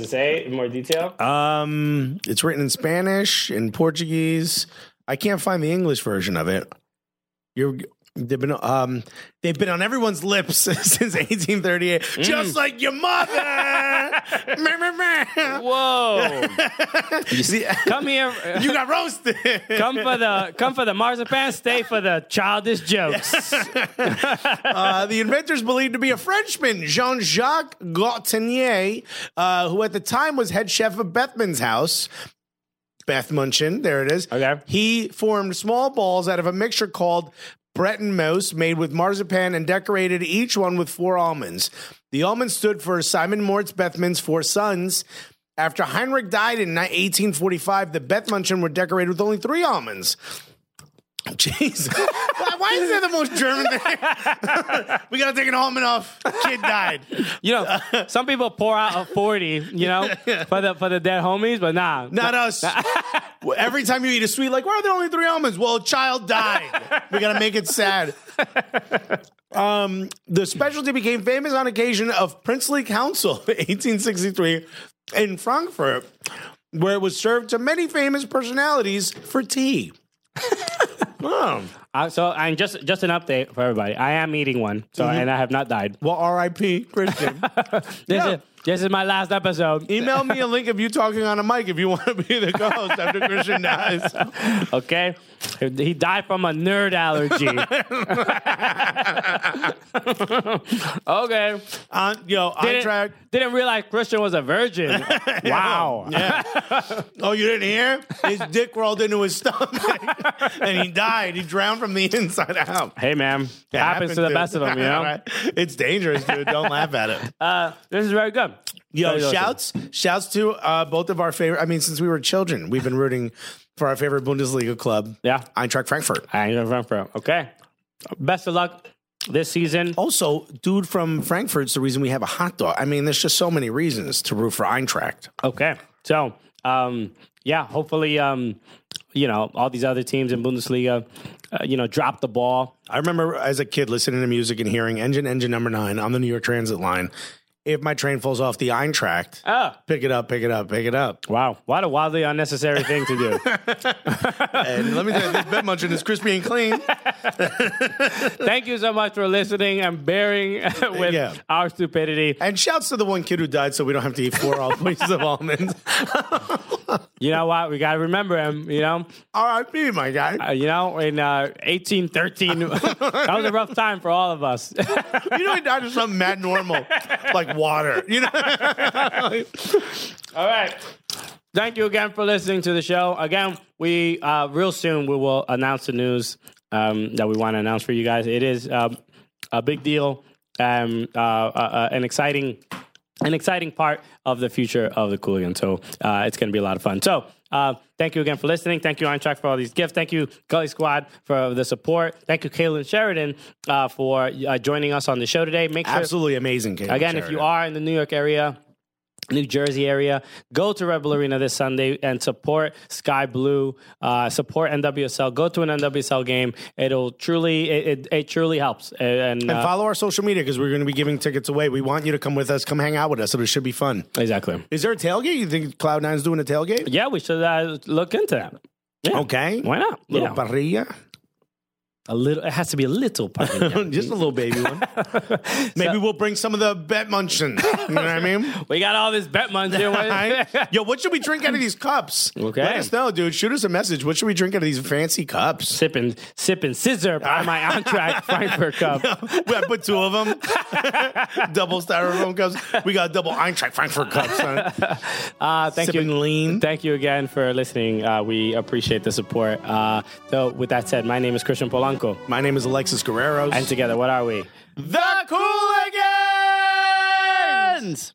S3: it say in more detail?
S2: Um it's written in Spanish, in Portuguese. I can't find the English version of it. You're they've been um they've been on everyone's lips since 1838, just like your mother. Meh, meh, meh.
S3: Whoa!
S2: The-
S3: come here, uh,
S2: you got roasted.
S3: come for the come for the marzipan, stay for the childish jokes.
S2: Uh, the inventors believed to be a Frenchman, Jean Jacques Gaultenier, uh, who at the time was head chef of Bethman's house. Beth Munchen, there it is.
S3: Okay.
S2: He formed small balls out of a mixture called Breton Mouse, made with marzipan and decorated each one with four almonds. The almonds stood for Simon Moritz Bethman's four sons. After Heinrich died in ni- 1845, the Beth Munchen were decorated with only three almonds. Jeez. why, why is that the most German thing? we got to take an almond off. Kid died.
S3: You know, some people pour out a forty, you know, for the for the dead homies, but nah,
S2: Not us. Well, Every time you eat a sweet, like, why are there only three almonds? Well, a child died. we got to make it sad. Um, the specialty became famous on occasion of Princely Council, 1863, in Frankfurt, where it was served to many famous personalities for tea. oh,
S3: Uh, so and just just an update for everybody. I am eating one, so
S2: Mm-hmm.
S3: and I have not died.
S2: well, R.I.P. Christian.
S3: This
S2: Yeah.
S3: is this is my last episode.
S2: Email me a link of you talking on a mic if you want to be the co-host after Christian dies.
S3: Okay, he died from a nerd allergy. okay,
S2: On, Uh, yo, on track.
S3: didn't, didn't realize Christian was a virgin. Wow.
S2: Oh, you didn't hear? His dick rolled into his stomach and he died. He drowned from the inside out.
S3: Hey, man,
S2: It
S3: happens to the
S2: dude.
S3: best of them, you know.
S2: Right. It's dangerous, dude. Don't laugh at it.
S3: uh, this is very good.
S2: Yo,
S3: Very good.
S2: shouts, shouts to uh, both of our favorite. I mean, since we were children, we've been rooting for our favorite Bundesliga club,
S3: Yeah,
S2: Eintracht Frankfurt.
S3: I ain't gonna run for it. Okay, best of luck this season.
S2: Also, dude from Frankfurt's the reason we have a hot dog. I mean, there's just so many reasons to root for Eintracht.
S3: Okay. So, um, yeah, hopefully, um, you know, all these other teams in Bundesliga, uh, you know, drop the ball.
S2: I remember as a kid listening to music and hearing engine, engine number nine on the New York Transit line. If my train falls off the Eintracht,
S3: Oh,
S2: pick it up, pick it up, pick it up.
S3: wow. What a wildly unnecessary thing to do.
S2: And let me tell you, this bed munching is crispy and clean.
S3: Thank you so much for listening and bearing with
S2: Yeah.
S3: our stupidity.
S2: And shouts to the one kid who died so we don't have to eat four all pieces of almonds.
S3: You know what? We got to remember him, you know?
S2: R.I.P., my guy.
S3: Uh, you know, in uh, 1813, that was a rough time for all of us.
S2: You know he died of something mad normal, like water. You know?
S3: All right. Thank you again for listening to the show. Again, we uh, real soon we will announce the news um, that we want to announce for you guys. It is um, a big deal, um, uh, uh, uh, an exciting, an exciting part of the future of the Cooligan. So uh, it's going to be a lot of fun. So. Uh, thank you again for listening. Thank you, Eintracht, for all these gifts. Thank you, Gully Squad, for the support. Thank you, Kaylin Sheridan, uh, for uh, joining us on the show today. Make sure,
S2: Absolutely amazing kid.
S3: Again, if you are in the New York area, New Jersey area, go to Rebel Arena this Sunday and support Sky Blue, uh, support NWSL. Go to an NWSL game; it'll truly, it, it, it truly helps. And,
S2: And
S3: uh,
S2: follow our social media because we're going to be giving tickets away. We want you to come with us, come hang out with us. It should be fun.
S3: exactly,
S2: Is there a tailgate? You think Cloud9's doing a tailgate?
S3: yeah, we should uh, look into that. Yeah.
S2: Okay.
S3: why not?
S2: Little
S3: Yeah.
S2: parrilla.
S3: a little. It has to be a little. Pardon, yeah.
S2: Just a little baby one. Maybe we'll bring some of the bet munching. You know what I mean?
S3: we got all this bet money.
S2: Right? Yo, what should we drink out of these cups?
S3: Okay.
S2: Let us know, dude. Shoot us a message. What should we drink out of these fancy cups?
S3: Sipping, sipping scissor by my Eintracht Frankfurt cup.
S2: We- I put two of them, double styrofoam cups. We got double Eintracht Frankfurt cups. Son.
S3: Uh, thank you.
S2: Sipping lean.
S3: Thank you again for listening. Uh, we appreciate the support. Uh, so, with that said, my name is Christian Polanco,
S2: My name is Alexis Guerrero.
S3: and together, what are we?
S2: the Cooligans!